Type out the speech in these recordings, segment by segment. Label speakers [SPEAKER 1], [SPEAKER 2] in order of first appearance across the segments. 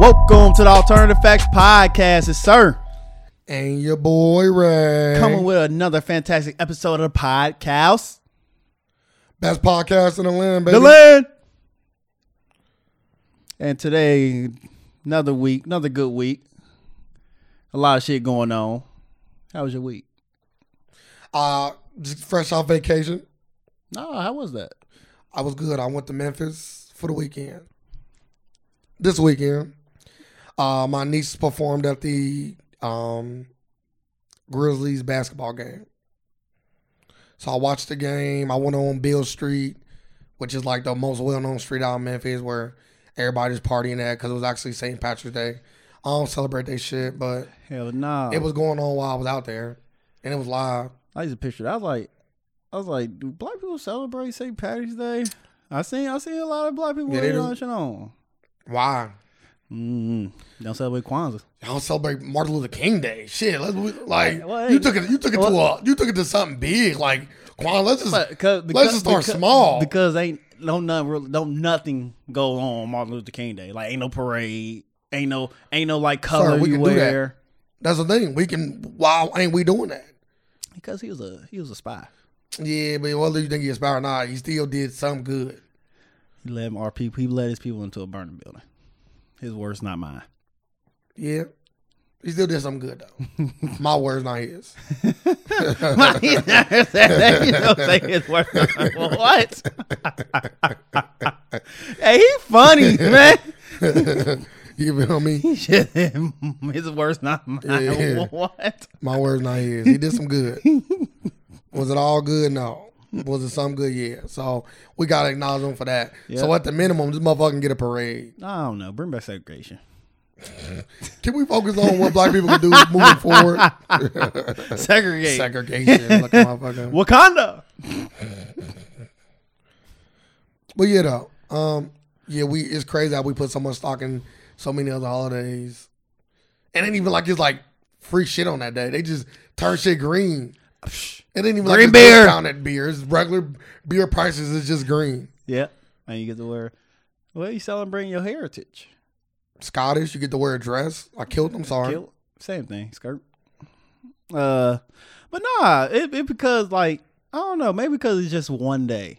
[SPEAKER 1] Welcome to the Alternative Facts Podcast. It's Sir
[SPEAKER 2] And your boy Ray.
[SPEAKER 1] coming with another fantastic episode of the podcast.
[SPEAKER 2] Best podcast in the land, baby.
[SPEAKER 1] The land. And today, another week, another good week. A lot of shit going on. How was your week?
[SPEAKER 2] Uh, just fresh off vacation.
[SPEAKER 1] No, how was that?
[SPEAKER 2] I was good. I went to Memphis for the weekend. This weekend. Uh, my niece performed at the um, Grizzlies basketball game. So I watched the game. I went on Bill Street, which is like the most well known street out in Memphis where everybody's partying at because it was actually St. Patrick's Day. I don't celebrate that shit, but
[SPEAKER 1] Hell no.
[SPEAKER 2] it was going on while I was out there, and it was live.
[SPEAKER 1] I used to picture. That. I was like, I was like, do black people celebrate St. Patrick's Day? I seen, I seen a lot of black people
[SPEAKER 2] Yeah,
[SPEAKER 1] with
[SPEAKER 2] they
[SPEAKER 1] their
[SPEAKER 2] do.
[SPEAKER 1] shit on.
[SPEAKER 2] Why?
[SPEAKER 1] Mm-hmm. Don't celebrate Kwanzaa.
[SPEAKER 2] Y'all celebrate Martin Luther King Day. Shit, let's we- like
[SPEAKER 1] Well,
[SPEAKER 2] you
[SPEAKER 1] hey,
[SPEAKER 2] took it. You took it to a. You took it to something big. Like Quan, let's just
[SPEAKER 1] But, 'cause-
[SPEAKER 2] let's just start small.
[SPEAKER 1] because ain't don't nothing really, don't nothing go on on Martin Luther King Day. Like ain't no parade, ain't no ain't no like color
[SPEAKER 2] we
[SPEAKER 1] you
[SPEAKER 2] can do that.
[SPEAKER 1] wear
[SPEAKER 2] That's the thing. We can. Why ain't we doing that?
[SPEAKER 1] because he was a he was a spy.
[SPEAKER 2] Yeah, but whether you think he inspired or not, he still did something good.
[SPEAKER 1] He led our people. He led his people into a burning building. His words, not mine.
[SPEAKER 2] Yeah, he still did something good though. My words, not his.
[SPEAKER 1] you don't say his words. Well, what? hey, he funny man.
[SPEAKER 2] You feel me?
[SPEAKER 1] his words, not mine.
[SPEAKER 2] Yeah.
[SPEAKER 1] What?
[SPEAKER 2] My words, not his. He did some good. Was it all good? No. Was it some good? Yeah. So we gotta acknowledge him for that. So
[SPEAKER 1] Yeah.
[SPEAKER 2] at the minimum, this motherfucker can get a parade.
[SPEAKER 1] I don't know. Bring back segregation.
[SPEAKER 2] Can we focus on what black people can do moving forward?
[SPEAKER 1] Segregate.
[SPEAKER 2] Segregation, like motherfucker.
[SPEAKER 1] Wakanda.
[SPEAKER 2] But yeah, though, um, yeah, we it's crazy how we put so much stock in so many other holidays, and ain't even like it's like free shit on that day. They just turn shit green. It ain't even like
[SPEAKER 1] Green
[SPEAKER 2] it's
[SPEAKER 1] beer.
[SPEAKER 2] discounted beer. It's regular beer prices. It's just green.
[SPEAKER 1] Yeah. And you get to wear, well, you celebrating your heritage.
[SPEAKER 2] Scottish, you get to wear a dress. I killed. I'm sorry.
[SPEAKER 1] Kilt, same thing, skirt. Uh, but nah, it, it because like I don't know, maybe because it's just one day.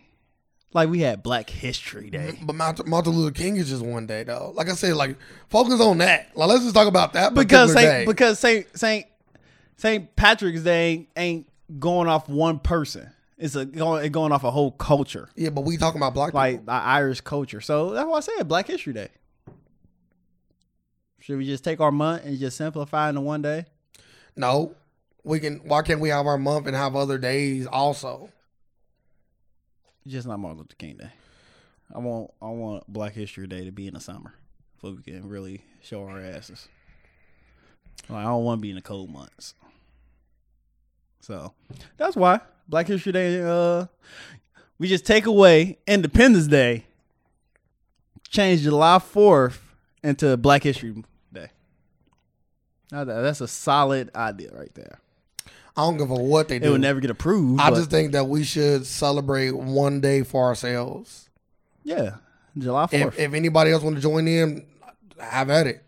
[SPEAKER 1] Like we had Black History Day
[SPEAKER 2] But Mart- Martin Luther King is just one day though. Like I said, like focus on that. Like let's just talk about that
[SPEAKER 1] because
[SPEAKER 2] particular
[SPEAKER 1] Saint,
[SPEAKER 2] day.
[SPEAKER 1] because Saint Saint Saint Patrick's Day ain't going off one person. It's a going it going off a whole culture,
[SPEAKER 2] yeah, but we talking about black people.
[SPEAKER 1] like the Irish culture. So that's why I said Black History Day. Should we just take our month and just simplify into one day?
[SPEAKER 2] No, we can. Why can't we have our month and have other days also?
[SPEAKER 1] Just not Martin Luther King Day. I want I want Black History Day to be in the summer, so we can really show our asses. Like I don't want to be in the cold months. So that's why Black History Day. Uh, we just take away Independence Day, change July Fourth into Black History Day. Now that, that's a solid idea right there.
[SPEAKER 2] I don't give a what they
[SPEAKER 1] It
[SPEAKER 2] do.
[SPEAKER 1] would never get approved.
[SPEAKER 2] I
[SPEAKER 1] but-
[SPEAKER 2] just think that we should celebrate one day for ourselves.
[SPEAKER 1] yeah, July
[SPEAKER 2] If,
[SPEAKER 1] Fourth.
[SPEAKER 2] if anybody else want to join in, have at it.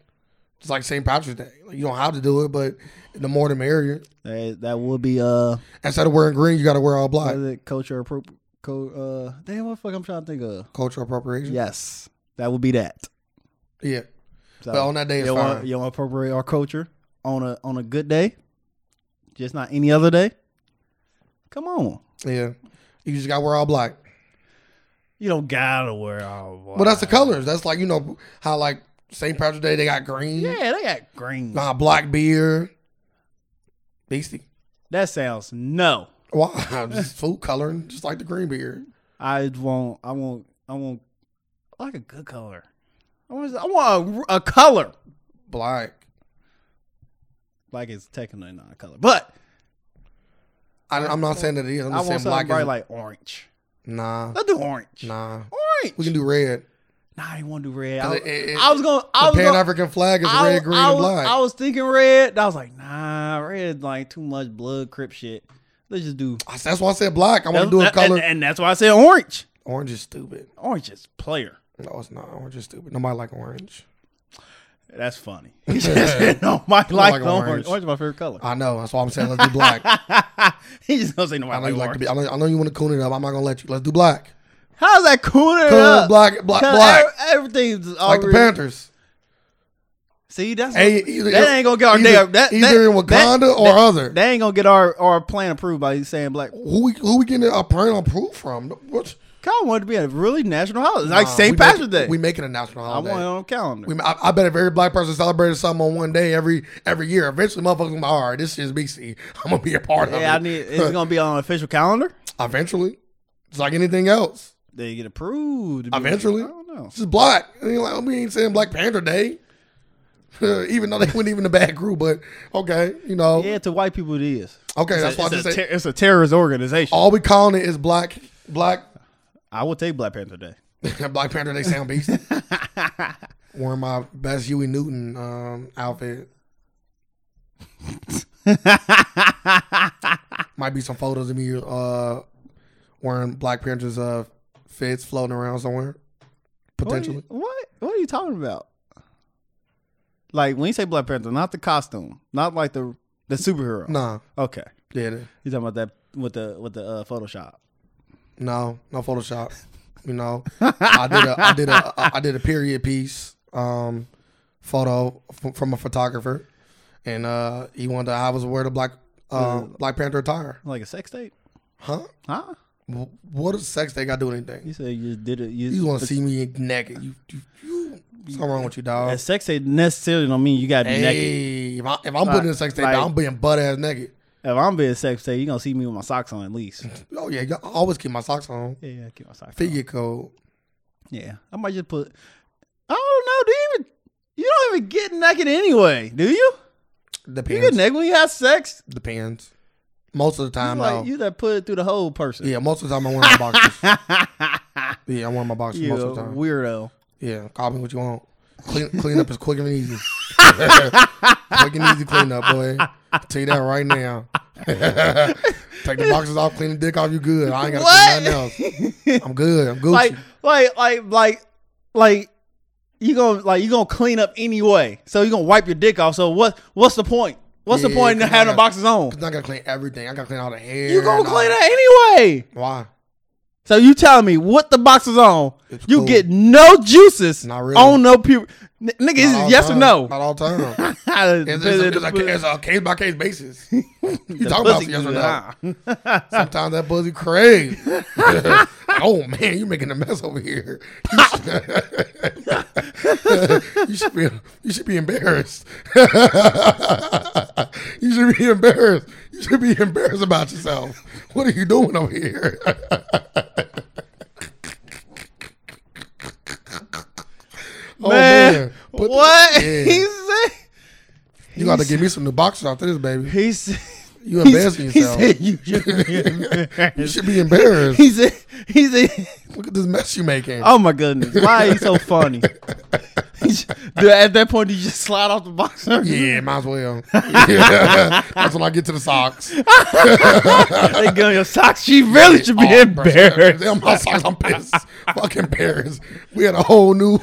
[SPEAKER 2] It's like St. Patrick's Day. Like, you don't have to do it, but the more the merrier.
[SPEAKER 1] That, that would be uh.
[SPEAKER 2] Instead of wearing green, you got to wear all
[SPEAKER 1] What
[SPEAKER 2] black.
[SPEAKER 1] is it? Culture appropriate. Co- uh, damn, what the fuck I'm trying to think of.
[SPEAKER 2] Cultural appropriation.
[SPEAKER 1] Yes, that would be that.
[SPEAKER 2] Yeah.
[SPEAKER 1] So,
[SPEAKER 2] But on that day,
[SPEAKER 1] you
[SPEAKER 2] it's
[SPEAKER 1] don't
[SPEAKER 2] fine.
[SPEAKER 1] want you want to appropriate our culture on a on a good day, just not any other day. Come on,
[SPEAKER 2] Yeah. You just got to wear all black.
[SPEAKER 1] you don't gotta wear all. Black.
[SPEAKER 2] But that's the colors. That's like, you know, how like St. Patrick's Day, they got green.
[SPEAKER 1] yeah, they got green.
[SPEAKER 2] Nah, black beer. Beastie.
[SPEAKER 1] That sounds no.
[SPEAKER 2] Wow, just food coloring, just like the green beer.
[SPEAKER 1] I won't. I won't. I won't. I like a good color. I want. I want a, a color.
[SPEAKER 2] Black.
[SPEAKER 1] Like it's technically not a color, but
[SPEAKER 2] I, I'm not saying that it is. I'm
[SPEAKER 1] I
[SPEAKER 2] just
[SPEAKER 1] want
[SPEAKER 2] saying
[SPEAKER 1] something
[SPEAKER 2] black
[SPEAKER 1] bright
[SPEAKER 2] is.
[SPEAKER 1] like orange.
[SPEAKER 2] nah,
[SPEAKER 1] Let's do orange.
[SPEAKER 2] nah.
[SPEAKER 1] Orange.
[SPEAKER 2] We can do red.
[SPEAKER 1] Nah, I didn't want to do red.
[SPEAKER 2] 'Cause
[SPEAKER 1] I,
[SPEAKER 2] it- it-
[SPEAKER 1] I was going. to I
[SPEAKER 2] The
[SPEAKER 1] was
[SPEAKER 2] Pan
[SPEAKER 1] going.
[SPEAKER 2] African flag is
[SPEAKER 1] I,
[SPEAKER 2] red, green,
[SPEAKER 1] I,
[SPEAKER 2] and
[SPEAKER 1] was,
[SPEAKER 2] black.
[SPEAKER 1] I was thinking red. I was like, nah, red like too much blood crip shit. Let's just do.
[SPEAKER 2] I- that's why I said black. I want to do a
[SPEAKER 1] and-
[SPEAKER 2] color.
[SPEAKER 1] and, that's why I said orange.
[SPEAKER 2] Orange is stupid.
[SPEAKER 1] Orange is player.
[SPEAKER 2] No, it's not. Orange is stupid. Nobody like orange.
[SPEAKER 1] That's funny. He's just hitting on my like
[SPEAKER 2] like
[SPEAKER 1] orange.
[SPEAKER 2] orange.
[SPEAKER 1] orange. is my favorite color.
[SPEAKER 2] I know. That's why I'm saying let's do black.
[SPEAKER 1] he just don't say
[SPEAKER 2] I
[SPEAKER 1] nobody
[SPEAKER 2] know
[SPEAKER 1] like,
[SPEAKER 2] you like
[SPEAKER 1] orange.
[SPEAKER 2] to be. I know, I know you want to coon it up. I'm not gonna let you. Let's do black.
[SPEAKER 1] How's that cooling it
[SPEAKER 2] Cool,
[SPEAKER 1] up?
[SPEAKER 2] black, black,
[SPEAKER 1] 'Cause
[SPEAKER 2] black.
[SPEAKER 1] ev- everything's
[SPEAKER 2] Like
[SPEAKER 1] already,
[SPEAKER 2] the Panthers.
[SPEAKER 1] See, that's
[SPEAKER 2] Hey,
[SPEAKER 1] what-
[SPEAKER 2] either-
[SPEAKER 1] that ain't gonna get our
[SPEAKER 2] either-
[SPEAKER 1] day. That,
[SPEAKER 2] either
[SPEAKER 1] that-
[SPEAKER 2] in Wakanda
[SPEAKER 1] that-
[SPEAKER 2] or
[SPEAKER 1] that-
[SPEAKER 2] other.
[SPEAKER 1] They ain't gonna get our, our plan approved by saying black.
[SPEAKER 2] Who we who we getting our parental proof from? What?
[SPEAKER 1] Kyle wanted to be a really national holiday, like
[SPEAKER 2] Nah, we
[SPEAKER 1] St.
[SPEAKER 2] make
[SPEAKER 1] Patrick's
[SPEAKER 2] it-
[SPEAKER 1] Day.
[SPEAKER 2] We making a national
[SPEAKER 1] I want it
[SPEAKER 2] holiday.
[SPEAKER 1] on calendar.
[SPEAKER 2] We, I, I bet if every black person celebrated something on one day every every year, eventually motherfuckers gonna be like, all right, this is BC. I'm gonna be a part
[SPEAKER 1] yeah, I
[SPEAKER 2] of it.
[SPEAKER 1] need. It's gonna be on an official calendar.
[SPEAKER 2] eventually, it's like anything else.
[SPEAKER 1] They get approved to be-
[SPEAKER 2] Eventually.
[SPEAKER 1] I don't know.
[SPEAKER 2] It's just black. And you're like, we ain't saying Black Panther Day, even though they weren't even a bad group. But okay, you know,
[SPEAKER 1] Yeah, to white people it is.
[SPEAKER 2] okay,
[SPEAKER 1] It's,
[SPEAKER 2] that's why I
[SPEAKER 1] a,
[SPEAKER 2] just say
[SPEAKER 1] ter- it's a terrorist organization.
[SPEAKER 2] all we calling it is black black
[SPEAKER 1] I would take Black Panther Day.
[SPEAKER 2] Black Panther Day sound beast. Wearing my best Huey Newton um, outfit. Might be some photos of me uh, wearing Black Panther's uh, fits floating around somewhere.
[SPEAKER 1] Oh,
[SPEAKER 2] Potentially.
[SPEAKER 1] What, what? What are you talking about? Like when you say Black Panther, not the costume, not like the the superhero.
[SPEAKER 2] Nah.
[SPEAKER 1] Okay,
[SPEAKER 2] Yeah. they-
[SPEAKER 1] you talking about that with the with the uh, Photoshop?
[SPEAKER 2] No, no Photoshop. You know, I did a I did a I did a period piece um photo f- from a photographer, and uh he wanted to, I was wearing a black uh, Black Panther attire.
[SPEAKER 1] Like a sex tape?
[SPEAKER 2] Huh?
[SPEAKER 1] Huh?
[SPEAKER 2] Wh- What does sex they got to do with anything?
[SPEAKER 1] You said you did it. You,
[SPEAKER 2] You want to see me naked? You, you, you something wrong with you,
[SPEAKER 1] a
[SPEAKER 2] dog?
[SPEAKER 1] sex tape necessarily don't mean you gotta be naked.
[SPEAKER 2] uh, Hey, if, I, if I'm putting in sex tape,
[SPEAKER 1] Like-
[SPEAKER 2] I'm being butt ass naked.
[SPEAKER 1] If I'm being sex tape, you gonna see me with my socks on at least.
[SPEAKER 2] Oh yeah, I always keep my socks on.
[SPEAKER 1] yeah, I keep my socks. on.
[SPEAKER 2] Figure code.
[SPEAKER 1] Yeah, I might just put. I don't know. Do you even? You don't even get naked anyway, do you? You get
[SPEAKER 2] Depends.
[SPEAKER 1] naked when you have sex.
[SPEAKER 2] Depends. Most of the
[SPEAKER 1] You
[SPEAKER 2] time, though.
[SPEAKER 1] like you that put it through the whole person.
[SPEAKER 2] Yeah, most of the time I'm wearing my boxers. yeah, I'm wearing my boxers
[SPEAKER 1] you
[SPEAKER 2] most
[SPEAKER 1] a
[SPEAKER 2] of the time.
[SPEAKER 1] weirdo.
[SPEAKER 2] Yeah, call me what you want. Clean, clean up is quick and easy. quick and easy clean up, boy. Tell you that right now. Take the boxes off, clean the dick off. You good? I ain't got to clean nothing else. I'm good. I'm Gucci.
[SPEAKER 1] like, like, like, like, like. You gonna like you gonna clean up anyway, so you gonna wipe your dick off. So what? What's the point? What's the
[SPEAKER 2] Yeah,
[SPEAKER 1] point in
[SPEAKER 2] come
[SPEAKER 1] having
[SPEAKER 2] on.
[SPEAKER 1] the boxes on?
[SPEAKER 2] 'Cause I gotta clean everything. I gotta clean all the hair.
[SPEAKER 1] You gonna
[SPEAKER 2] and all
[SPEAKER 1] clean that anyway?
[SPEAKER 2] Why?
[SPEAKER 1] So you telling me what the box is on?
[SPEAKER 2] It's
[SPEAKER 1] you
[SPEAKER 2] cool.
[SPEAKER 1] get no juices
[SPEAKER 2] Not really.
[SPEAKER 1] on no puberty. N- nigga, is
[SPEAKER 2] Not all
[SPEAKER 1] it yes
[SPEAKER 2] time.
[SPEAKER 1] or no?
[SPEAKER 2] Not all time. It's, it's, it's, like- it's a case by case basis. You talking about yes or no? Oh, Sometimes that pussy crazy. oh man, you're making a mess over here. You should, you should be you should be embarrassed. you should be embarrassed. You should be embarrassed about yourself. What are you doing over here? Oh,
[SPEAKER 1] man,
[SPEAKER 2] Put-
[SPEAKER 1] what
[SPEAKER 2] yeah.
[SPEAKER 1] he said?
[SPEAKER 2] You got to give me some new boxes after this, baby.
[SPEAKER 1] He said
[SPEAKER 2] You embarrassing
[SPEAKER 1] he
[SPEAKER 2] yourself.
[SPEAKER 1] said you should be
[SPEAKER 2] you
[SPEAKER 1] embarrassed.
[SPEAKER 2] should be embarrassed.
[SPEAKER 1] He said he said.
[SPEAKER 2] Look at this mess you making.
[SPEAKER 1] Oh my goodness! Why are you so funny? He j- Dude, at that point, you just slide off the boxer.
[SPEAKER 2] Yeah, might as well. Yeah. That's when I get to the socks.
[SPEAKER 1] They get on your socks. She really should be
[SPEAKER 2] Oh, bro,
[SPEAKER 1] embarrassed.
[SPEAKER 2] damn, my socks, I'm pissed. Fucking embarrassed. We had a whole new,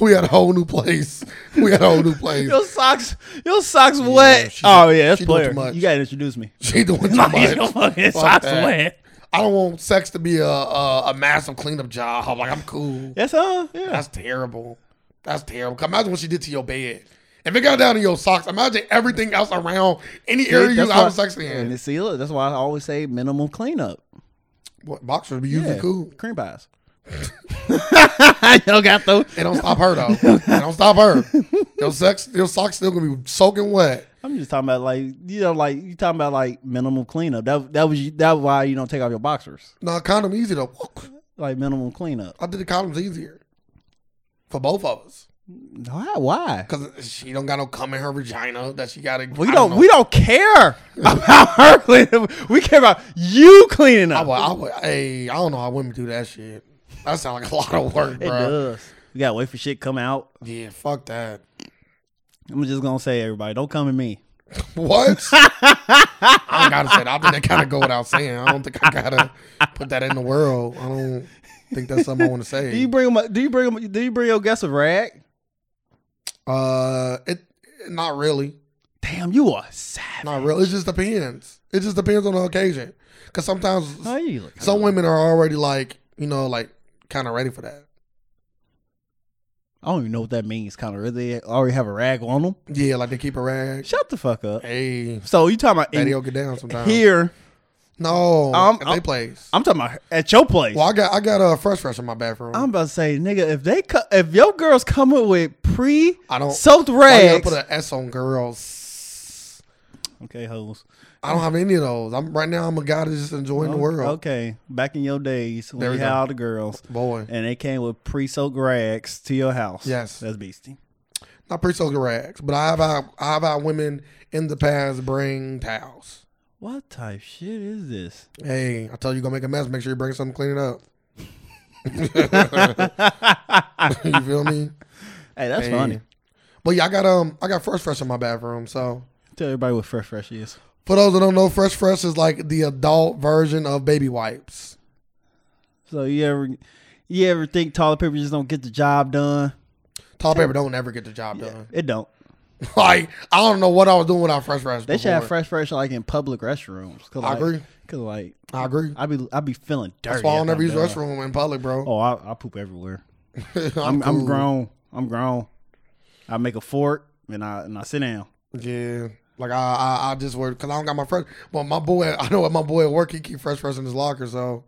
[SPEAKER 2] we had a whole new place. We had a whole new place.
[SPEAKER 1] Your socks, your socks wet.
[SPEAKER 2] she-
[SPEAKER 1] Oh yeah, that's
[SPEAKER 2] she doing too
[SPEAKER 1] player.
[SPEAKER 2] much.
[SPEAKER 1] You gotta introduce me.
[SPEAKER 2] She doing too
[SPEAKER 1] Like, your
[SPEAKER 2] much.
[SPEAKER 1] fucking
[SPEAKER 2] Fuck
[SPEAKER 1] socks
[SPEAKER 2] that.
[SPEAKER 1] wet.
[SPEAKER 2] I don't want sex to be a a, a massive cleanup job. Like I'm cool.
[SPEAKER 1] Yes, huh? Yeah.
[SPEAKER 2] That's terrible. That's terrible. Imagine what she did to your bed. If it got down to your socks, imagine everything else around any area you
[SPEAKER 1] That's
[SPEAKER 2] was
[SPEAKER 1] why-
[SPEAKER 2] having sex in.
[SPEAKER 1] And see, look, that's why I always say minimal cleanup.
[SPEAKER 2] What, boxers be usually
[SPEAKER 1] Yeah.
[SPEAKER 2] cool.
[SPEAKER 1] Cream pies. you don't got those.
[SPEAKER 2] It don't stop her though. It don't stop her. Your sex, your socks still gonna be soaking wet.
[SPEAKER 1] I'm just talking about like you know, like you talking about like minimal cleanup. That that was that why you don't take off your boxers.
[SPEAKER 2] Nah, condom easy though.
[SPEAKER 1] Like minimal cleanup.
[SPEAKER 2] I did the condoms easier for both of us
[SPEAKER 1] Why? Why?
[SPEAKER 2] because she don't got no cum in her vagina that she gotta.
[SPEAKER 1] We
[SPEAKER 2] I
[SPEAKER 1] don't.
[SPEAKER 2] know.
[SPEAKER 1] we don't care about her cleaning. up. We care about you cleaning
[SPEAKER 2] I
[SPEAKER 1] up.
[SPEAKER 2] would, I would, hey, I don't know how women do that shit. That sounds like a lot of work,
[SPEAKER 1] It
[SPEAKER 2] bro.
[SPEAKER 1] does. You gotta wait for shit come out.
[SPEAKER 2] Yeah, fuck that.
[SPEAKER 1] I'm just gonna say everybody, don't come at me.
[SPEAKER 2] What? I don't gotta say that. I think that kind of go without saying. I don't think I gotta put that in the world. I don't think that's something I want to
[SPEAKER 1] Do you
[SPEAKER 2] say.
[SPEAKER 1] bring 'em a Do you bring 'em- Do you bring your guests a rag?
[SPEAKER 2] Uh, it not really,
[SPEAKER 1] Damn, you are savage.
[SPEAKER 2] not really. It just depends. It just depends on the occasion. Cause sometimes
[SPEAKER 1] How you look?
[SPEAKER 2] some women are already like you know like kind of ready for that.
[SPEAKER 1] I don't even know what that means. Kind of really They already have a rag on them.
[SPEAKER 2] Yeah, like they keep a rag.
[SPEAKER 1] Shut the fuck up.
[SPEAKER 2] Hey, um,
[SPEAKER 1] So you talking about
[SPEAKER 2] daddy'll
[SPEAKER 1] in,
[SPEAKER 2] get down sometimes.
[SPEAKER 1] here?
[SPEAKER 2] no,
[SPEAKER 1] Um,
[SPEAKER 2] at
[SPEAKER 1] I'm-
[SPEAKER 2] they place.
[SPEAKER 1] I'm talking about at your place.
[SPEAKER 2] well, I got I got a fresh fresh in my bathroom.
[SPEAKER 1] I'm about to say, nigga, if they co- if your girls coming with pre
[SPEAKER 2] I don't.
[SPEAKER 1] soaked
[SPEAKER 2] Why you gotta
[SPEAKER 1] rags,
[SPEAKER 2] put an S on girls.
[SPEAKER 1] okay, hoes.
[SPEAKER 2] I don't have any of those. I'm right now. I'm a guy that's just enjoying the
[SPEAKER 1] Oh,
[SPEAKER 2] world.
[SPEAKER 1] Okay, back in your days when
[SPEAKER 2] There
[SPEAKER 1] you
[SPEAKER 2] we
[SPEAKER 1] had
[SPEAKER 2] go.
[SPEAKER 1] all the girls
[SPEAKER 2] Boy,
[SPEAKER 1] and they came with pre-soaked rags to your house.
[SPEAKER 2] Yes.
[SPEAKER 1] that's beastie.
[SPEAKER 2] not pre soaking rags, but I have had, I have had women in the past bring towels.
[SPEAKER 1] What type shit is this?
[SPEAKER 2] Hey, I tell you, go make a mess. Make sure you bring something to clean it up. you feel me?
[SPEAKER 1] Hey, that's
[SPEAKER 2] Hey.
[SPEAKER 1] funny.
[SPEAKER 2] But yeah, I got um, I got Fresh Fresh in my bathroom. So
[SPEAKER 1] Tell everybody what fresh fresh is.
[SPEAKER 2] for those that don't know, Fresh Fresh is like the adult version of baby wipes.
[SPEAKER 1] So you ever you ever think toilet paper just don't get the job done?
[SPEAKER 2] Toilet paper don't ever get the job done.
[SPEAKER 1] It don't.
[SPEAKER 2] Like I don't know what I was doing without Fresh Fresh.
[SPEAKER 1] They should have
[SPEAKER 2] before.
[SPEAKER 1] fresh fresh like in public restrooms. Cause
[SPEAKER 2] I
[SPEAKER 1] like,
[SPEAKER 2] agree.
[SPEAKER 1] Cause like
[SPEAKER 2] I agree.
[SPEAKER 1] I be I be feeling dirty.
[SPEAKER 2] That's why I don't
[SPEAKER 1] after
[SPEAKER 2] ever
[SPEAKER 1] I'm
[SPEAKER 2] use
[SPEAKER 1] done.
[SPEAKER 2] restroom in public, bro.
[SPEAKER 1] Oh, I, I poop everywhere.
[SPEAKER 2] I'm,
[SPEAKER 1] I'm I'm
[SPEAKER 2] cool.
[SPEAKER 1] grown. I'm grown. I make a fort and I and I sit down.
[SPEAKER 2] Yeah. Like I, I, I just work because I don't got my fresh. But my boy, I know at my boy at work, he keep fresh fresh in his locker, so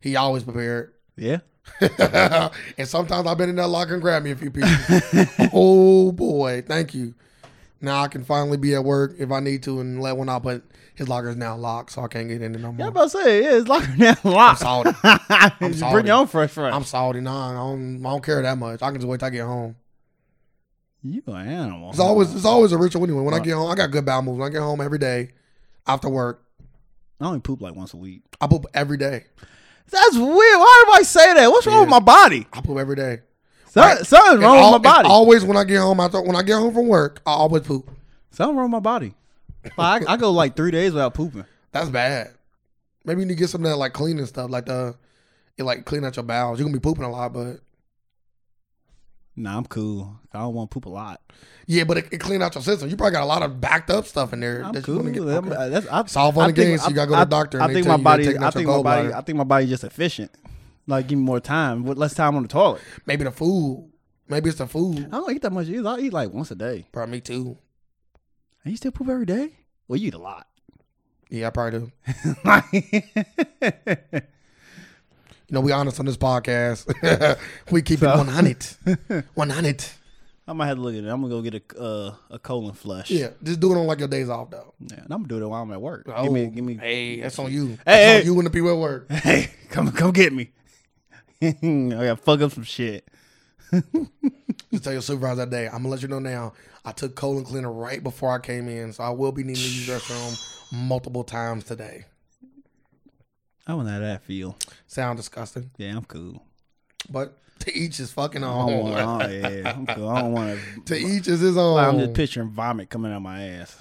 [SPEAKER 2] he always prepared.
[SPEAKER 1] Yeah.
[SPEAKER 2] and sometimes I've been in that locker and grabbed me a few pieces. oh boy, thank you. Now I can finally be at work if I need to and let one out. But his locker is now locked, so I can't get in it
[SPEAKER 1] Yeah,
[SPEAKER 2] no
[SPEAKER 1] I'm
[SPEAKER 2] more.
[SPEAKER 1] about to say yeah, it's locked down locked.
[SPEAKER 2] salty.
[SPEAKER 1] You Bring
[SPEAKER 2] salty.
[SPEAKER 1] your own fresh fresh.
[SPEAKER 2] I'm salty. Nah, I don't, I don't care that much. I can just wait till I get home.
[SPEAKER 1] you an animal.
[SPEAKER 2] It's always it's always a ritual anyway. When I
[SPEAKER 1] Right.
[SPEAKER 2] get home, I got good bowel movements. When I get home every day after work,
[SPEAKER 1] I only poop like once a week.
[SPEAKER 2] I poop every day.
[SPEAKER 1] That's weird. Why everybody say that? What's wrong
[SPEAKER 2] Yeah.
[SPEAKER 1] with my body?
[SPEAKER 2] I poop every day.
[SPEAKER 1] Something,
[SPEAKER 2] Right.
[SPEAKER 1] something's wrong
[SPEAKER 2] Al-
[SPEAKER 1] with my body.
[SPEAKER 2] Always when I get home, I thought when I get home from work, I always poop.
[SPEAKER 1] something wrong with my body. Like, I, I go like three days without pooping.
[SPEAKER 2] That's bad. Maybe you need to get something that like clean and stuff, like the it like clean out your bowels. You're gonna be pooping a lot, but
[SPEAKER 1] Nah, I'm cool. I don't want to poop a lot.
[SPEAKER 2] yeah, but it, it clean out your system. You probably got a lot of backed up stuff in there.
[SPEAKER 1] I'm
[SPEAKER 2] that
[SPEAKER 1] cool.
[SPEAKER 2] you wanna get,
[SPEAKER 1] I'm-
[SPEAKER 2] okay.
[SPEAKER 1] uh, that's- I-
[SPEAKER 2] It's all fun
[SPEAKER 1] I
[SPEAKER 2] and
[SPEAKER 1] think-
[SPEAKER 2] games.
[SPEAKER 1] I-
[SPEAKER 2] you gotta go to
[SPEAKER 1] I-
[SPEAKER 2] the doctor.
[SPEAKER 1] I
[SPEAKER 2] and they
[SPEAKER 1] think
[SPEAKER 2] tell
[SPEAKER 1] my
[SPEAKER 2] you
[SPEAKER 1] body.
[SPEAKER 2] you gotta take
[SPEAKER 1] I
[SPEAKER 2] out your
[SPEAKER 1] think my body.
[SPEAKER 2] gallbladder.
[SPEAKER 1] I think my body's just efficient. Like give me more time with less time on the toilet.
[SPEAKER 2] Maybe the food. Maybe it's the food.
[SPEAKER 1] I don't eat that much either. I eat like once a day.
[SPEAKER 2] Probably me too.
[SPEAKER 1] And you still poop every day? Well, you eat a lot.
[SPEAKER 2] Yeah, I probably do.
[SPEAKER 1] Like-
[SPEAKER 2] You know, we honest on this podcast. we keep it
[SPEAKER 1] So-
[SPEAKER 2] 100. 100.
[SPEAKER 1] I might have to look at it. I'm gonna go get a uh, a colon flush.
[SPEAKER 2] Yeah, just do it on like your days off though.
[SPEAKER 1] Yeah, and I'm gonna do it while I'm at work.
[SPEAKER 2] Oh,
[SPEAKER 1] give me, give me.
[SPEAKER 2] Hey, that's on you. that's
[SPEAKER 1] Hey, hey.
[SPEAKER 2] on you and the people at work.
[SPEAKER 1] Hey, come come get me. I gotta fuck up some shit.
[SPEAKER 2] Just tell your supervisor that day. I'm gonna let you know now. I took colon cleaner right before I came in, so I will be needing to use the restroom multiple times today.
[SPEAKER 1] I want how that feel.
[SPEAKER 2] Sound disgusting,
[SPEAKER 1] Yeah, I'm cool.
[SPEAKER 2] but to each is fucking
[SPEAKER 1] I don't want.
[SPEAKER 2] own.
[SPEAKER 1] I don't- yeah, I'm cool. I don't want
[SPEAKER 2] to each is his own.
[SPEAKER 1] I'm just picturing vomit coming out my ass.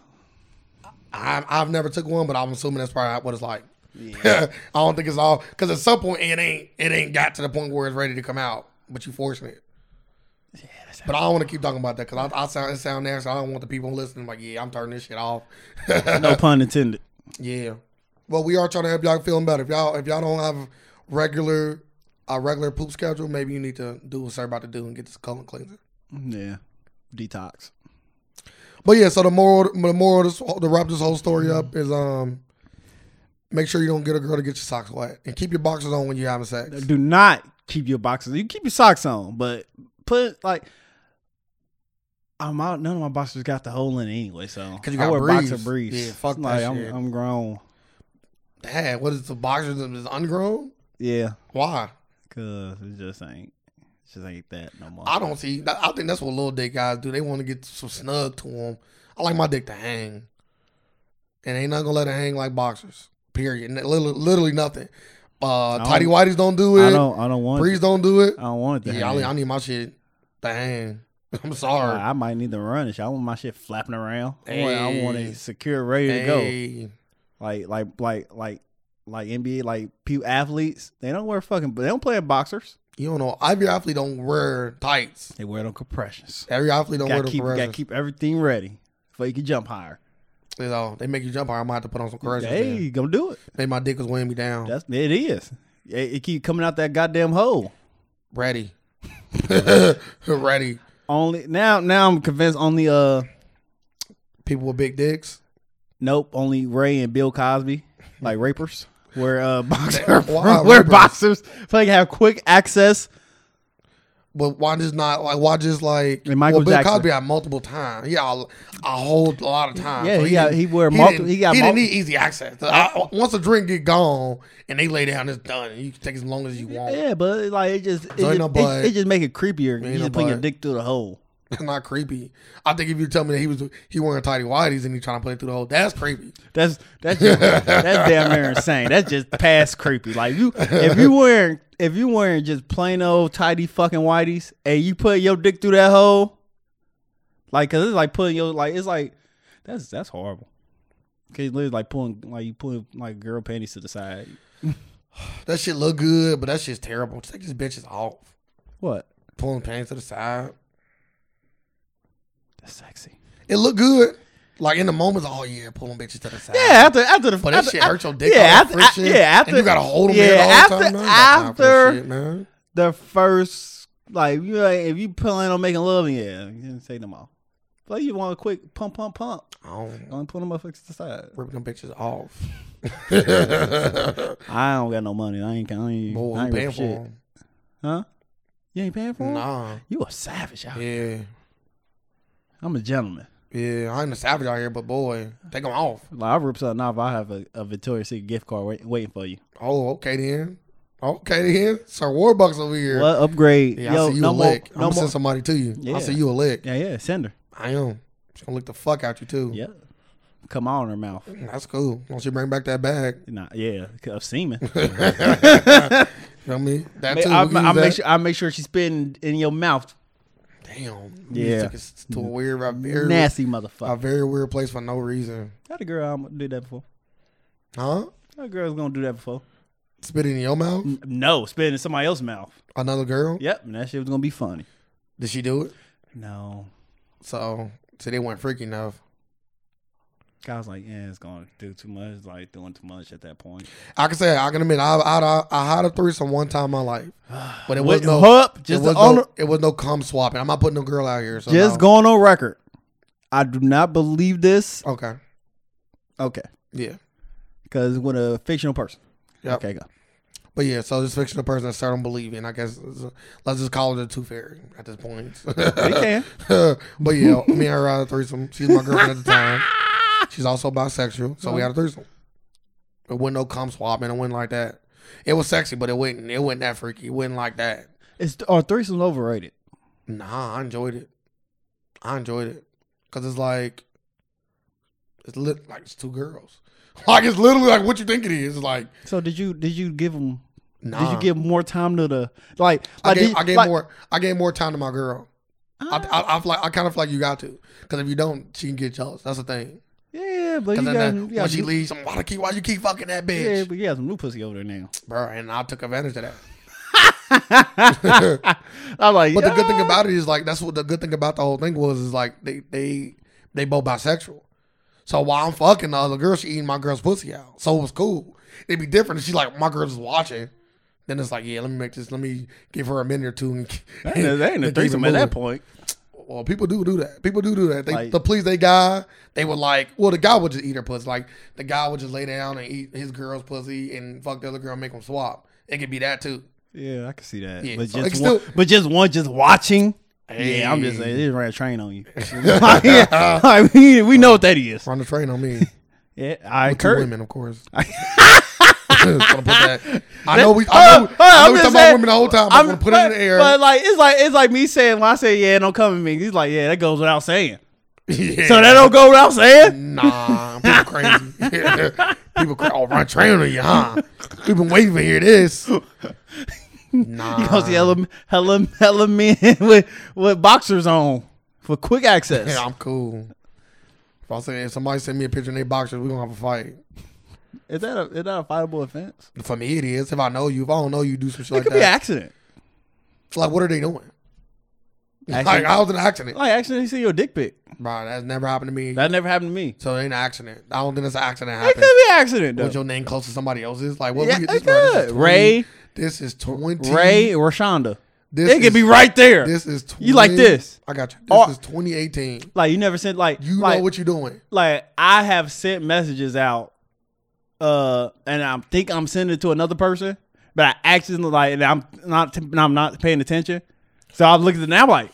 [SPEAKER 2] I, I've never took one, but I'm assuming that's probably what it's like.
[SPEAKER 1] Yeah.
[SPEAKER 2] I don't think it's all because at some point it ain't it ain't got to the point where it's ready to come out, but you forcing it. But I don't want to keep talking about that because I, I sound it sound nasty. I don't want the people listening like, yeah, I'm turning this shit off.
[SPEAKER 1] No pun intended.
[SPEAKER 2] Yeah. Well, we are trying to help y'all feeling better. If y'all if y'all don't have regular a regular poop schedule, maybe you need to do what Sir about to do and get this colon cleanser.
[SPEAKER 1] Yeah, detox.
[SPEAKER 2] But yeah, so the moral the moral of this, to wrap this whole story up is um make sure you don't get a girl to get your socks wet and keep your boxers on when you're having sex.
[SPEAKER 1] Do not keep your boxes. You keep your socks on, but put like I'm out. None of my boxers got the hole in it anyway, so
[SPEAKER 2] 'Cause you
[SPEAKER 1] I
[SPEAKER 2] got
[SPEAKER 1] wear boxer
[SPEAKER 2] briefs.
[SPEAKER 1] briefs.
[SPEAKER 2] Yeah, fuck that
[SPEAKER 1] like, I'm,
[SPEAKER 2] shit.
[SPEAKER 1] I'm grown.
[SPEAKER 2] Dad, what is the boxers is ungrown?
[SPEAKER 1] Yeah,
[SPEAKER 2] Why?
[SPEAKER 1] cause it just ain't, it just ain't that no more.
[SPEAKER 2] I don't see. that- I think that's what little dick guys do. They want to get some snug to them. I like my dick to hang, and ain't not gonna let it hang like boxers. Period. N- Literally, literally nothing. Uh,
[SPEAKER 1] don't-
[SPEAKER 2] tighty whities don't do
[SPEAKER 1] I
[SPEAKER 2] it.
[SPEAKER 1] don't. I don't want.
[SPEAKER 2] Breeze
[SPEAKER 1] Breeze,
[SPEAKER 2] don't do it.
[SPEAKER 1] I don't want that.
[SPEAKER 2] Yeah, I, I need my shit to hang. I'm sorry.
[SPEAKER 1] I might need to run it. I want my shit flapping around. I, want, I want
[SPEAKER 2] Hey.
[SPEAKER 1] it secure, ready to go.
[SPEAKER 2] Hey.
[SPEAKER 1] Like, like, like, like, like NBA, like people athletes. They don't wear fucking. They don't play in boxers.
[SPEAKER 2] You don't know. Every athlete don't wear tights.
[SPEAKER 1] They wear them compressions.
[SPEAKER 2] Every athlete don't wear
[SPEAKER 1] Got
[SPEAKER 2] them
[SPEAKER 1] keep got
[SPEAKER 2] compressions.
[SPEAKER 1] keep everything ready before you can jump higher.
[SPEAKER 2] You know, they make you jump higher. I might have to put on some compressions.
[SPEAKER 1] hey,
[SPEAKER 2] then.
[SPEAKER 1] gonna do it.
[SPEAKER 2] Make my dick was weighing me down.
[SPEAKER 1] That's it is. It, it keep coming out that goddamn hole.
[SPEAKER 2] Ready. Ready.
[SPEAKER 1] Only now now I'm convinced only uh
[SPEAKER 2] People with big dicks.
[SPEAKER 1] nope only Ray and Bill Cosby like rapers where uh boxers
[SPEAKER 2] Why
[SPEAKER 1] where
[SPEAKER 2] rapers?
[SPEAKER 1] boxers like have quick access.
[SPEAKER 2] But why just not like why just like
[SPEAKER 1] And Michael
[SPEAKER 2] well, Bill
[SPEAKER 1] Jackson.
[SPEAKER 2] Cosby had multiple times. Yeah, a, a whole lot of time.
[SPEAKER 1] Yeah,
[SPEAKER 2] so
[SPEAKER 1] he got-
[SPEAKER 2] didn't-
[SPEAKER 1] he wear multi-
[SPEAKER 2] didn't-
[SPEAKER 1] he got
[SPEAKER 2] he didn't
[SPEAKER 1] multi-
[SPEAKER 2] need easy access. I- once a drink get gone and they lay down, it's done. You can take as long as you want.
[SPEAKER 1] Yeah, but like it just it,
[SPEAKER 2] So
[SPEAKER 1] just,
[SPEAKER 2] ain't no
[SPEAKER 1] it,
[SPEAKER 2] bud.
[SPEAKER 1] it just make it creepier.
[SPEAKER 2] Ain't
[SPEAKER 1] You
[SPEAKER 2] no
[SPEAKER 1] just put your
[SPEAKER 2] bud.
[SPEAKER 1] dick through the hole.
[SPEAKER 2] It's not creepy. I think if you tell me that he was he wearing tidy whities and he trying to play through the whole, that's creepy.
[SPEAKER 1] That's that's just, that's damn near insane. That's just past creepy. Like you, if you wearing if you wearing just plain old tidy fucking whiteys, and you put your dick through that hole, like cause it's like putting your like it's like that's that's horrible. Cause it's literally like pulling like you pulling like girl panties to the side.
[SPEAKER 2] That shit look good, but that shit's terrible. Just take these bitches off.
[SPEAKER 1] What?
[SPEAKER 2] Pulling pants to the side.
[SPEAKER 1] That's sexy.
[SPEAKER 2] It look good. Like in the moments, oh yeah, pulling bitches to the side.
[SPEAKER 1] Yeah, after after the
[SPEAKER 2] But that
[SPEAKER 1] after,
[SPEAKER 2] shit hurts your dick.
[SPEAKER 1] yeah,
[SPEAKER 2] Yeah,
[SPEAKER 1] after-
[SPEAKER 2] after, friction,
[SPEAKER 1] I- yeah, after-
[SPEAKER 2] and you gotta hold them
[SPEAKER 1] yeah,
[SPEAKER 2] there the whole
[SPEAKER 1] after-
[SPEAKER 2] time. Man, I ain't got time for that
[SPEAKER 1] after-
[SPEAKER 2] shit, man.
[SPEAKER 1] the first like you know, if you plan on making love, yeah, you can take them off. But you want a quick pump, pump, pump.
[SPEAKER 2] I don't
[SPEAKER 1] Only pull them motherfuckers to the side.
[SPEAKER 2] rip them bitches off.
[SPEAKER 1] I don't got no money. I ain't. I ain't,
[SPEAKER 2] Boy,
[SPEAKER 1] I
[SPEAKER 2] I'm
[SPEAKER 1] ain't
[SPEAKER 2] paying
[SPEAKER 1] rip
[SPEAKER 2] for
[SPEAKER 1] shit.
[SPEAKER 2] 'em.
[SPEAKER 1] Huh? You ain't paying for 'em?
[SPEAKER 2] Nah,
[SPEAKER 1] You a savage. Out.
[SPEAKER 2] yeah,
[SPEAKER 1] I'm a gentleman.
[SPEAKER 2] yeah. I ain't a savage out here, but boy, take them off.
[SPEAKER 1] Like I rip something off. I have a, a Victoria's Secret gift card wait, waiting for you.
[SPEAKER 2] Oh, okay then. Okay then. Sir Warbucks over here.
[SPEAKER 1] What upgrade?
[SPEAKER 2] Yeah,
[SPEAKER 1] Yo,
[SPEAKER 2] I see you
[SPEAKER 1] no
[SPEAKER 2] a
[SPEAKER 1] more.
[SPEAKER 2] lick. I'm
[SPEAKER 1] No
[SPEAKER 2] gonna
[SPEAKER 1] more.
[SPEAKER 2] send somebody to you.
[SPEAKER 1] Yeah.
[SPEAKER 2] I see you a lick.
[SPEAKER 1] Yeah, yeah. Send her.
[SPEAKER 2] I am. She's gonna lick the fuck out you too.
[SPEAKER 1] Yeah. Come on, her mouth.
[SPEAKER 2] That's cool. Once you bring back that bag,
[SPEAKER 1] Nah, yeah, of semen.
[SPEAKER 2] you know what I mean? That
[SPEAKER 1] I,
[SPEAKER 2] too.
[SPEAKER 1] I,
[SPEAKER 2] we can
[SPEAKER 1] I
[SPEAKER 2] use
[SPEAKER 1] make
[SPEAKER 2] that.
[SPEAKER 1] sure I make sure she's spitting in your mouth.
[SPEAKER 2] Damn.
[SPEAKER 1] Yeah.
[SPEAKER 2] You took us to a weird, a very,
[SPEAKER 1] Nasty
[SPEAKER 2] a
[SPEAKER 1] motherfucker.
[SPEAKER 2] very weird place for no reason.
[SPEAKER 1] Had a girl I'm gonna do that before.
[SPEAKER 2] Huh?
[SPEAKER 1] Had a girl's gonna do that before.
[SPEAKER 2] Spitting in your mouth?
[SPEAKER 1] N- No, spit in somebody else's mouth.
[SPEAKER 2] Another girl?
[SPEAKER 1] Yep, and that shit was gonna be funny.
[SPEAKER 2] Did she do it?
[SPEAKER 1] No,
[SPEAKER 2] So, so they weren't freaky enough.
[SPEAKER 1] I was like, yeah, it's gonna do too much. It's Like doing too much at that point.
[SPEAKER 2] I can say I can admit I I I, I had a threesome one time in my life, but it was
[SPEAKER 1] What,
[SPEAKER 2] no
[SPEAKER 1] hup,
[SPEAKER 2] it
[SPEAKER 1] just
[SPEAKER 2] was
[SPEAKER 1] the honor,
[SPEAKER 2] no it was no cum swapping. I'm not putting no girl out here. So
[SPEAKER 1] just
[SPEAKER 2] no.
[SPEAKER 1] going on record. I do not believe this.
[SPEAKER 2] Okay.
[SPEAKER 1] Okay,
[SPEAKER 2] Yeah.
[SPEAKER 1] because with a fictional person.
[SPEAKER 2] Yep.
[SPEAKER 1] Okay, go.
[SPEAKER 2] But yeah, so this fictional person that started believing, I guess, is- let's just call it a tooth fairy at this point.
[SPEAKER 1] We can.
[SPEAKER 2] but yeah, me and her had a threesome. She's my girlfriend at the time. She's also bisexual, so we had a threesome. It wasn't no cum swapping. It wasn't like that. It was sexy, but it wasn't. It wasn't that freaky. It wasn't like that.
[SPEAKER 1] It's are threesomes overrated?
[SPEAKER 2] Nah, I enjoyed it. I enjoyed it because it's like it's lit like it's two girls. Like it's literally like what you think it is. It's like
[SPEAKER 1] So did you did you give them?
[SPEAKER 2] nah.
[SPEAKER 1] Did you give more time to the like?
[SPEAKER 2] I
[SPEAKER 1] like,
[SPEAKER 2] gave,
[SPEAKER 1] did-
[SPEAKER 2] I gave
[SPEAKER 1] like- Ah.
[SPEAKER 2] more. I gave more time to my girl. I, I, I, feel like, I kind of feel like you got to, because if you don't, she can get jealous. That's the thing.
[SPEAKER 1] Yeah, but you
[SPEAKER 2] Because
[SPEAKER 1] got, you got
[SPEAKER 2] when she leaves, I'm why, the keep, why you keep fucking that bitch,
[SPEAKER 1] yeah, but you got some new pussy over there now.
[SPEAKER 2] bro? And I took advantage of that.
[SPEAKER 1] I'm like,
[SPEAKER 2] But the good
[SPEAKER 1] "Yeah."
[SPEAKER 2] thing about it is like that's what the good thing about the whole thing was is like they they they both bisexual. So while I'm fucking the other girl, she eating my girl's pussy out. So it was cool. It'd be different if she like my girl's watching. Then it's like, yeah, let me make this. Let me give her a minute or two. And,
[SPEAKER 1] That ain't, a- that ain't a
[SPEAKER 2] and keep it
[SPEAKER 1] threesome at that
[SPEAKER 2] moving.
[SPEAKER 1] point.
[SPEAKER 2] Well, people do do that. People do do that. They,
[SPEAKER 1] Like-
[SPEAKER 2] the police, they guy, they would like. Well, the guy would just eat her pussy. Like the guy would just lay down and eat his girl's pussy and fuck the other girl, and make them swap. It could be that too.
[SPEAKER 1] Yeah, I can see that.
[SPEAKER 2] Yeah,
[SPEAKER 1] but
[SPEAKER 2] so
[SPEAKER 1] just
[SPEAKER 2] it's
[SPEAKER 1] one,
[SPEAKER 2] still-
[SPEAKER 1] but just one, just watching. Yeah, I'm just saying, it ran a train on you. yeah, like, we, we know what that is.
[SPEAKER 2] Run the train on me.
[SPEAKER 1] Yeah, I
[SPEAKER 2] Two
[SPEAKER 1] encourage.
[SPEAKER 2] women, of course. Just wanna put that- I know we. I
[SPEAKER 1] Hold
[SPEAKER 2] know,
[SPEAKER 1] on, hold on, I'm
[SPEAKER 2] I know we
[SPEAKER 1] just
[SPEAKER 2] talking
[SPEAKER 1] saying-
[SPEAKER 2] about women the whole time. I'm,
[SPEAKER 1] I'm-
[SPEAKER 2] gonna put it in
[SPEAKER 1] but-
[SPEAKER 2] the air.
[SPEAKER 1] But like, it's like it's like me saying when I say yeah, don't come at me. He's like, yeah, that goes without saying.
[SPEAKER 2] Yeah.
[SPEAKER 1] So that don't go without saying.
[SPEAKER 2] Nah, people crazy. people crazy. Oh, run train on you, huh? We've been waiting to hear this. Nah.
[SPEAKER 1] You gonna see hella hella hella men with with boxers on for quick access.
[SPEAKER 2] Yeah, I'm cool. If I say if somebody send me a picture in their boxers, we're gonna have a fight.
[SPEAKER 1] Is that a is that a fightable offense?
[SPEAKER 2] For me, it is. If I know you, if I don't know you, do some shit
[SPEAKER 1] It
[SPEAKER 2] like
[SPEAKER 1] could be an
[SPEAKER 2] that.
[SPEAKER 1] accident.
[SPEAKER 2] Like, what are they doing? Like,
[SPEAKER 1] Accident-
[SPEAKER 2] I was in an accident.
[SPEAKER 1] Like, actually, see your dick pic.
[SPEAKER 2] Bro, that's never happened to me.
[SPEAKER 1] That never happened to me.
[SPEAKER 2] so it ain't an accident. I don't think it's an accident
[SPEAKER 1] It could
[SPEAKER 2] happened.
[SPEAKER 1] be an accident though.
[SPEAKER 2] Was your name close to somebody else's? Like, what?
[SPEAKER 1] yeah,
[SPEAKER 2] look at
[SPEAKER 1] it
[SPEAKER 2] this,
[SPEAKER 1] could.
[SPEAKER 2] bro. This is 20
[SPEAKER 1] Ray,
[SPEAKER 2] This is twenty.
[SPEAKER 1] Ray, or Shonda.
[SPEAKER 2] This
[SPEAKER 1] It could
[SPEAKER 2] is-
[SPEAKER 1] be right there.
[SPEAKER 2] This is 20,
[SPEAKER 1] You like this.
[SPEAKER 2] I got you. This
[SPEAKER 1] Or-
[SPEAKER 2] is 2018.
[SPEAKER 1] like you never sent like
[SPEAKER 2] You
[SPEAKER 1] like,
[SPEAKER 2] know what you're doing.
[SPEAKER 1] like I have sent messages out, uh, and I think I'm sending it to another person, but I accidentally like and I'm not and I'm not paying attention, so I'm looking at it and I'm like,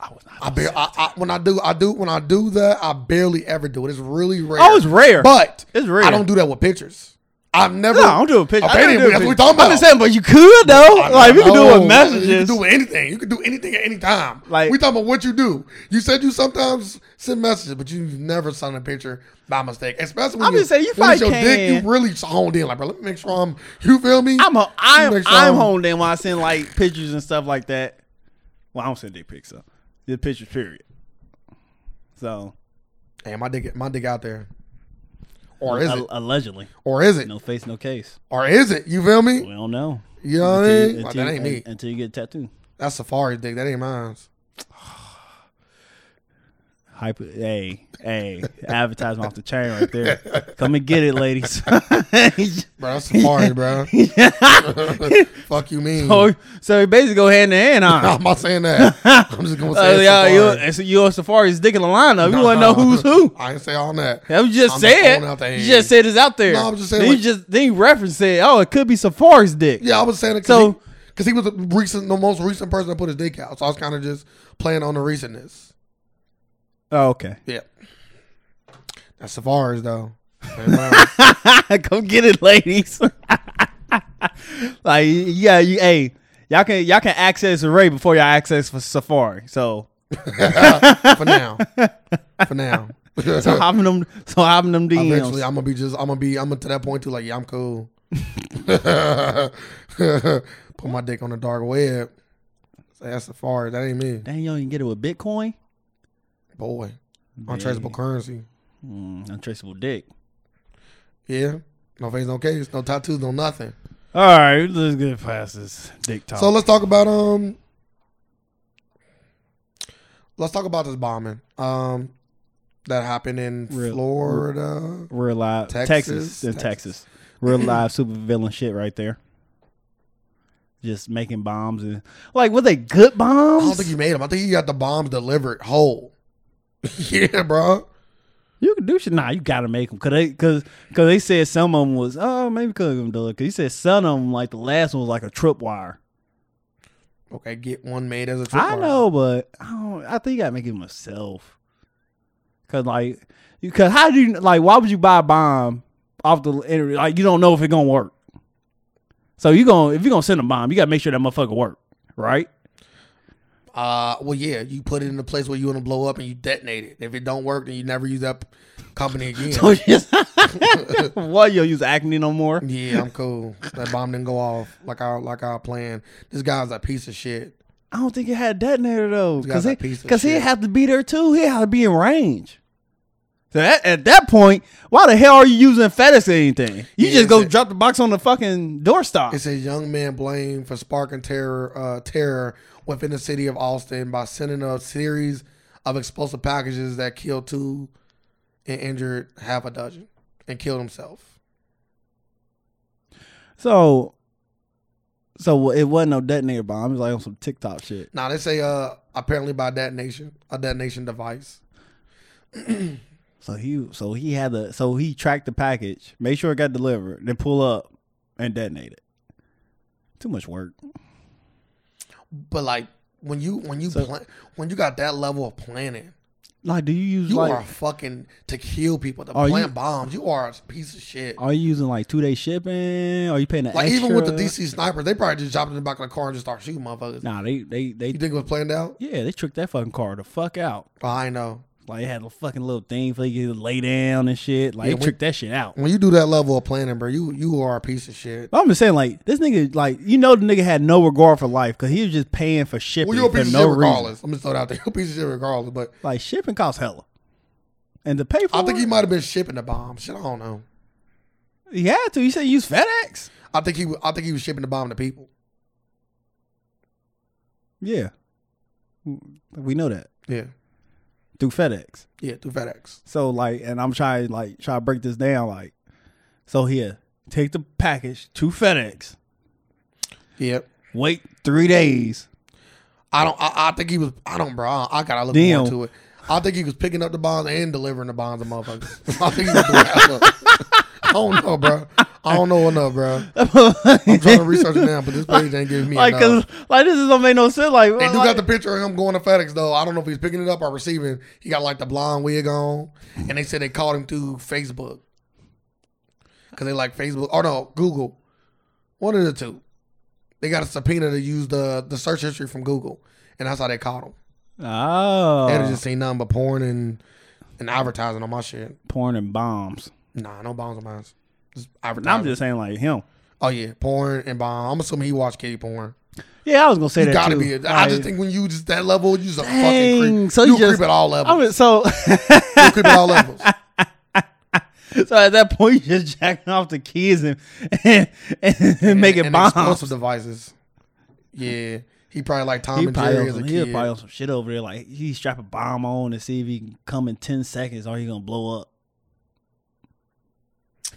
[SPEAKER 1] I was not.
[SPEAKER 2] I, bar- I, I when I do I do when I do that I barely ever do it. It's really rare.
[SPEAKER 1] Oh, it's rare.
[SPEAKER 2] But
[SPEAKER 1] It's rare.
[SPEAKER 2] I don't do that with pictures. I've never.
[SPEAKER 1] no, I don't do a picture. I don't
[SPEAKER 2] Okay, then,
[SPEAKER 1] do a
[SPEAKER 2] Oh, that's what we
[SPEAKER 1] picture.
[SPEAKER 2] talking
[SPEAKER 1] I'm just
[SPEAKER 2] about.
[SPEAKER 1] saying, but you could though.
[SPEAKER 2] I
[SPEAKER 1] like we could do it
[SPEAKER 2] know.
[SPEAKER 1] with
[SPEAKER 2] You can
[SPEAKER 1] messages.
[SPEAKER 2] do anything. You can do anything at any time.
[SPEAKER 1] Like-
[SPEAKER 2] Like we talking about what you do. You said you sometimes send messages, but you've never sent a picture by mistake. Especially when
[SPEAKER 1] I'm
[SPEAKER 2] you,
[SPEAKER 1] just saying, you
[SPEAKER 2] when it's
[SPEAKER 1] probably
[SPEAKER 2] your
[SPEAKER 1] can.
[SPEAKER 2] dick. You really honed in. Like, bro, let me make sure I'm. You feel me?
[SPEAKER 1] I'm a,
[SPEAKER 2] Let me
[SPEAKER 1] I'm
[SPEAKER 2] make sure
[SPEAKER 1] I'm honed in when I send like pictures and stuff like that. Well, I don't send dick pics, so the pictures period. So
[SPEAKER 2] Hey, my dick, my dick out there. Or is
[SPEAKER 1] a-
[SPEAKER 2] it?
[SPEAKER 1] allegedly,
[SPEAKER 2] Or is it?
[SPEAKER 1] no face, no case.
[SPEAKER 2] Or is it? You feel
[SPEAKER 1] We
[SPEAKER 2] me?
[SPEAKER 1] don't know.
[SPEAKER 2] You know what I
[SPEAKER 1] Until you-
[SPEAKER 2] mean? Like,
[SPEAKER 1] until
[SPEAKER 2] that
[SPEAKER 1] you-
[SPEAKER 2] ain't me.
[SPEAKER 1] Until you get tattooed.
[SPEAKER 2] That's Safari's dick. That ain't mine.
[SPEAKER 1] Hyper, hey, hey, advertisement off the chain right there. Come and get it, ladies.
[SPEAKER 2] Bro, that's Safari, bro. Fuck you mean?
[SPEAKER 1] so, Oh, so you basically go hand in hand, huh?
[SPEAKER 2] I'm not saying that. I'm just gonna
[SPEAKER 1] Uh,
[SPEAKER 2] say
[SPEAKER 1] yeah,
[SPEAKER 2] Safari.
[SPEAKER 1] you and so you and Safari's dick in the lineup. You want to know who's who?
[SPEAKER 2] I ain't say all that.
[SPEAKER 1] That was just
[SPEAKER 2] I'm
[SPEAKER 1] said.
[SPEAKER 2] throwing out the
[SPEAKER 1] You just said it's out there.
[SPEAKER 2] No, I'm just saying,
[SPEAKER 1] Then you
[SPEAKER 2] like-
[SPEAKER 1] just then you reference it. Oh, it could be Safari's dick.
[SPEAKER 2] Yeah, I was saying it because
[SPEAKER 1] So-
[SPEAKER 2] he, was the recent, the most recent person that put his dick out. So I was kind of just playing on the recentness.
[SPEAKER 1] Oh, okay.
[SPEAKER 2] Yeah, that's Safari's though. Ain't mine.
[SPEAKER 1] Come get it, ladies. like yeah, you hey, y'all can y'all can access Ray before y'all access for Safari. So
[SPEAKER 2] for now, for now.
[SPEAKER 1] so hopping them so hopping them DMs.
[SPEAKER 2] Eventually, I'm gonna be just. I'm gonna be. I'm gonna to that point too. Like, yeah, I'm cool. Put my dick on the dark web. Say, that's the far. That ain't me,
[SPEAKER 1] Dang, you don't even get it with Bitcoin.
[SPEAKER 2] boy. Untraceable currency.
[SPEAKER 1] Mm, untraceable dick.
[SPEAKER 2] Yeah. No face, no case, no tattoos, no nothing.
[SPEAKER 1] All right, let's get past this dick talk.
[SPEAKER 2] So let's talk about um. Let's talk about this bombing um that happened in
[SPEAKER 1] Real-
[SPEAKER 2] Florida.
[SPEAKER 1] Real live Texas,
[SPEAKER 2] Texas,
[SPEAKER 1] and Texas.
[SPEAKER 2] Texas.
[SPEAKER 1] Real live supervillain shit right there. Just making bombs and like were they good
[SPEAKER 2] I
[SPEAKER 1] bombs?
[SPEAKER 2] don't think he made them. I think he got the bombs delivered whole. yeah, bro.
[SPEAKER 1] You can do shit. Nah, you gotta make them. Cause they, cause, cause they said some of them was, oh, maybe cause of them delivered. Cause he said some of them, like the last one was like a tripwire.
[SPEAKER 2] Okay, get one made as a trip
[SPEAKER 1] I
[SPEAKER 2] wire.
[SPEAKER 1] know, but I don't, I think you gotta make it myself. Cause like, you, cause how do you, like, why would you buy a bomb off the internet? Like, you don't know if it gonna work. So you gonna, if you gonna send a bomb, you gotta make sure that motherfucker work, right?
[SPEAKER 2] Uh, well, yeah, you put it in a place where you want to blow up and you detonate it. If it don't work, then you never use that company again.
[SPEAKER 1] So just, what, you don't use acne no more?
[SPEAKER 2] yeah, I'm cool. That bomb didn't go off like I like I planned. This guy's a piece of shit.
[SPEAKER 1] I don't think it had detonator though,
[SPEAKER 2] got
[SPEAKER 1] because
[SPEAKER 2] that
[SPEAKER 1] he
[SPEAKER 2] piece of
[SPEAKER 1] because he
[SPEAKER 2] shit.
[SPEAKER 1] have to be there too. He had to be in range. So that, at that point, why the hell are you using FedEx or anything? You
[SPEAKER 2] Yeah,
[SPEAKER 1] just go
[SPEAKER 2] it's a-
[SPEAKER 1] drop the box on the fucking doorstop.
[SPEAKER 2] It's a young man blamed for sparking terror uh, terror within the city of Austin by sending a series of explosive packages that killed two and injured half a dozen and killed himself.
[SPEAKER 1] So, so it wasn't no detonator bomb. It was like on some TikTok shit.
[SPEAKER 2] Now they say uh apparently by detonation, a detonation device.
[SPEAKER 1] So he so he had the so he tracked the package, made sure it got delivered, then pull up and detonate it. Too much work.
[SPEAKER 2] But like when you when you
[SPEAKER 1] So-
[SPEAKER 2] plan, when you got that level of planning,
[SPEAKER 1] Like, do you use
[SPEAKER 2] you
[SPEAKER 1] like
[SPEAKER 2] are fucking to kill people, to
[SPEAKER 1] Are
[SPEAKER 2] plant
[SPEAKER 1] you-
[SPEAKER 2] bombs. You are a piece of shit.
[SPEAKER 1] are you using like two day shipping? Are you paying an
[SPEAKER 2] Like even with the
[SPEAKER 1] extra?
[SPEAKER 2] DC snipers, they probably just dropped in the back of the car and just start shooting motherfuckers.
[SPEAKER 1] Nah, they they they
[SPEAKER 2] You think it was planned out?
[SPEAKER 1] Yeah, they tricked that fucking car the fuck out.
[SPEAKER 2] Oh, I know.
[SPEAKER 1] Like it had a fucking little thing for you to lay down and shit. Like
[SPEAKER 2] Yeah,
[SPEAKER 1] they
[SPEAKER 2] we-
[SPEAKER 1] tricked that shit out.
[SPEAKER 2] When you do that level of planning, bro, you you are a piece of shit.
[SPEAKER 1] But I'm just saying, like this nigga, like you know, the nigga had no regard for life because he was just paying for shipping
[SPEAKER 2] Well, you're a
[SPEAKER 1] for
[SPEAKER 2] piece
[SPEAKER 1] no
[SPEAKER 2] of shit
[SPEAKER 1] reason.
[SPEAKER 2] regardless. I'm just throwing it out there. You're a piece of shit regardless. But
[SPEAKER 1] Like shipping costs hella, and to pay for
[SPEAKER 2] I think
[SPEAKER 1] it,
[SPEAKER 2] he might have been shipping the bomb. Shit, I don't know.
[SPEAKER 1] he had to. He said use FedEx.
[SPEAKER 2] I think he wa- I think he was shipping the bomb to people.
[SPEAKER 1] Yeah. We know that
[SPEAKER 2] Yeah.
[SPEAKER 1] through FedEx.
[SPEAKER 2] Yeah, through FedEx.
[SPEAKER 1] So like, and I'm trying like try to break this down. Like, so here, take the package to FedEx.
[SPEAKER 2] Yep.
[SPEAKER 1] Wait three days.
[SPEAKER 2] I don't. I, I think he was. I don't, bro. I, I gotta look
[SPEAKER 1] Damn.
[SPEAKER 2] more into it. I think he was picking up the bonds and delivering the bonds to motherfuckers. I think he was doing that. I don't know, bro. I don't know enough, bro. I'm trying to research it now, but this page ain't giving me
[SPEAKER 1] like,
[SPEAKER 2] enough.
[SPEAKER 1] 'cause, like this is don't make no sense. Like,
[SPEAKER 2] They do
[SPEAKER 1] like-
[SPEAKER 2] got the picture of him going to FedEx though. I don't know if he's picking it up or receiving. He got like the blonde wig on, and they said they called him through Facebook because they like Facebook or no Google, one of the two. They got a subpoena to use the the search history from Google, and that's how they caught him. They had
[SPEAKER 1] oh,
[SPEAKER 2] just seen nothing but porn and and advertising on my shit.
[SPEAKER 1] porn and bombs.
[SPEAKER 2] Nah, no bombs on mine. Just
[SPEAKER 1] Now I'm
[SPEAKER 2] advertising.
[SPEAKER 1] just saying like him.
[SPEAKER 2] oh yeah, porn and bomb. I'm assuming he watched kitty porn.
[SPEAKER 1] Yeah, I was gonna say that
[SPEAKER 2] Gotta
[SPEAKER 1] too.
[SPEAKER 2] be. it. I
[SPEAKER 1] Like,
[SPEAKER 2] just think when you just that level, you just a fucking
[SPEAKER 1] Dang,
[SPEAKER 2] creep.
[SPEAKER 1] so
[SPEAKER 2] you
[SPEAKER 1] you
[SPEAKER 2] a
[SPEAKER 1] just-
[SPEAKER 2] creep at all levels.
[SPEAKER 1] I mean, so
[SPEAKER 2] You a creep at all levels.
[SPEAKER 1] so at that point you're just jacking off the kids and and, and, making
[SPEAKER 2] and
[SPEAKER 1] bombs.
[SPEAKER 2] explosive devices. Yeah, he probably like Tom
[SPEAKER 1] He
[SPEAKER 2] and
[SPEAKER 1] probably,
[SPEAKER 2] Jerry
[SPEAKER 1] on
[SPEAKER 2] as a
[SPEAKER 1] some, he
[SPEAKER 2] kid.
[SPEAKER 1] probably on some shit over there. Like he strap a bomb on and see if he can come in ten seconds, or he gonna blow up.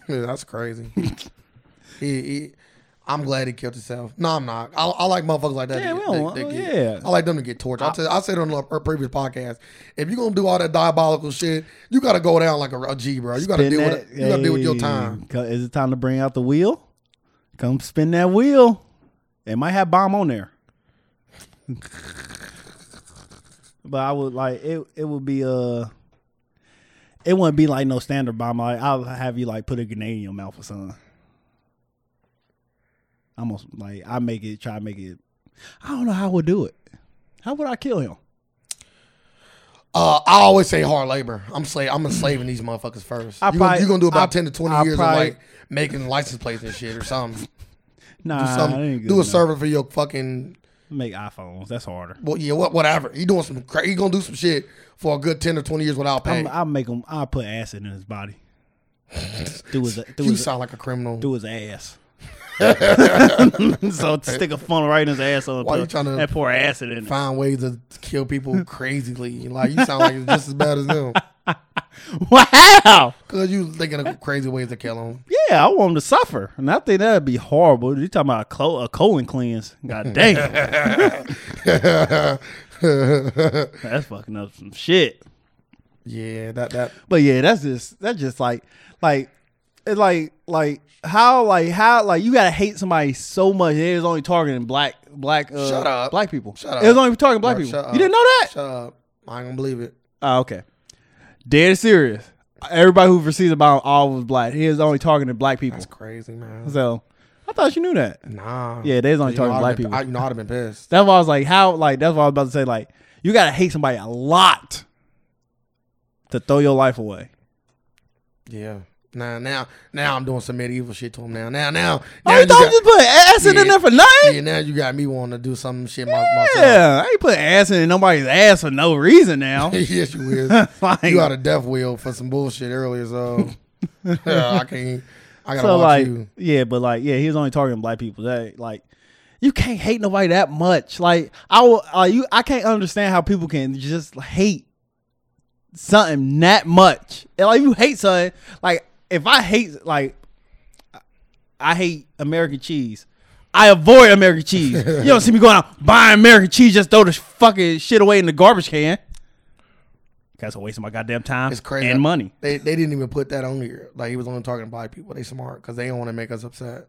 [SPEAKER 2] Yeah, that's crazy. he, he, I'm glad he killed himself. No, I'm not. I, I like motherfuckers like that.
[SPEAKER 1] Yeah,
[SPEAKER 2] to
[SPEAKER 1] we
[SPEAKER 2] get-
[SPEAKER 1] don't
[SPEAKER 2] that-
[SPEAKER 1] want- oh,
[SPEAKER 2] that get-
[SPEAKER 1] yeah.
[SPEAKER 2] I like them to get tortured. I, tell, I said on a previous podcast, if you're gonna do all that diabolical shit, you gotta go down like a, a G, bro. You gotta
[SPEAKER 1] Spin
[SPEAKER 2] deal
[SPEAKER 1] that-
[SPEAKER 2] with it. You gotta deal with your
[SPEAKER 1] Hey,
[SPEAKER 2] time.
[SPEAKER 1] co- Is it time to bring out the wheel? Come spin that wheel. It might have bomb on there. but I would like it. It would be uh It wouldn't be like no standard bomb. Like I'll have you like put a grenade in your mouth or something. Almost like I make it. Try to make it. I don't know how I would do it. How would I kill him?
[SPEAKER 2] Uh, I always say hard labor. I'm slave. I'm enslaving these motherfuckers first.
[SPEAKER 1] I
[SPEAKER 2] You're gonna,
[SPEAKER 1] probably-
[SPEAKER 2] you gonna do about
[SPEAKER 1] I-
[SPEAKER 2] ten to twenty
[SPEAKER 1] I
[SPEAKER 2] years
[SPEAKER 1] probably-
[SPEAKER 2] of like making license plates and shit or something.
[SPEAKER 1] Nah,
[SPEAKER 2] Do
[SPEAKER 1] I
[SPEAKER 2] something.
[SPEAKER 1] ain't good
[SPEAKER 2] do a
[SPEAKER 1] enough.
[SPEAKER 2] server for your fucking
[SPEAKER 1] Make iPhones. That's harder.
[SPEAKER 2] well, yeah, what, whatever. He doing some. Cra- he gonna do some shit for a good ten or twenty years without pay.
[SPEAKER 1] I'm, I'll make him. I'll put acid in his body. through his through
[SPEAKER 2] you
[SPEAKER 1] his,
[SPEAKER 2] sound like a criminal.
[SPEAKER 1] through his ass. so stick a funnel right in his ass on
[SPEAKER 2] Why you tryna-
[SPEAKER 1] and pour acid in it.
[SPEAKER 2] Find ways to kill people crazily. Like you sound like it's just as bad as them.
[SPEAKER 1] Wow.
[SPEAKER 2] Cause you thinking of crazy ways to kill them.
[SPEAKER 1] Yeah, I want him to suffer, and I think that'd be horrible. You talking about a, clo- a colon cleanse? God damn, that's fucking up some shit.
[SPEAKER 2] yeah, that that
[SPEAKER 1] But yeah, that's just that's just like like it's like like how like how like you gotta hate somebody so much. It was only targeting black black uh,
[SPEAKER 2] Shut up.
[SPEAKER 1] black people.
[SPEAKER 2] Shut up.
[SPEAKER 1] It was only targeting black
[SPEAKER 2] Bro,
[SPEAKER 1] people.
[SPEAKER 2] shut
[SPEAKER 1] You didn't
[SPEAKER 2] up.
[SPEAKER 1] know that?
[SPEAKER 2] shut up. I ain't gonna believe it.
[SPEAKER 1] Oh, okay. Dead serious. Everybody who received the bomb all was black. He was only targeting black people.
[SPEAKER 2] That's crazy, man.
[SPEAKER 1] So I thought you knew that.
[SPEAKER 2] Nah.
[SPEAKER 1] Yeah, they was only
[SPEAKER 2] You know,
[SPEAKER 1] targeting
[SPEAKER 2] I'd
[SPEAKER 1] black
[SPEAKER 2] been-
[SPEAKER 1] people.
[SPEAKER 2] I, you know, I'd have been pissed.
[SPEAKER 1] That's why I was like, how like that's what I was about to say, like, you gotta hate somebody a lot to throw your life away.
[SPEAKER 2] Yeah. Now, now, now I'm doing some medieval shit to him. Now, now, now. now
[SPEAKER 1] I
[SPEAKER 2] you
[SPEAKER 1] ain't thought
[SPEAKER 2] got-
[SPEAKER 1] Oh, you put acid in
[SPEAKER 2] Yeah.
[SPEAKER 1] there for nothing.
[SPEAKER 2] yeah, now you got me wanting to do some shit my,
[SPEAKER 1] Yeah.
[SPEAKER 2] myself.
[SPEAKER 1] I ain't putting acid in nobody's ass for no reason now.
[SPEAKER 2] yes, you is.
[SPEAKER 1] Like-
[SPEAKER 2] you got a death wheel for some bullshit earlier, so yeah, I can't. I gotta
[SPEAKER 1] so
[SPEAKER 2] watch
[SPEAKER 1] like
[SPEAKER 2] you.
[SPEAKER 1] yeah but like yeah he was only targeting black people that like you can't hate nobody that much like i will uh, you i can't understand how people can just hate something that much and, like you hate something like if i hate like i hate american cheese I avoid American cheese. You don't see me going out buying American cheese. Just throw this fucking shit away in the garbage can. That's a waste of my goddamn time
[SPEAKER 2] It's crazy
[SPEAKER 1] and money.
[SPEAKER 2] They they didn't even put that on here. Like he was only talking to black people. They smart because they don't want to make us upset.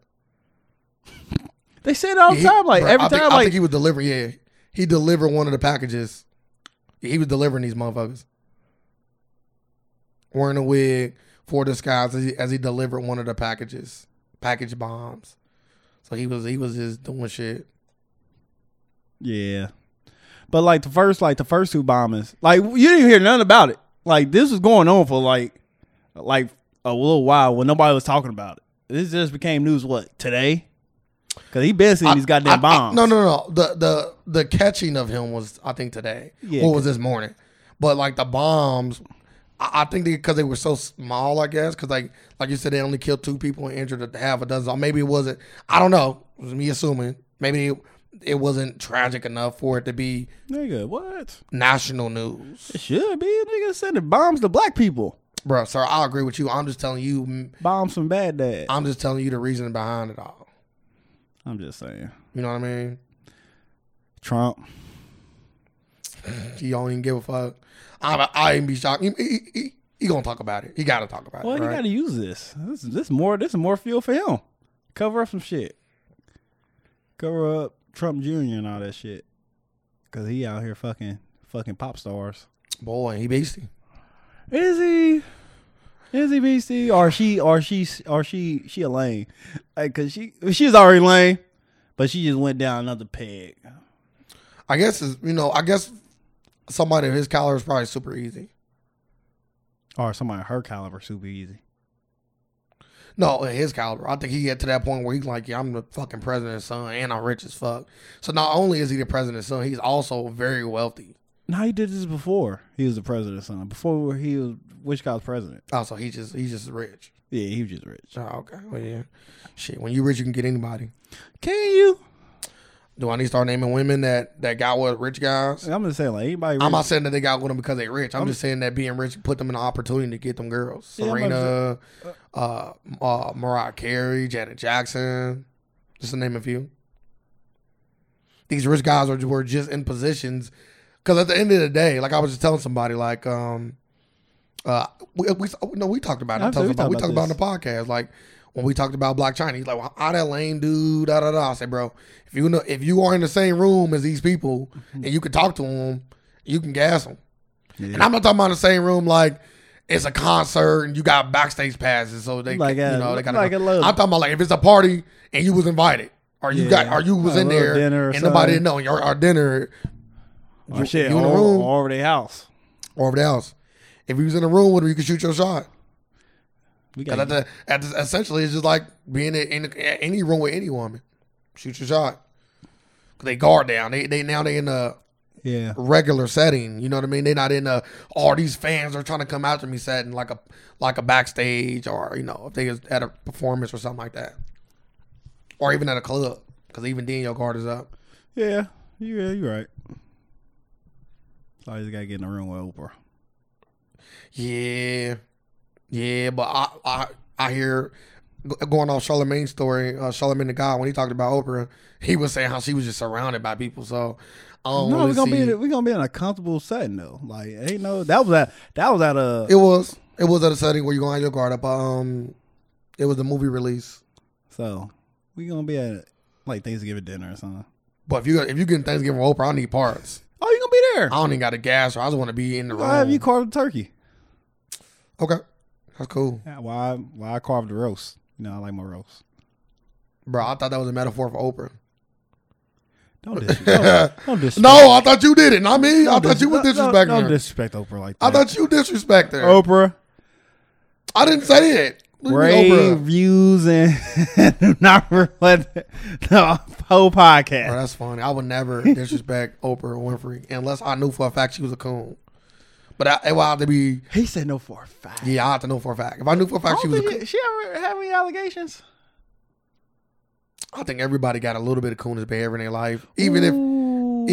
[SPEAKER 1] They say it all the
[SPEAKER 2] He-
[SPEAKER 1] time. Like
[SPEAKER 2] bro,
[SPEAKER 1] every
[SPEAKER 2] I think,
[SPEAKER 1] time,
[SPEAKER 2] I
[SPEAKER 1] like
[SPEAKER 2] think he was delivering. Yeah, he delivered one of the packages. He was delivering these motherfuckers. Wearing a wig for disguise as he, as he delivered one of the packages, package bombs. So he was he was just doing shit.
[SPEAKER 1] Yeah. But like the first, like the first two bombings, like you didn't hear nothing about it. Like this was going on for like, like a little while when nobody was talking about it. This just became news what today? Because he been seeing these
[SPEAKER 2] I-
[SPEAKER 1] goddamn
[SPEAKER 2] I-
[SPEAKER 1] bombs.
[SPEAKER 2] no, no, no. The the the catching of him was I think today.
[SPEAKER 1] Yeah,
[SPEAKER 2] or was this morning? But like the bombs, I, I think because they, were so small, I guess. Because like like you said, they only killed two people and injured a half a dozen. Or maybe it wasn't. I don't know. It was me assuming. Maybe it wasn't tragic enough for it to be
[SPEAKER 1] Nigga, what?
[SPEAKER 2] national news.
[SPEAKER 1] It should be. Nigga sending bombs to black people.
[SPEAKER 2] Bro, sir, I agree with you. I'm just telling you
[SPEAKER 1] Bombs from Baghdad.
[SPEAKER 2] I'm just telling you the reason behind it all.
[SPEAKER 1] I'm just saying.
[SPEAKER 2] You know what I mean?
[SPEAKER 1] Trump.
[SPEAKER 2] He don't even give a fuck. I I ain't be shocked. He, he, he- he gonna talk about it. He gotta talk about
[SPEAKER 1] Well,
[SPEAKER 2] it.
[SPEAKER 1] you
[SPEAKER 2] Right?
[SPEAKER 1] gotta use this. This is this more this is more fuel for him. Cover up some shit. Cover up Trump Jr. and all that shit. Cause he out here fucking fucking pop stars.
[SPEAKER 2] Boy, he beastie.
[SPEAKER 1] Is he? Is he BC? Or she? Or she? Or she? She a lame? Like, cause she she's already lame, but she just went down another peg.
[SPEAKER 2] I guess is you know, I guess somebody of his caliber is probably super easy.
[SPEAKER 1] Or somebody her caliber super easy.
[SPEAKER 2] No, his caliber. I think he get to that point where he's like, yeah, I'm the fucking president's son and I'm rich as fuck. So not only is he the president's son, he's also very wealthy.
[SPEAKER 1] No, he did this before he was the president's son. Before he was Wichita's president.
[SPEAKER 2] Also, Oh, he just he's just rich.
[SPEAKER 1] Yeah, he was just rich.
[SPEAKER 2] Oh, okay. Well, yeah. Shit, when you rich, you can get anybody.
[SPEAKER 1] Can you?
[SPEAKER 2] Do I need to start naming women that that got with rich guys?
[SPEAKER 1] I'm just saying, like anybody.
[SPEAKER 2] I'm
[SPEAKER 1] rich-
[SPEAKER 2] not saying that they got with them because they rich. I'm, just saying that being rich put them in the opportunity to get them girls.
[SPEAKER 1] Yeah, I'm
[SPEAKER 2] Serena, uh, uh, Mariah Carey, Janet Jackson, just to name a few. These rich guys are were just in positions because at the end of the day, like I was just telling somebody, like um, uh, we, we no, we talked about it.
[SPEAKER 1] Yeah, I
[SPEAKER 2] I'm telling
[SPEAKER 1] said we
[SPEAKER 2] somebody- we
[SPEAKER 1] talked
[SPEAKER 2] talked
[SPEAKER 1] about
[SPEAKER 2] about, it in the podcast, like. When we talked about Black China, he's like, well, "How that lame dude?" Da da da. I said, "Bro, if you know, if you are in the same room as these people and you can talk to them, you can gas them."
[SPEAKER 1] Yeah.
[SPEAKER 2] And I'm not talking about the same room like it's a concert and you got backstage passes, so they
[SPEAKER 1] Like
[SPEAKER 2] you
[SPEAKER 1] a-
[SPEAKER 2] know they gotta
[SPEAKER 1] like a
[SPEAKER 2] go.
[SPEAKER 1] little-
[SPEAKER 2] I'm talking about like if it's a party and you was invited or you
[SPEAKER 1] Yeah.
[SPEAKER 2] got or you was
[SPEAKER 1] Like a
[SPEAKER 2] in
[SPEAKER 1] little
[SPEAKER 2] there
[SPEAKER 1] dinner or
[SPEAKER 2] and nobody
[SPEAKER 1] something.
[SPEAKER 2] didn't know your our dinner
[SPEAKER 1] or Oh, shit,
[SPEAKER 2] you in the
[SPEAKER 1] or,
[SPEAKER 2] room.
[SPEAKER 1] or over their house.
[SPEAKER 2] or whatever else. If you was in the room with her, you could shoot your shot.
[SPEAKER 1] We
[SPEAKER 2] Because
[SPEAKER 1] got
[SPEAKER 2] at the, at the, essentially, it's just like being in, in any room with any woman. Shoot your shot. 'Cause They guard down. They they now they in a
[SPEAKER 1] yeah.
[SPEAKER 2] regular setting. You know what I mean? They're not in a all these fans are trying to come after me setting like a like a backstage or you know if they is at a performance or something like that, or even at a club because even then your guard is up.
[SPEAKER 1] Yeah, you- yeah, you're right. So I just gotta get in the room with Oprah.
[SPEAKER 2] Yeah, yeah, but I I I hear go- going off Charlemagne's story, uh, Charlemagne the God when he talked about Oprah, he was saying how she was just surrounded by people. So I don't
[SPEAKER 1] No,
[SPEAKER 2] really
[SPEAKER 1] we're gonna be
[SPEAKER 2] see-
[SPEAKER 1] in, we're gonna be in a comfortable setting though. Like ain't no that was at that was at a
[SPEAKER 2] It was it was at a setting where you gonna have your guard up. Um, it was the movie release.
[SPEAKER 1] so we gonna be at like Thanksgiving dinner or something.
[SPEAKER 2] But if you if you getting Thanksgiving with Oprah, I need parts.
[SPEAKER 1] Oh, you gonna be there?
[SPEAKER 2] I don't even got a gas, or I just want to be in the
[SPEAKER 1] Why have you
[SPEAKER 2] room.
[SPEAKER 1] carved the turkey?
[SPEAKER 2] Okay, that's cool,
[SPEAKER 1] Yeah, why why I carved the roast? You know I like my roast.
[SPEAKER 2] bro. I thought that was a metaphor for Oprah.
[SPEAKER 1] Don't disrespect. don't, don't disrespect.
[SPEAKER 2] No, I thought you did it, not me. I thought you were
[SPEAKER 1] dis- Oh,
[SPEAKER 2] disrespecting
[SPEAKER 1] Don't, don't
[SPEAKER 2] her.
[SPEAKER 1] disrespect Oprah like that.
[SPEAKER 2] I thought you disrespected her.
[SPEAKER 1] Oprah
[SPEAKER 2] I didn't say it. Leave me
[SPEAKER 1] rave
[SPEAKER 2] Oprah.
[SPEAKER 1] views and do not let the whole podcast.
[SPEAKER 2] Bro, that's funny. I would never disrespect Oprah Winfrey unless I knew for a fact she was a coon. But I, it would have to be.
[SPEAKER 1] He said no for a fact.
[SPEAKER 2] Yeah, I have to know for a fact. If I knew for a
[SPEAKER 1] I
[SPEAKER 2] fact she
[SPEAKER 1] don't
[SPEAKER 2] was, a
[SPEAKER 1] think
[SPEAKER 2] coon,
[SPEAKER 1] she, she ever have any allegations?
[SPEAKER 2] I think everybody got a little bit of coonish behavior in their life, even if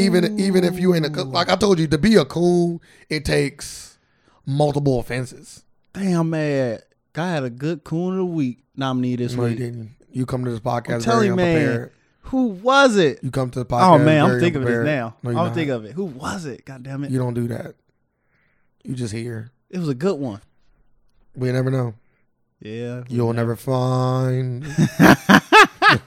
[SPEAKER 2] even even if you ain't a coon, like I told you to be a coon, it takes multiple offenses.
[SPEAKER 1] Damn, man. I had a good coon of the week nominee this
[SPEAKER 2] No, you
[SPEAKER 1] week.
[SPEAKER 2] didn't. You come to this podcast
[SPEAKER 1] I'm
[SPEAKER 2] very
[SPEAKER 1] telling you, man.
[SPEAKER 2] unprepared.
[SPEAKER 1] Who was it?
[SPEAKER 2] You come to the podcast.
[SPEAKER 1] Oh, man. I'm
[SPEAKER 2] very
[SPEAKER 1] thinking of this
[SPEAKER 2] unprepared.
[SPEAKER 1] now.
[SPEAKER 2] No,
[SPEAKER 1] I'm
[SPEAKER 2] you not.
[SPEAKER 1] thinking of it. Who was it? God damn it.
[SPEAKER 2] You don't do that. You just hear.
[SPEAKER 1] It was a good one.
[SPEAKER 2] We never know.
[SPEAKER 1] Yeah.
[SPEAKER 2] You'll never find.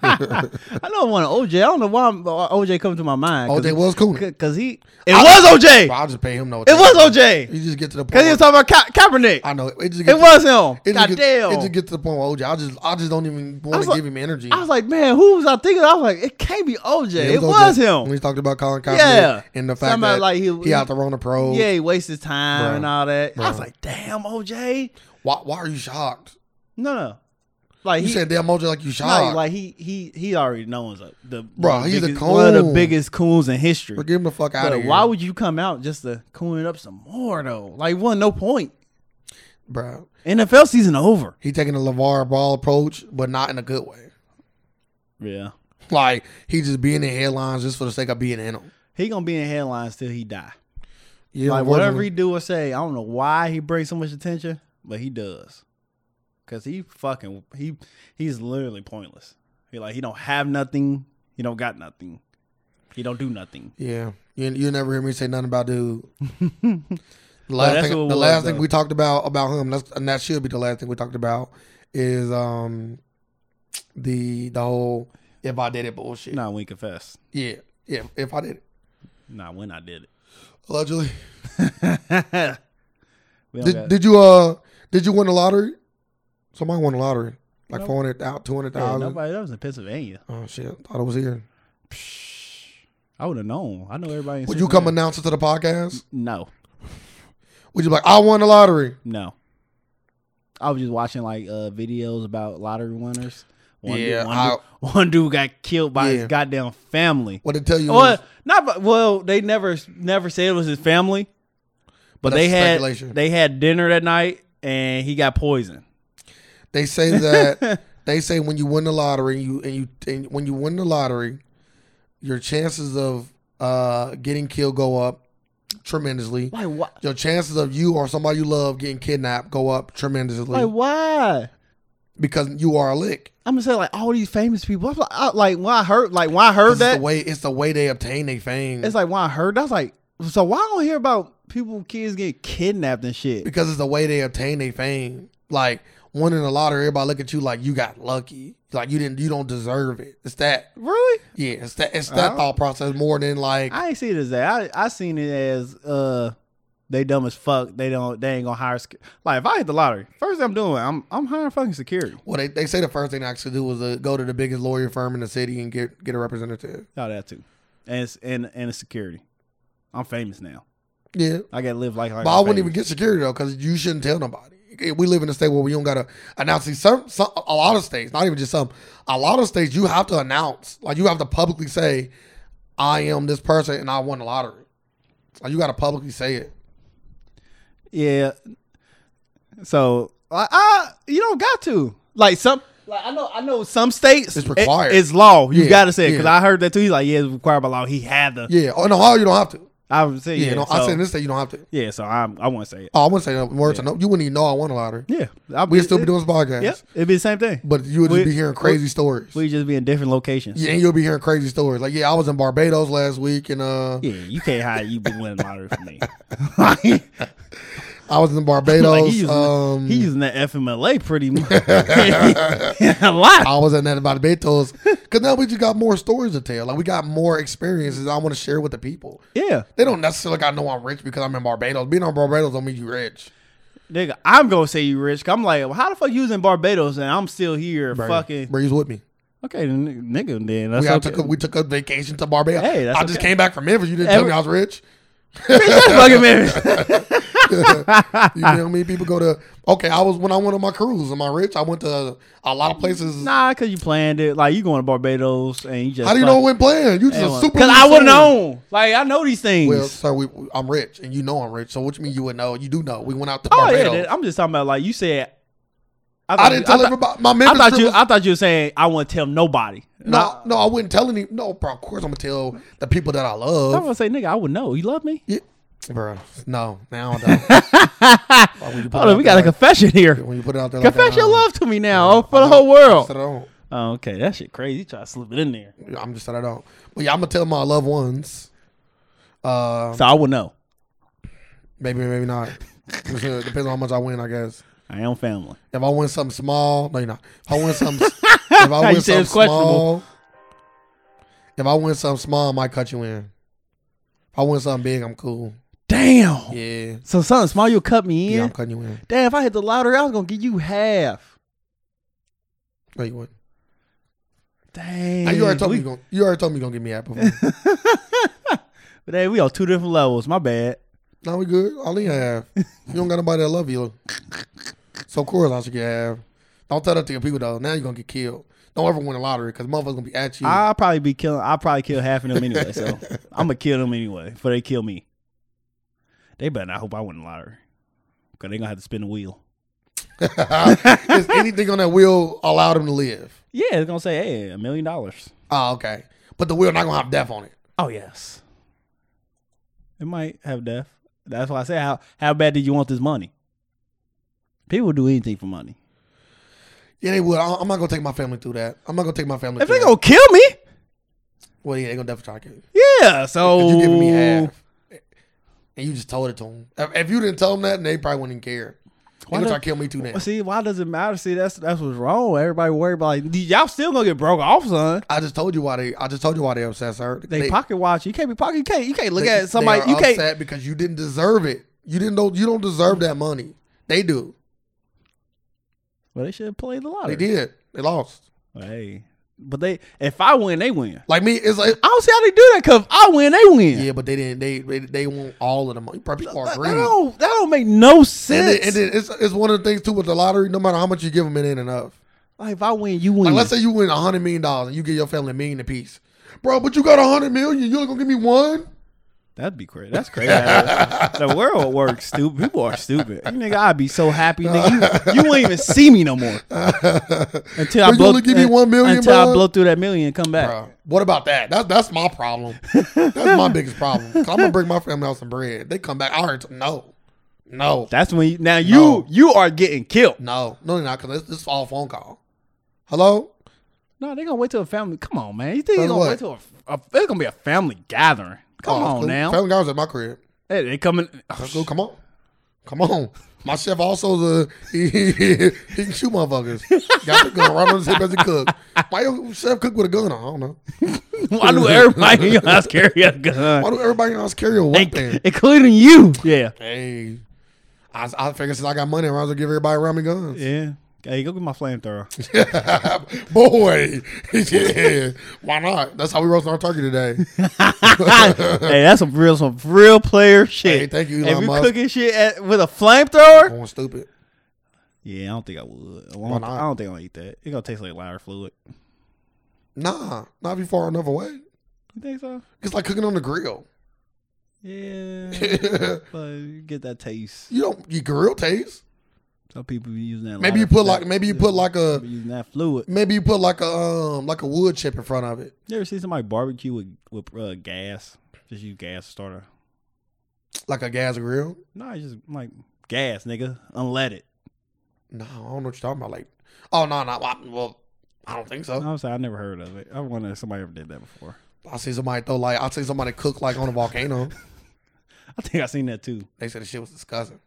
[SPEAKER 1] I know I want OJ. I don't know why I'm- uh, OJ coming to my mind.
[SPEAKER 2] OJ was cool. But
[SPEAKER 1] Because he. It was OJ. It
[SPEAKER 2] I'll just pay him no.
[SPEAKER 1] was OJ.
[SPEAKER 2] You just get to the point.
[SPEAKER 1] Because he was talking about Ka- Kaepernick.
[SPEAKER 2] where- I know it. Just
[SPEAKER 1] It
[SPEAKER 2] get
[SPEAKER 1] was him.
[SPEAKER 2] To, it just
[SPEAKER 1] God
[SPEAKER 2] get, It just
[SPEAKER 1] damn.
[SPEAKER 2] get to the point where OJ. I just I just don't even
[SPEAKER 1] I
[SPEAKER 2] want
[SPEAKER 1] was
[SPEAKER 2] to
[SPEAKER 1] like-
[SPEAKER 2] give him energy.
[SPEAKER 1] I was like, man, who was I thinking? I was like, it can't be OJ.
[SPEAKER 2] Yeah,
[SPEAKER 1] It
[SPEAKER 2] OJ.
[SPEAKER 1] was him.
[SPEAKER 2] When we talked about Colin Kaepernick
[SPEAKER 1] Yeah.
[SPEAKER 2] and the fact
[SPEAKER 1] Somebody
[SPEAKER 2] that
[SPEAKER 1] like
[SPEAKER 2] he,
[SPEAKER 1] he-
[SPEAKER 2] he out there on the pro.
[SPEAKER 1] Yeah, he wasted time
[SPEAKER 2] Bruh.
[SPEAKER 1] and all that. I was
[SPEAKER 2] Bruh.
[SPEAKER 1] like, damn, OJ.
[SPEAKER 2] Why, why are you shocked?
[SPEAKER 1] No, no. Like
[SPEAKER 2] You
[SPEAKER 1] he,
[SPEAKER 2] said damn OJ like you
[SPEAKER 1] no,
[SPEAKER 2] shocked.
[SPEAKER 1] like he, he, he already knows like, the
[SPEAKER 2] Bruh,
[SPEAKER 1] the
[SPEAKER 2] he's a
[SPEAKER 1] biggest, one of the
[SPEAKER 2] coon.
[SPEAKER 1] biggest coons in history.
[SPEAKER 2] But get him the fuck out
[SPEAKER 1] But
[SPEAKER 2] of here.
[SPEAKER 1] why would you come out just to coon it up some more though? Like, one, no point.
[SPEAKER 2] bro?
[SPEAKER 1] NFL season over.
[SPEAKER 2] He taking a LeVar Ball approach, but not in a good way.
[SPEAKER 1] Yeah,
[SPEAKER 2] Like he just being in headlines just for the sake of being in them.
[SPEAKER 1] He gonna be in headlines till he die.
[SPEAKER 2] Yeah,
[SPEAKER 1] like whatever he do or say, I don't know why he brings so much attention, but he does. Cause he fucking he he's literally pointless. He like he don't have nothing. He don't got nothing. He don't do nothing.
[SPEAKER 2] Yeah, you you never hear me say nothing about dude. The
[SPEAKER 1] Well,
[SPEAKER 2] last
[SPEAKER 1] that's
[SPEAKER 2] thing,
[SPEAKER 1] what it was,
[SPEAKER 2] the last thing
[SPEAKER 1] though.
[SPEAKER 2] we talked about about him, that's, and that should be the last thing we talked about, is um the the whole if I did it bullshit.
[SPEAKER 1] Not when he confessed.
[SPEAKER 2] Yeah, yeah, if I did it
[SPEAKER 1] Not when I did
[SPEAKER 2] allegedly.
[SPEAKER 1] it. we don't
[SPEAKER 2] Did,
[SPEAKER 1] got-
[SPEAKER 2] did you uh did you win the lottery? Somebody won the lottery, like
[SPEAKER 1] Nope.
[SPEAKER 2] four hundred out, two hundred
[SPEAKER 1] Yeah,
[SPEAKER 2] thousand.
[SPEAKER 1] nobody that was in Pennsylvania.
[SPEAKER 2] oh shit, thought it was here.
[SPEAKER 1] Psh, I would have known. I know everybody. in
[SPEAKER 2] Would you come
[SPEAKER 1] Cincinnati.
[SPEAKER 2] announce it to the podcast?
[SPEAKER 1] No,
[SPEAKER 2] Would you be like, I won the lottery?
[SPEAKER 1] no. I was just watching like uh, videos about lottery winners. One
[SPEAKER 2] Yeah,
[SPEAKER 1] dude, one, dude, one dude got killed by
[SPEAKER 2] Yeah.
[SPEAKER 1] his goddamn family.
[SPEAKER 2] What they tell you? was-
[SPEAKER 1] Well, not but- well. They never never said it was his family, but,
[SPEAKER 2] that's
[SPEAKER 1] they had
[SPEAKER 2] speculation.
[SPEAKER 1] they had dinner that night and he got poisoned.
[SPEAKER 2] They say that they say when you win the lottery, you and you and when you win the lottery, your chances of uh, getting killed go up tremendously.
[SPEAKER 1] Like what?
[SPEAKER 2] Your chances of you or somebody you love getting kidnapped go up tremendously
[SPEAKER 1] Like why?
[SPEAKER 2] because you are a lick.
[SPEAKER 1] I'm gonna say like all these famous people. I'm like, I, like when I heard like when I heard
[SPEAKER 2] It's the
[SPEAKER 1] that,
[SPEAKER 2] way it's the way they obtain their fame.
[SPEAKER 1] it's like when I heard that, I was like, so why don't I hear about people kids getting kidnapped and shit?
[SPEAKER 2] because it's the way they obtain their fame. Like winning the lottery, everybody look at you like you got lucky. Like you didn't, you don't deserve it. It's that,
[SPEAKER 1] Really?
[SPEAKER 2] yeah. It's that, it's
[SPEAKER 1] I
[SPEAKER 2] that
[SPEAKER 1] don't-
[SPEAKER 2] thought process more than like
[SPEAKER 1] I ain't see it as that. I I seen it as uh they dumb as fuck. They don't they ain't gonna hire sec- like if I hit the lottery, first thing I'm doing, I'm I'm hiring fucking security.
[SPEAKER 2] Well, they, they say the first thing I should do was uh, go to the biggest lawyer firm in the city and get get a representative.
[SPEAKER 1] Oh, that too, and it's, and and it's security. I'm famous now.
[SPEAKER 2] Yeah,
[SPEAKER 1] I gotta live like. like
[SPEAKER 2] but I
[SPEAKER 1] I'm
[SPEAKER 2] wouldn't even
[SPEAKER 1] famous.
[SPEAKER 2] get security though because you shouldn't tell nobody. We live in a state where we don't gotta announce. See, some, some a lot of states, not even just some, a lot of states you have to announce. Like you have to publicly say, "I am this person and I won the lottery." Like you got to publicly say it.
[SPEAKER 1] Yeah. So I, I you don't got to like some. Like I know, I know some states
[SPEAKER 2] It's required.
[SPEAKER 1] it- it's law. You
[SPEAKER 2] Yeah,
[SPEAKER 1] gotta say it because
[SPEAKER 2] yeah.
[SPEAKER 1] I heard that too. He's like, yeah, it's required by law. He had the.
[SPEAKER 2] Yeah. Oh, in Ohio, you don't have to.
[SPEAKER 1] I would say
[SPEAKER 2] Yeah.
[SPEAKER 1] yeah.
[SPEAKER 2] no,
[SPEAKER 1] so,
[SPEAKER 2] I said in this state you don't have to.
[SPEAKER 1] yeah. So I'm, I wouldn't say it.
[SPEAKER 2] Oh, I wouldn't say no words. No, you wouldn't even know I won the lottery.
[SPEAKER 1] Yeah, I'll
[SPEAKER 2] We'd still be doing this podcast,
[SPEAKER 1] Yeah, it'd be the same thing.
[SPEAKER 2] but you would just
[SPEAKER 1] We-
[SPEAKER 2] be hearing crazy stories.
[SPEAKER 1] We just be in different locations.
[SPEAKER 2] Yeah, and you'll be hearing crazy stories. Like, yeah, I was in Barbados last week, and uh,
[SPEAKER 1] Yeah, you can't hide. You been winning lottery for me.
[SPEAKER 2] I was in
[SPEAKER 1] Like,
[SPEAKER 2] Barbados.
[SPEAKER 1] he using,
[SPEAKER 2] um,
[SPEAKER 1] he using that FMLA pretty much a lot.
[SPEAKER 2] I was in that Barbados because now we just got more stories to tell. Like, we got more experiences I want to share with the people.
[SPEAKER 1] Yeah,
[SPEAKER 2] They don't necessarily like I know I'm rich because I'm in Barbados. Being on Barbados don't mean you rich.
[SPEAKER 1] nigga, I'm gonna say you rich. 'cause I'm like, well, how the fuck you was in Barbados and I'm still here?
[SPEAKER 2] Bro,
[SPEAKER 1] Fucking
[SPEAKER 2] bro, you was with me.
[SPEAKER 1] okay, then, nigga. Then
[SPEAKER 2] We,
[SPEAKER 1] that's
[SPEAKER 2] all
[SPEAKER 1] okay.
[SPEAKER 2] took a, we took a vacation to Barbados.
[SPEAKER 1] Hey, that's
[SPEAKER 2] I just
[SPEAKER 1] okay.
[SPEAKER 2] came back from Memphis. You didn't tell
[SPEAKER 1] Every-
[SPEAKER 2] me I was rich.
[SPEAKER 1] Bitch, that's fucking man.
[SPEAKER 2] You know what I mean? People go to okay. I was when I went on my cruise. Am I rich? I went to a lot of places.
[SPEAKER 1] nah, cause you planned it. Like you going to Barbados and you just
[SPEAKER 2] How do you know I went playing? You just a super.
[SPEAKER 1] Because I would have
[SPEAKER 2] loser.
[SPEAKER 1] known. Like I know these things.
[SPEAKER 2] Well, sir, we, we- I'm rich, and you know I'm rich. So what you mean you would know? You do know. We went out to
[SPEAKER 1] oh yeah,
[SPEAKER 2] Barbados.
[SPEAKER 1] then- I'm just talking about like you said.
[SPEAKER 2] I
[SPEAKER 1] thought-
[SPEAKER 2] didn't tell
[SPEAKER 1] thought-
[SPEAKER 2] everybody. My
[SPEAKER 1] I
[SPEAKER 2] Memphis
[SPEAKER 1] thought
[SPEAKER 2] trip
[SPEAKER 1] you.
[SPEAKER 2] was-
[SPEAKER 1] I thought you were saying I wouldn't tell nobody. And I-
[SPEAKER 2] no, no, I wouldn't tell any. No, bro. Of course, I'm gonna tell the people that I
[SPEAKER 1] I'm
[SPEAKER 2] love.
[SPEAKER 1] gonna say, nigga, I would know. You love me?
[SPEAKER 2] Yeah. Bro, no, now I don't. Why would you put it
[SPEAKER 1] Hold on,
[SPEAKER 2] out
[SPEAKER 1] we
[SPEAKER 2] there
[SPEAKER 1] got a
[SPEAKER 2] like-
[SPEAKER 1] confession here.
[SPEAKER 2] When you put it out there, like
[SPEAKER 1] Confess
[SPEAKER 2] that,
[SPEAKER 1] your
[SPEAKER 2] nah.
[SPEAKER 1] love to me now oh, for the
[SPEAKER 2] I
[SPEAKER 1] whole
[SPEAKER 2] I said
[SPEAKER 1] world.
[SPEAKER 2] I don't.
[SPEAKER 1] Oh, okay, that shit crazy. You try to slip it in there,
[SPEAKER 2] I'm just said I don't. But yeah, I'm gonna tell my loved ones. Uh,
[SPEAKER 1] so I would know.
[SPEAKER 2] maybe, maybe not. Depends on how much I win, I guess.
[SPEAKER 1] I am family.
[SPEAKER 2] If I win something small, no, you're not. If I win something, if I
[SPEAKER 1] You said
[SPEAKER 2] win something
[SPEAKER 1] it's questionable.
[SPEAKER 2] small, if I win something small, I might cut you in. If I win something big, I'm cool.
[SPEAKER 1] Damn.
[SPEAKER 2] Yeah,
[SPEAKER 1] So something small, you'll cut
[SPEAKER 2] yeah,
[SPEAKER 1] me in.
[SPEAKER 2] I'm cutting you in.
[SPEAKER 1] Damn, if I hit the lottery, I was gonna give you half.
[SPEAKER 2] No, you wouldn't.
[SPEAKER 1] Damn.
[SPEAKER 2] Hey, you already told me
[SPEAKER 1] we,
[SPEAKER 2] you gonna, you already told me you gonna give me that before.
[SPEAKER 1] But hey, we on two different levels. My bad.
[SPEAKER 2] now we good. I'll leave you half. You don't got nobody that love you. So of course I should get half. Don't tell that to your people though. Now you're gonna get killed. Don't ever win the lottery because motherfuckers gonna be at you.
[SPEAKER 1] I'll probably be killing. I'll probably kill half of them anyway. So I'm gonna kill them anyway before they kill me. They better. not hope I win the lottery because they gonna have to spin the wheel.
[SPEAKER 2] Is anything on that will allowed him to live?
[SPEAKER 1] Yeah, it's gonna say, hey, a million dollars.
[SPEAKER 2] Oh, okay. But the will not gonna have death on it.
[SPEAKER 1] Oh yes. It might have death. That's why I say how how bad did you want this money? People would do anything for money.
[SPEAKER 2] Yeah, they would. I- I'm not gonna take my family through that. I'm not gonna take my family.
[SPEAKER 1] If
[SPEAKER 2] through
[SPEAKER 1] they
[SPEAKER 2] that.
[SPEAKER 1] gonna kill me,
[SPEAKER 2] well, yeah, they gonna definitely try to kill you.
[SPEAKER 1] yeah. So
[SPEAKER 2] 'Cause you giving me
[SPEAKER 1] Oh.
[SPEAKER 2] half, and you just told it to them. If, if you didn't tell them that, they probably wouldn't even care. They
[SPEAKER 1] Why
[SPEAKER 2] gonna
[SPEAKER 1] the-
[SPEAKER 2] try to kill me too now.
[SPEAKER 1] Well, See, why does it matter? See, that's that's what's wrong. Everybody worried about like y'all still gonna get broke off, son.
[SPEAKER 2] I just told you why they. I just told you why they upset, sir.
[SPEAKER 1] They, pocket watch. You can't be pocket. You can't. You can't look
[SPEAKER 2] they-
[SPEAKER 1] at somebody.
[SPEAKER 2] they are
[SPEAKER 1] You can't.
[SPEAKER 2] upset because you didn't deserve it. You didn't know. You don't deserve that money. They do.
[SPEAKER 1] Well, they should play the lottery.
[SPEAKER 2] They did. They lost.
[SPEAKER 1] Well, hey, but they. If I win, they win.
[SPEAKER 2] Like me, it's like
[SPEAKER 1] I don't see how they do that. Cause if I win, they win.
[SPEAKER 2] yeah, but they didn't. They they, they want all of the money. Probably people are
[SPEAKER 1] That, that
[SPEAKER 2] greedy.
[SPEAKER 1] don't. That don't make no
[SPEAKER 2] And
[SPEAKER 1] sense.
[SPEAKER 2] then, and then it's it's one of the things too with the lottery. No matter how much you give them, it ain't enough.
[SPEAKER 1] like if I win, you win.
[SPEAKER 2] Like, let's say you win a hundred million dollars and you give your family a million apiece, bro. But you got a hundred million. You're gonna give me one?
[SPEAKER 1] That'd be crazy. That's crazy. the world works stupid. People are stupid. You nigga, I'd be so happy. Nigga, you, you won't even see me no more until I
[SPEAKER 2] But you
[SPEAKER 1] blow.
[SPEAKER 2] only give me
[SPEAKER 1] un-
[SPEAKER 2] one million,
[SPEAKER 1] until I
[SPEAKER 2] bro?
[SPEAKER 1] blow through that million and come back.
[SPEAKER 2] Bro, what about that? That's that's my problem. That's my biggest problem. i I'm gonna bring my family out some bread. They come back. I already told no, no,
[SPEAKER 1] That's when you, now you
[SPEAKER 2] No.
[SPEAKER 1] you are getting killed.
[SPEAKER 2] no, no, they're not because this, this is all phone call. Hello,
[SPEAKER 1] No, they're gonna wait till a family. Come on, man. You think
[SPEAKER 2] Tell
[SPEAKER 1] they're
[SPEAKER 2] you
[SPEAKER 1] gonna
[SPEAKER 2] what.
[SPEAKER 1] wait till a, a it's gonna be a family gathering? Come
[SPEAKER 2] Oh,
[SPEAKER 1] on
[SPEAKER 2] cool.
[SPEAKER 1] now.
[SPEAKER 2] Family Guy was at my crib.
[SPEAKER 1] Hey, they coming.
[SPEAKER 2] I go, come on, come on. My chef also is a he, he, he can shoot motherfuckers. Got the gun right on his hip as he cook. Why your chef cook with a gun? I don't know.
[SPEAKER 1] Why do everybody in your house carry a gun,
[SPEAKER 2] Why do everybody in the house carry a weapon?
[SPEAKER 1] In- including you? Yeah,
[SPEAKER 2] Hey, I, I figure since I got money, I might as well give everybody around me guns.
[SPEAKER 1] yeah. Hey, go get my flamethrower.
[SPEAKER 2] Boy, yeah, why not? That's how we roasted our turkey today.
[SPEAKER 1] hey, that's some real some real player shit.
[SPEAKER 2] Hey, thank you,
[SPEAKER 1] If
[SPEAKER 2] Elon
[SPEAKER 1] you
[SPEAKER 2] Musk.
[SPEAKER 1] cooking shit at, with a flamethrower,
[SPEAKER 2] Going stupid.
[SPEAKER 1] yeah, I don't think I would. I
[SPEAKER 2] Why
[SPEAKER 1] don't,
[SPEAKER 2] not?
[SPEAKER 1] I don't think I'll eat that. It's gonna taste like lighter fluid.
[SPEAKER 2] Nah, not be far enough away.
[SPEAKER 1] You think so?
[SPEAKER 2] It's like cooking on the grill.
[SPEAKER 1] Yeah,
[SPEAKER 2] you
[SPEAKER 1] but you get that taste.
[SPEAKER 2] don't you grill taste.
[SPEAKER 1] Some people be using that.
[SPEAKER 2] Maybe you
[SPEAKER 1] lighter-
[SPEAKER 2] put like maybe you put like a
[SPEAKER 1] Be using that fluid.
[SPEAKER 2] maybe you put like a um like a wood chip in front of it.
[SPEAKER 1] You ever see somebody barbecue with with uh, gas? Just use gas starter.
[SPEAKER 2] Like a gas grill.
[SPEAKER 1] No, it's just like gas, nigga, unleaded.
[SPEAKER 2] No, I don't know what you're talking about. Like oh no, no, I, well, I don't think so.
[SPEAKER 1] I'm sorry, I never heard of it. I wonder if somebody ever did that before.
[SPEAKER 2] I see somebody throw like I see somebody cook like on a volcano.
[SPEAKER 1] I think I seen that too.
[SPEAKER 2] they said the shit was disgusting.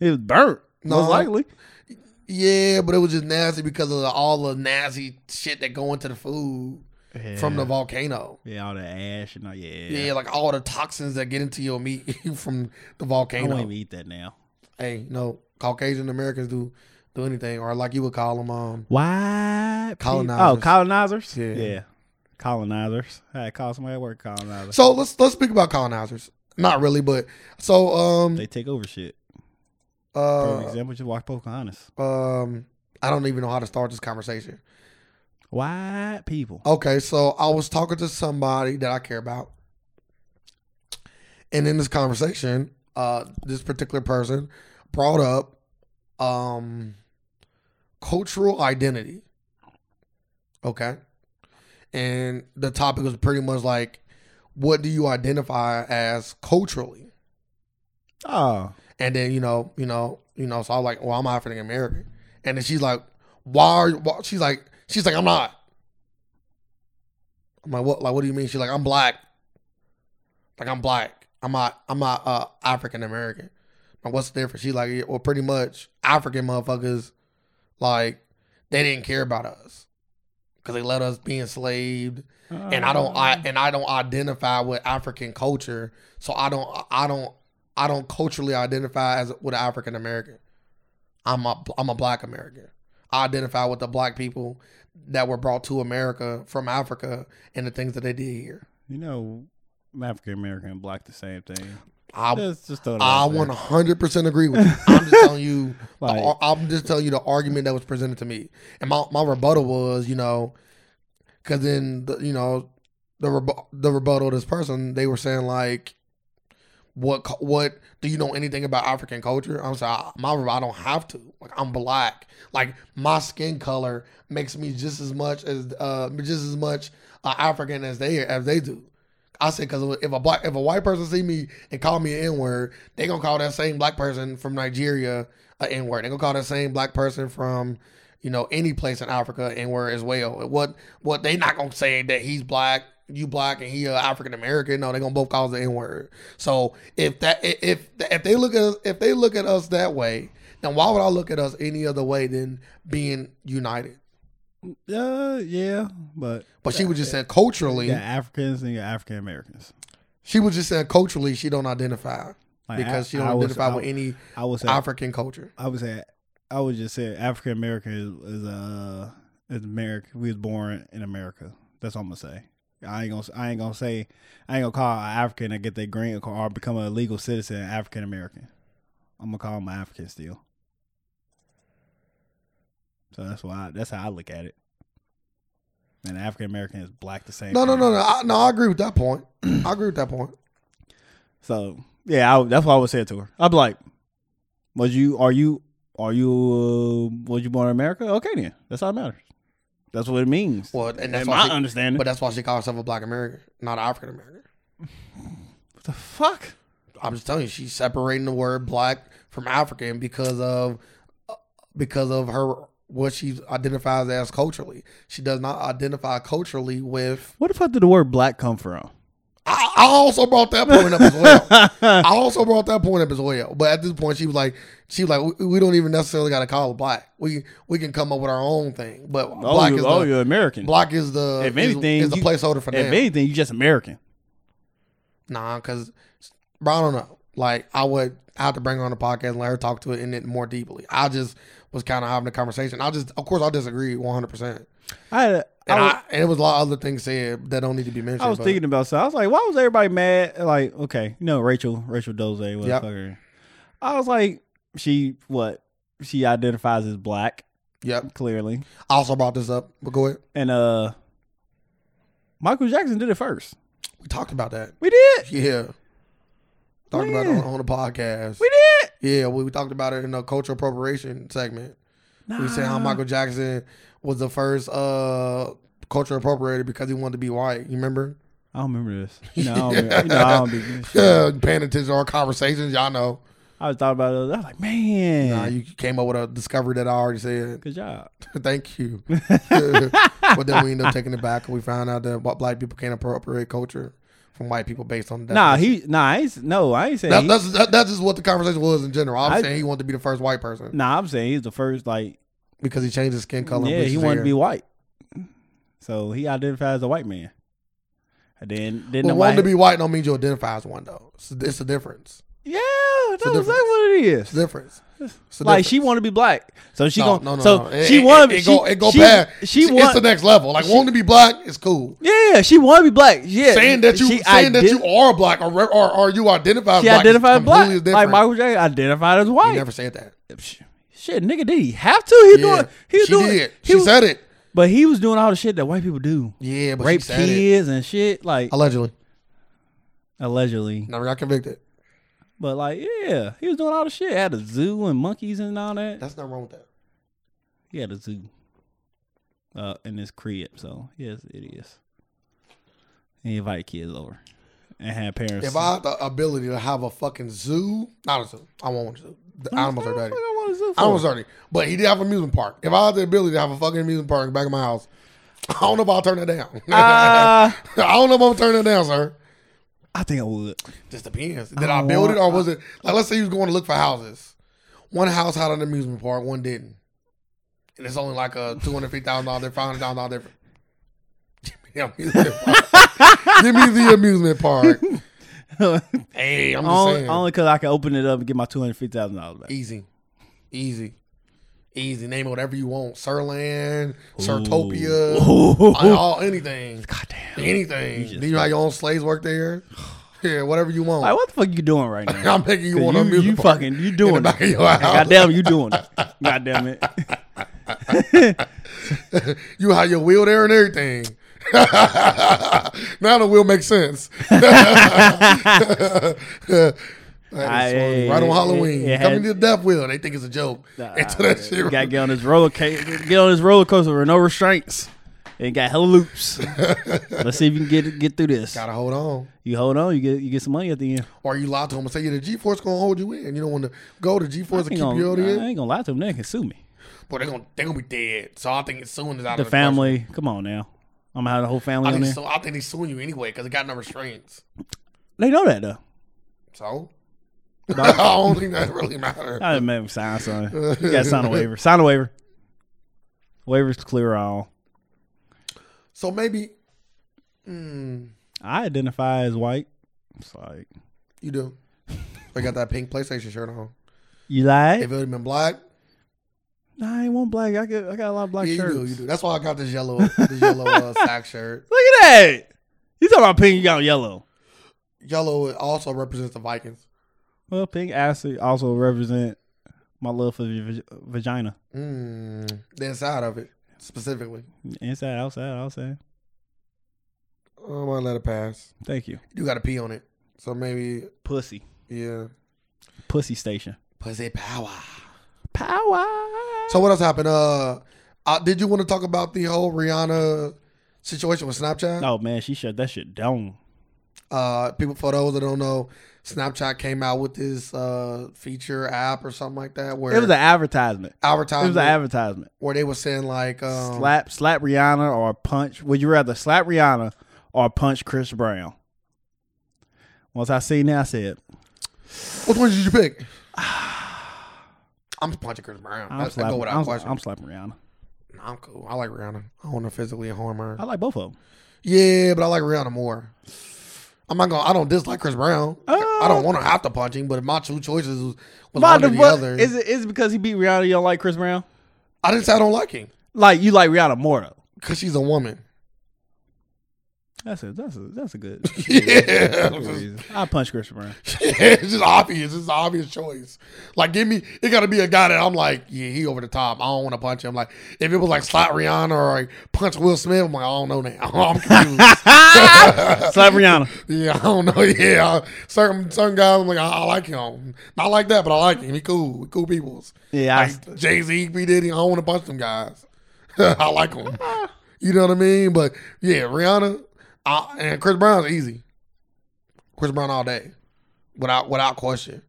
[SPEAKER 1] It was burnt.
[SPEAKER 2] No.
[SPEAKER 1] most likely.
[SPEAKER 2] Yeah, but it was just nasty because of the, all the nasty shit that go into the food from the
[SPEAKER 1] Yeah.
[SPEAKER 2] volcano.
[SPEAKER 1] Yeah, all the ash and all. Yeah.
[SPEAKER 2] Yeah. like all the toxins that get into your meat from the
[SPEAKER 1] I won't
[SPEAKER 2] volcano.
[SPEAKER 1] even eat that now.
[SPEAKER 2] Hey, no, Caucasian Americans do do anything, or like you would call them, um,
[SPEAKER 1] Why?
[SPEAKER 2] Colonizers.
[SPEAKER 1] Oh, colonizers.
[SPEAKER 2] Yeah.
[SPEAKER 1] Colonizers. I had call somebody at work colonizer.
[SPEAKER 2] So let's let's speak about colonizers. Not really, but so um
[SPEAKER 1] they take over shit. For
[SPEAKER 2] uh,
[SPEAKER 1] example, just watch Pocahontas.
[SPEAKER 2] um I don't even know how to start this conversation.
[SPEAKER 1] White people.
[SPEAKER 2] Okay, so I was talking to somebody that I care about. And in this conversation, uh, this particular person brought up um, cultural identity. Okay. And the topic was pretty much like, what do you identify as culturally?
[SPEAKER 1] Oh.
[SPEAKER 2] And then, you know, you know, you know, so I was like, well, I'm African American. And then she's like, why are you, why? she's like, she's like, I'm not. I'm like, what, like, what do you mean? She's like, I'm black. Like, I'm black. I'm not, I'm not, uh, African American. Like, what's the difference? She's like, yeah, well, pretty much African motherfuckers, like, they didn't care about us. Cause they let us be enslaved
[SPEAKER 1] Uh,
[SPEAKER 2] and I don't I and I don't identify with African culture, so I don't I don't I don't culturally identify as with an African American. I'm a I'm a Black American. I identify with the Black people that were brought to America from Africa and the things that they did here.
[SPEAKER 1] you know, African American and black the same thing.
[SPEAKER 2] I
[SPEAKER 1] Just, just throw that
[SPEAKER 2] I
[SPEAKER 1] out there.
[SPEAKER 2] one hundred percent agree with you. I'm just telling you.
[SPEAKER 1] Like-
[SPEAKER 2] I- I'm just telling you the argument that was presented to me, and my, my rebuttal was, you know, because then the, you know the rebu- the rebuttal of this person they were saying like, what cu- what do you know anything about African culture? I'm sorry, I- my I don't have to. Like I'm black. Like my skin color makes me just as much as uh just as much uh, African as they as they do. I said because if a black if a white person see me and call me an N word, they gonna call that same black person from Nigeria an N word. They gonna call that same black person from you know any place in Africa an N word as well. What what they not gonna say that he's black, you black, and he uh, African American. No, they gonna both call us the N word. So if that if if they look at us, if they look at us that way, then why would I look at us any other way than being united?
[SPEAKER 1] Uh, yeah, but
[SPEAKER 2] But she was just saying culturally.
[SPEAKER 1] you got Africans and you got African Americans.
[SPEAKER 2] She was just saying culturally she don't identify
[SPEAKER 1] Like,
[SPEAKER 2] because
[SPEAKER 1] I-
[SPEAKER 2] she don't
[SPEAKER 1] I was-
[SPEAKER 2] identify
[SPEAKER 1] I-
[SPEAKER 2] with any
[SPEAKER 1] I would say
[SPEAKER 2] African culture.
[SPEAKER 1] I would say I would just say African American is, is uh is America. We was born in America. That's what I'm gonna say. I ain't gonna I ain't gonna say I ain't gonna call an African and get their green card or become a legal citizen African American. I'm gonna call them African still. So that's why that's how I look at it. And African American is black the same.
[SPEAKER 2] No, no,
[SPEAKER 1] thing.
[SPEAKER 2] no, no. I, no, I agree with that point. I agree with that point.
[SPEAKER 1] So yeah, I, would- that's what I would say to her. I'd be like, "Was you? Are you? Are you? Uh, was you born in America? Okay, then that's how it matters. That's what it means.
[SPEAKER 2] Well, and that's
[SPEAKER 1] in
[SPEAKER 2] why.
[SPEAKER 1] my
[SPEAKER 2] She,
[SPEAKER 1] understanding.
[SPEAKER 2] but that's why she calls herself a Black American, not African American.
[SPEAKER 1] what the fuck?
[SPEAKER 2] I'm just telling you, she's separating the word Black from African because of because of her what she identifies as culturally. She does not identify culturally with.
[SPEAKER 1] What the fuck did the word black come from?
[SPEAKER 2] I, I also brought that point up as well.
[SPEAKER 1] Oh,
[SPEAKER 2] I also brought that point up as well. But at this point, she was like, she was like, we, we don't even necessarily got to call it black. We we can come up with our own thing. But
[SPEAKER 1] oh,
[SPEAKER 2] black
[SPEAKER 1] you,
[SPEAKER 2] is
[SPEAKER 1] oh,
[SPEAKER 2] the
[SPEAKER 1] you're American.
[SPEAKER 2] black is the
[SPEAKER 1] If
[SPEAKER 2] is-
[SPEAKER 1] anything,
[SPEAKER 2] is, the
[SPEAKER 1] you-
[SPEAKER 2] placeholder for
[SPEAKER 1] if
[SPEAKER 2] them.
[SPEAKER 1] anything, you just American.
[SPEAKER 2] nah, because bro, I don't know. Like I would have to bring her on the podcast and let her talk to it in it more deeply. I just was kind of having a conversation. I just, of course, I disagree one hundred percent.
[SPEAKER 1] I had a, I
[SPEAKER 2] And
[SPEAKER 1] was,
[SPEAKER 2] I, and it was a lot of other things said that don't need to be mentioned.
[SPEAKER 1] I was
[SPEAKER 2] but-
[SPEAKER 1] thinking about something. I was like, why was everybody mad? Like, okay, you know, Rachel, Rachel Doze, motherfucker. I was like, she what? She identifies as black
[SPEAKER 2] Yep.
[SPEAKER 1] clearly.
[SPEAKER 2] I also brought this up, but go ahead.
[SPEAKER 1] And uh Michael Jackson did it first.
[SPEAKER 2] We talked about that.
[SPEAKER 1] We did.
[SPEAKER 2] Yeah. Talked about it
[SPEAKER 1] Yeah.
[SPEAKER 2] on, on the podcast.
[SPEAKER 1] We did.
[SPEAKER 2] Yeah, we, we talked about it in the cultural appropriation segment. We said how
[SPEAKER 1] Nah.
[SPEAKER 2] Michael Jackson was the first uh cultural appropriator because he wanted to be white. You remember?
[SPEAKER 1] I don't remember this. You know, I don't remember, you know, I don't be
[SPEAKER 2] Yeah, paying attention to our conversations, y'all know.
[SPEAKER 1] I was thought about it. I was like, man.
[SPEAKER 2] Nah, you came up with a discovery that I already said.
[SPEAKER 1] good job.
[SPEAKER 2] Thank you. but then we ended up taking it back, and we found out that wh- black people can't appropriate culture from white people based on that.
[SPEAKER 1] Nah, he nah, I ain't, s- no, I ain't saying
[SPEAKER 2] That,
[SPEAKER 1] he-
[SPEAKER 2] that's that, that's just what the conversation was in general. I'm
[SPEAKER 1] I-
[SPEAKER 2] saying he wanted to be the first white person
[SPEAKER 1] nah, I'm saying he's the first like
[SPEAKER 2] because he changed his skin color.
[SPEAKER 1] Yeah, he wanted to be white. So he identifies as a white man. And then then
[SPEAKER 2] But
[SPEAKER 1] the
[SPEAKER 2] wanting
[SPEAKER 1] white
[SPEAKER 2] to be white don't mean you identify as one though. It's, it's a difference.
[SPEAKER 1] Yeah, that's
[SPEAKER 2] a
[SPEAKER 1] exactly
[SPEAKER 2] difference.
[SPEAKER 1] what it is.
[SPEAKER 2] It's a difference. It's a
[SPEAKER 1] Like
[SPEAKER 2] difference.
[SPEAKER 1] she want to be black, so she
[SPEAKER 2] No,
[SPEAKER 1] gon'
[SPEAKER 2] no, no,
[SPEAKER 1] so
[SPEAKER 2] no. It-
[SPEAKER 1] she
[SPEAKER 2] it-
[SPEAKER 1] want
[SPEAKER 2] it, go it go
[SPEAKER 1] she,
[SPEAKER 2] past.
[SPEAKER 1] She,
[SPEAKER 2] She-
[SPEAKER 1] want
[SPEAKER 2] it's the next level. Like wanting to be black is cool.
[SPEAKER 1] Yeah, she want to be black. Yeah,
[SPEAKER 2] Saying that you
[SPEAKER 1] she
[SPEAKER 2] saying that
[SPEAKER 1] ident-
[SPEAKER 2] you are black or re- or, or you identify as
[SPEAKER 1] she
[SPEAKER 2] black. is
[SPEAKER 1] identified as
[SPEAKER 2] completely
[SPEAKER 1] black.
[SPEAKER 2] different.
[SPEAKER 1] Like Michael Jackson identified as
[SPEAKER 2] He
[SPEAKER 1] white.
[SPEAKER 2] never said that.
[SPEAKER 1] Psh, Shit, nigga, did he have to? He
[SPEAKER 2] Yeah,
[SPEAKER 1] doing. He was
[SPEAKER 2] she
[SPEAKER 1] doing.
[SPEAKER 2] did.
[SPEAKER 1] He
[SPEAKER 2] she
[SPEAKER 1] was,
[SPEAKER 2] said it.
[SPEAKER 1] but he was doing all the shit that white people do.
[SPEAKER 2] Yeah, but
[SPEAKER 1] Rape
[SPEAKER 2] she said it
[SPEAKER 1] kids and shit, like
[SPEAKER 2] allegedly.
[SPEAKER 1] allegedly.
[SPEAKER 2] Never got convicted.
[SPEAKER 1] But like, yeah, he was doing all the shit. Had a zoo and monkeys and all that.
[SPEAKER 2] That's not wrong with that.
[SPEAKER 1] He had a zoo. Uh, in his crib, so yes, it is. He invite kids over, and had parents.
[SPEAKER 2] If I had the ability to have a fucking zoo, not a zoo. I won't want a zoo. The animals are
[SPEAKER 1] What the
[SPEAKER 2] dirty.
[SPEAKER 1] fuck I want a zoo
[SPEAKER 2] I was
[SPEAKER 1] for?
[SPEAKER 2] dirty. But he did have an amusement park. If I had the ability to have a fucking amusement park back in my house, I don't know if I'll turn that down.
[SPEAKER 1] Uh,
[SPEAKER 2] I don't know if I'm gonna turn it down, sir.
[SPEAKER 1] I think I would.
[SPEAKER 2] Just depends. Did I,
[SPEAKER 1] don't
[SPEAKER 2] build it or
[SPEAKER 1] want-
[SPEAKER 2] was it like let's say you was going to look for houses. One house had an amusement park, one didn't. And it's only like a two hundred fifty thousand dollar, five hundred thousand dollar difference. Give me the amusement park. Give me the amusement park. Hey, I'm just
[SPEAKER 1] only
[SPEAKER 2] saying.
[SPEAKER 1] only because I can open it up and get my two hundred fifty thousand dollars back.
[SPEAKER 2] Easy. Easy. Easy. Name it whatever you want. Sirland, Sirtopia,
[SPEAKER 1] Ooh.
[SPEAKER 2] all- all anything.
[SPEAKER 1] Goddamn!
[SPEAKER 2] Anything.
[SPEAKER 1] just-
[SPEAKER 2] Do you have your own slaves work there? Yeah, whatever you want.
[SPEAKER 1] Like what the fuck you doing right now?
[SPEAKER 2] I'm making you want
[SPEAKER 1] you
[SPEAKER 2] to
[SPEAKER 1] you fucking you doing
[SPEAKER 2] in the
[SPEAKER 1] it.
[SPEAKER 2] back of your house.
[SPEAKER 1] Goddamn, you doing it. Goddamn it.
[SPEAKER 2] You have your wheel there and everything. now the will makes sense.
[SPEAKER 1] I-
[SPEAKER 2] right on Halloween.
[SPEAKER 1] it- it
[SPEAKER 2] Coming
[SPEAKER 1] had-
[SPEAKER 2] to the death wheel. They think it's a joke. Until that shit-
[SPEAKER 1] Got to get on this roller ca- get on this roller coaster with no restraints. It got hella loops. Let's see if you can get get through this.
[SPEAKER 2] Gotta hold on.
[SPEAKER 1] You hold on, you get you get some money at the end.
[SPEAKER 2] Or you lie to them and say, yeah, the G Force gonna hold you in. You don't want to go to G Force
[SPEAKER 1] I
[SPEAKER 2] to
[SPEAKER 1] ain't,
[SPEAKER 2] keep
[SPEAKER 1] gonna,
[SPEAKER 2] you out in.
[SPEAKER 1] I ain't gonna lie to them. They can sue me.
[SPEAKER 2] But they're gonna they're gonna be dead. So I think it's suing is out
[SPEAKER 1] The
[SPEAKER 2] of the question.
[SPEAKER 1] family, come on now. I'm gonna have the whole family on
[SPEAKER 2] I
[SPEAKER 1] there.
[SPEAKER 2] think, so, I think they suing you anyway because it got no restraints.
[SPEAKER 1] They know that though.
[SPEAKER 2] So I don't think that really matters.
[SPEAKER 1] I didn't make them sign something. You got to sign a waiver. Sign a waiver. Waivers clear all.
[SPEAKER 2] So maybe mm,
[SPEAKER 1] I identify as white. It's like
[SPEAKER 2] you do. I got that pink PlayStation shirt on.
[SPEAKER 1] you lie.
[SPEAKER 2] If it would have been black,
[SPEAKER 1] Nah, I ain't want black. I got I got a lot of black
[SPEAKER 2] yeah,
[SPEAKER 1] shirts.
[SPEAKER 2] you do, you do. That's why I got this yellow, this yellow uh, sack shirt.
[SPEAKER 1] Look at that. You talking about pink? You got yellow.
[SPEAKER 2] Yellow also represents the Vikings.
[SPEAKER 1] Well, pink actually also represent my love for your vag- vagina,
[SPEAKER 2] Mm, the inside of it specifically.
[SPEAKER 1] inside, outside. I'll say
[SPEAKER 2] I'm gonna Oh, let it pass.
[SPEAKER 1] thank you,
[SPEAKER 2] You got to pee on it, so maybe
[SPEAKER 1] pussy,
[SPEAKER 2] yeah.
[SPEAKER 1] pussy station.
[SPEAKER 2] Pussy power.
[SPEAKER 1] Power.
[SPEAKER 2] So what else happened? Uh, uh did you want to talk about the whole Rihanna situation with Snapchat?
[SPEAKER 1] Oh man, she shut that shit down.
[SPEAKER 2] Uh, people for those that don't know, Snapchat came out with this uh feature app or something like that where
[SPEAKER 1] It was an advertisement. It
[SPEAKER 2] advertisement
[SPEAKER 1] was an advertisement.
[SPEAKER 2] where they were saying like um,
[SPEAKER 1] slap slap Rihanna or punch. Would you rather slap Rihanna or punch Chris Brown? Once I seen that, I said,
[SPEAKER 2] which one did you pick? I'm punching Chris Brown.
[SPEAKER 1] "I'm
[SPEAKER 2] I, I go
[SPEAKER 1] slapping.
[SPEAKER 2] without
[SPEAKER 1] I'm,
[SPEAKER 2] question.
[SPEAKER 1] I'm slapping Rihanna.
[SPEAKER 2] Nah, I'm, cool. I like Rihanna. I want to physically harm her.
[SPEAKER 1] I like both of them.
[SPEAKER 2] Yeah, but I like Rihanna more. I'm not gonna. I don't dislike Chris Brown. I don't want to have to punch him. But if my two choices was, was
[SPEAKER 1] Why
[SPEAKER 2] one
[SPEAKER 1] Oh. the
[SPEAKER 2] or the
[SPEAKER 1] fuck-
[SPEAKER 2] other,
[SPEAKER 1] Is it is it because he beat Rihanna? You don't like Chris Brown?
[SPEAKER 2] I didn't say I don't like him
[SPEAKER 1] Like you like Rihanna more though.
[SPEAKER 2] because she's a woman.
[SPEAKER 1] That's a that's a that's a good.
[SPEAKER 2] Yeah,
[SPEAKER 1] I punch Chris Brown.
[SPEAKER 2] it's just obvious. It's an obvious choice. Like, give me. It got to be a guy that I'm like, yeah, he over the top. I don't want to punch him. Like, if it was like slap Rihanna or like punch Will Smith, I'm like, I don't know now. I'm confused.
[SPEAKER 1] Slap Rihanna.
[SPEAKER 2] yeah, I don't know. Yeah, I- certain certain guys, I'm like, I, I like him. Not like that, but I like him. He cool. We cool peoples.
[SPEAKER 1] Yeah, I,
[SPEAKER 2] Like Jay Z, B Diddy. I don't want to punch them guys. I like them. You know what I mean? But yeah, Rihanna I, and Chris Brown's easy. Chris Brown all day, without without question.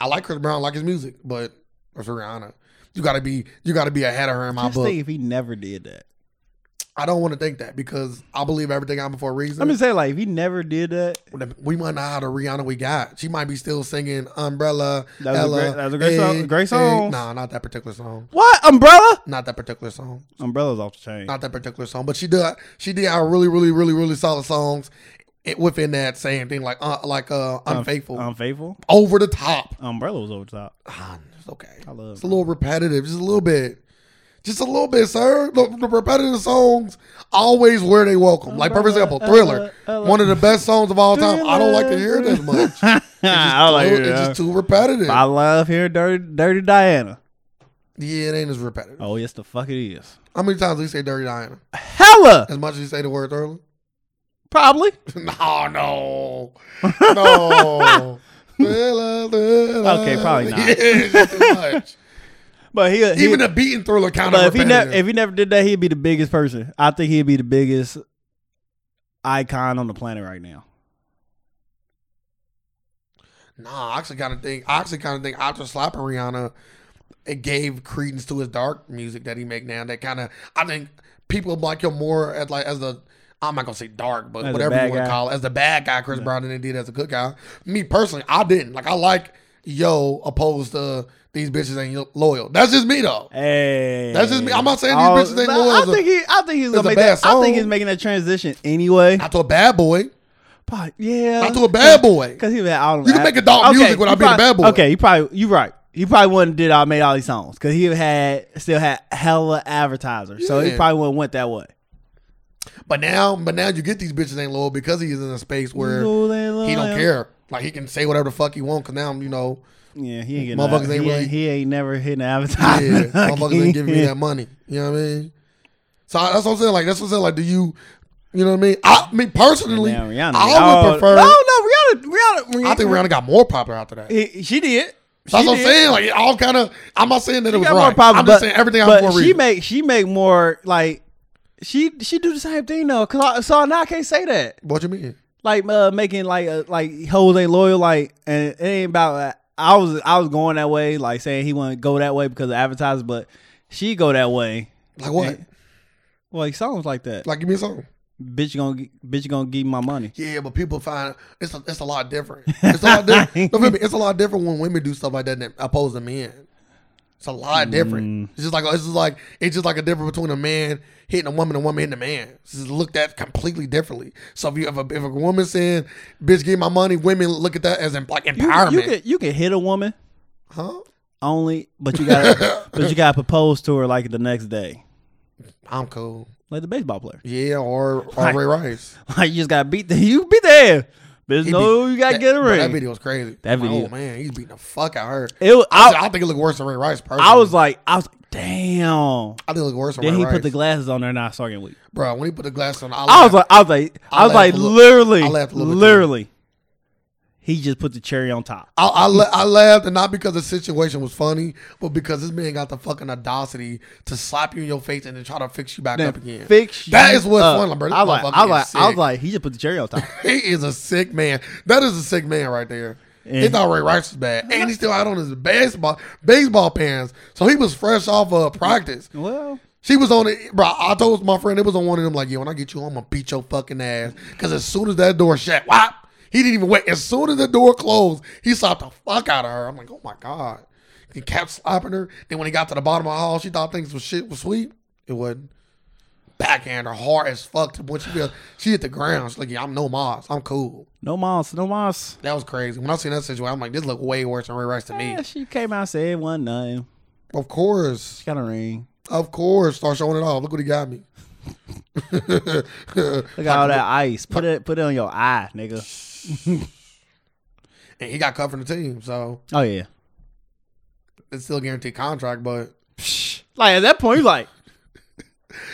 [SPEAKER 2] I like Chris Brown, I like his music, but it's Rihanna. You gotta be you gotta be ahead of her in my
[SPEAKER 1] just
[SPEAKER 2] book.
[SPEAKER 1] think if he never did that. I
[SPEAKER 2] I don't want to think that because I believe everything happened for a reason.
[SPEAKER 1] am just saying, like if he never did that,
[SPEAKER 2] we might not have the Rihanna we got. She might be still singing Umbrella.
[SPEAKER 1] That was a
[SPEAKER 2] Ella,
[SPEAKER 1] great- that was a great song- great song.
[SPEAKER 2] Nah, not that particular song.
[SPEAKER 1] what umbrella?
[SPEAKER 2] Not that particular song.
[SPEAKER 1] Umbrella's off the chain.
[SPEAKER 2] not that particular song, but she did she did have really really really really solid songs it- within that same thing like uh, like
[SPEAKER 1] Um,
[SPEAKER 2] uh, unfaithful,
[SPEAKER 1] Unfaithful.
[SPEAKER 2] over the top.
[SPEAKER 1] Umbrella was over the top.
[SPEAKER 2] Ah, it's okay,
[SPEAKER 1] I love
[SPEAKER 2] it's a little repetitive, just a little bit, just a little bit, sir. The, the repetitive songs always where they welcome. Like for
[SPEAKER 1] Umbrella,
[SPEAKER 2] example, Thriller,
[SPEAKER 1] Ella, Ella.
[SPEAKER 2] one of the best songs of all time. I don't like to hear it as much. It's just,
[SPEAKER 1] I like
[SPEAKER 2] too,
[SPEAKER 1] it.
[SPEAKER 2] it's
[SPEAKER 1] uh,
[SPEAKER 2] just too repetitive.
[SPEAKER 1] I love hearing dirty, dirty Diana.
[SPEAKER 2] Yeah, it ain't as repetitive.
[SPEAKER 1] Oh yes, the fuck it is.
[SPEAKER 2] How many times do you say "Dirty Diana"?
[SPEAKER 1] Hella,
[SPEAKER 2] As much as you say the word "Thriller."
[SPEAKER 1] probably.
[SPEAKER 2] No, no, no. okay,
[SPEAKER 1] probably not.
[SPEAKER 2] Yeah, it's too much.
[SPEAKER 1] But he, he
[SPEAKER 2] Even the beating thriller kind
[SPEAKER 1] but if
[SPEAKER 2] of
[SPEAKER 1] he never
[SPEAKER 2] repetitive.
[SPEAKER 1] if he never did that, he'd be the biggest person. I think he'd be the biggest icon on the planet right now.
[SPEAKER 2] nah, I actually kind of think. I actually kind of think after slapping Rihanna, it gave credence to his dark music that he make now. That kind of I think people like him more as like as the. I'm not gonna say dark, but
[SPEAKER 1] As a
[SPEAKER 2] whatever
[SPEAKER 1] bad
[SPEAKER 2] you want
[SPEAKER 1] guy.
[SPEAKER 2] to call it, as the bad guy, Chris Brown, than they did as a good guy. Me personally, I didn't like. I like yo opposed to these bitches ain't loyal. That's just me though.
[SPEAKER 1] Hey,
[SPEAKER 2] That's just me. I'm not saying these bitches ain't
[SPEAKER 1] no,
[SPEAKER 2] loyal
[SPEAKER 1] Oh, I
[SPEAKER 2] as a-
[SPEAKER 1] think he, I think he's
[SPEAKER 2] as
[SPEAKER 1] gonna
[SPEAKER 2] a
[SPEAKER 1] make
[SPEAKER 2] bad
[SPEAKER 1] that. I think
[SPEAKER 2] song.
[SPEAKER 1] he's making that transition anyway.
[SPEAKER 2] Not to a bad boy.
[SPEAKER 1] But, yeah,
[SPEAKER 2] Not to a bad boy.
[SPEAKER 1] Cause he had all them
[SPEAKER 2] You can make adult music without
[SPEAKER 1] you
[SPEAKER 2] being a
[SPEAKER 1] probably-
[SPEAKER 2] bad boy.
[SPEAKER 1] Okay, you probably you right. He probably wouldn't did all made all these songs because he had still had hella advertisers, so he
[SPEAKER 2] Yeah.
[SPEAKER 1] probably wouldn't went that way.
[SPEAKER 2] But now, but now you get these bitches ain't loyal because he is in a space where he don't care. Like he can say whatever the fuck he want. Cause now you know,
[SPEAKER 1] Yeah, he ain't getting.
[SPEAKER 2] Motherfuckers
[SPEAKER 1] Motherfuckers
[SPEAKER 2] ain't
[SPEAKER 1] he,
[SPEAKER 2] really-
[SPEAKER 1] ain't, he ain't never hitting
[SPEAKER 2] yeah,
[SPEAKER 1] advertising.
[SPEAKER 2] motherfuckers ain't giving me that money. You know what I mean? So I- that's what I'm saying. Like that's what I'm saying. Like, do you You know what I mean? I, me personally,
[SPEAKER 1] And now Rihanna.
[SPEAKER 2] I would
[SPEAKER 1] Oh,
[SPEAKER 2] prefer.
[SPEAKER 1] No, no, Rihanna, Rihanna, Rihanna.
[SPEAKER 2] I think Rihanna got more popular after that.
[SPEAKER 1] He- she did.
[SPEAKER 2] That's
[SPEAKER 1] She
[SPEAKER 2] what I'm
[SPEAKER 1] did.
[SPEAKER 2] saying. Like it all kind of. I'm not saying that it
[SPEAKER 1] She
[SPEAKER 2] was
[SPEAKER 1] got
[SPEAKER 2] right.
[SPEAKER 1] more problems,
[SPEAKER 2] I'm just
[SPEAKER 1] but-
[SPEAKER 2] saying everything
[SPEAKER 1] but
[SPEAKER 2] I'm for a
[SPEAKER 1] she
[SPEAKER 2] reason.
[SPEAKER 1] make she make more like she she do the same thing though. Cause I, so now I can't say that
[SPEAKER 2] what you mean?
[SPEAKER 1] like uh, making like uh, like hoes ain't loyal like and it ain't about that. I was I was going that way like saying he wouldn't go that way because of advertising, but she go that way.
[SPEAKER 2] Like what?
[SPEAKER 1] Well, like songs like that.
[SPEAKER 2] Like give me a song.
[SPEAKER 1] bitch gonna gi- bitch gonna give me my money.
[SPEAKER 2] Yeah, but people find it's a, it's a lot different. It's a lot different. no, feel me? It's a lot different when women do stuff like that than opposed to men. It's a
[SPEAKER 1] Mm.
[SPEAKER 2] lot different. It's just like it's just like it's just like a difference between a man hitting a woman and a woman hitting a man. It's just looked at completely differently. So if you if a, if a woman saying "bitch, give my money," women look at that as em- like
[SPEAKER 1] You,
[SPEAKER 2] empowerment.
[SPEAKER 1] you can you can hit a woman
[SPEAKER 2] huh?
[SPEAKER 1] only, but you got but you got to propose to her like the next day,
[SPEAKER 2] I'm cool.
[SPEAKER 1] like the baseball player.
[SPEAKER 2] Yeah, or or
[SPEAKER 1] Like-
[SPEAKER 2] Ray Rice.
[SPEAKER 1] Like you just gotta beat the you beat the air. Bitch,
[SPEAKER 2] He
[SPEAKER 1] no,
[SPEAKER 2] beat-
[SPEAKER 1] you gotta
[SPEAKER 2] that-
[SPEAKER 1] get a
[SPEAKER 2] bro, That
[SPEAKER 1] ring.
[SPEAKER 2] video was crazy.
[SPEAKER 1] That video-
[SPEAKER 2] Oh man, he's beating the fuck out of her.
[SPEAKER 1] it was,
[SPEAKER 2] I,
[SPEAKER 1] I,
[SPEAKER 2] think it looked worse than Ray Rice. Personally.
[SPEAKER 1] I was like, I was like, damn.
[SPEAKER 2] I think it looked worse than
[SPEAKER 1] Then
[SPEAKER 2] Ray
[SPEAKER 1] he
[SPEAKER 2] Rice.
[SPEAKER 1] put the glasses on there, and I started getting weak.
[SPEAKER 2] Bro, when he put the glass on, I,
[SPEAKER 1] I was
[SPEAKER 2] laughed.
[SPEAKER 1] like, I was like, I,
[SPEAKER 2] I
[SPEAKER 1] was like,
[SPEAKER 2] laughed a little-
[SPEAKER 1] literally,
[SPEAKER 2] I laughed a little bit too.
[SPEAKER 1] literally. He just put the cherry on top.
[SPEAKER 2] I, I, la- I laughed, and not because the situation was funny, but because this man got the fucking audacity to slap you in your face and then try to fix you back up again.
[SPEAKER 1] Fix
[SPEAKER 2] That
[SPEAKER 1] you
[SPEAKER 2] is what's
[SPEAKER 1] up.
[SPEAKER 2] funny, bro. This
[SPEAKER 1] I was like,
[SPEAKER 2] motherfucker
[SPEAKER 1] I was
[SPEAKER 2] is
[SPEAKER 1] like, I was
[SPEAKER 2] sick.
[SPEAKER 1] like, he just put the cherry on top.
[SPEAKER 2] he is a sick man. That is a sick man right there. He
[SPEAKER 1] And-
[SPEAKER 2] thought Ray Rice was bad, and he's still out on his baseball baseball pants. So he was fresh off of practice.
[SPEAKER 1] well,
[SPEAKER 2] She was on it, bro. I told my friend it was on one of them. Like, yo, when I get you, I'm gonna beat your fucking ass. Because as soon as that door shut, whop, he didn't even wait. As soon as the door closed, he slapped the fuck out of her. I'm like, oh my god. He kept slapping her. Then when he got to the bottom of the hall, she thought things was shit was sweet. It wasn't. Backhand her hard as fuck. To when she feel, she hit the ground. She's like, yeah, I'm no Moss. I'm cool.
[SPEAKER 1] no moss, no moss.
[SPEAKER 2] That was crazy. When I seen that situation, I'm like, this look way worse than Ray Rice to me.
[SPEAKER 1] Yeah, she came out and said one nothing.
[SPEAKER 2] Of course.
[SPEAKER 1] She got a ring.
[SPEAKER 2] Of course. Start showing it off. Look what he got me.
[SPEAKER 1] Look at all that ice. Put it, put it on your eye, nigga.
[SPEAKER 2] And he got cut from the team, so
[SPEAKER 1] Oh yeah.
[SPEAKER 2] it's still a guaranteed contract. But
[SPEAKER 1] Like at that point, you like,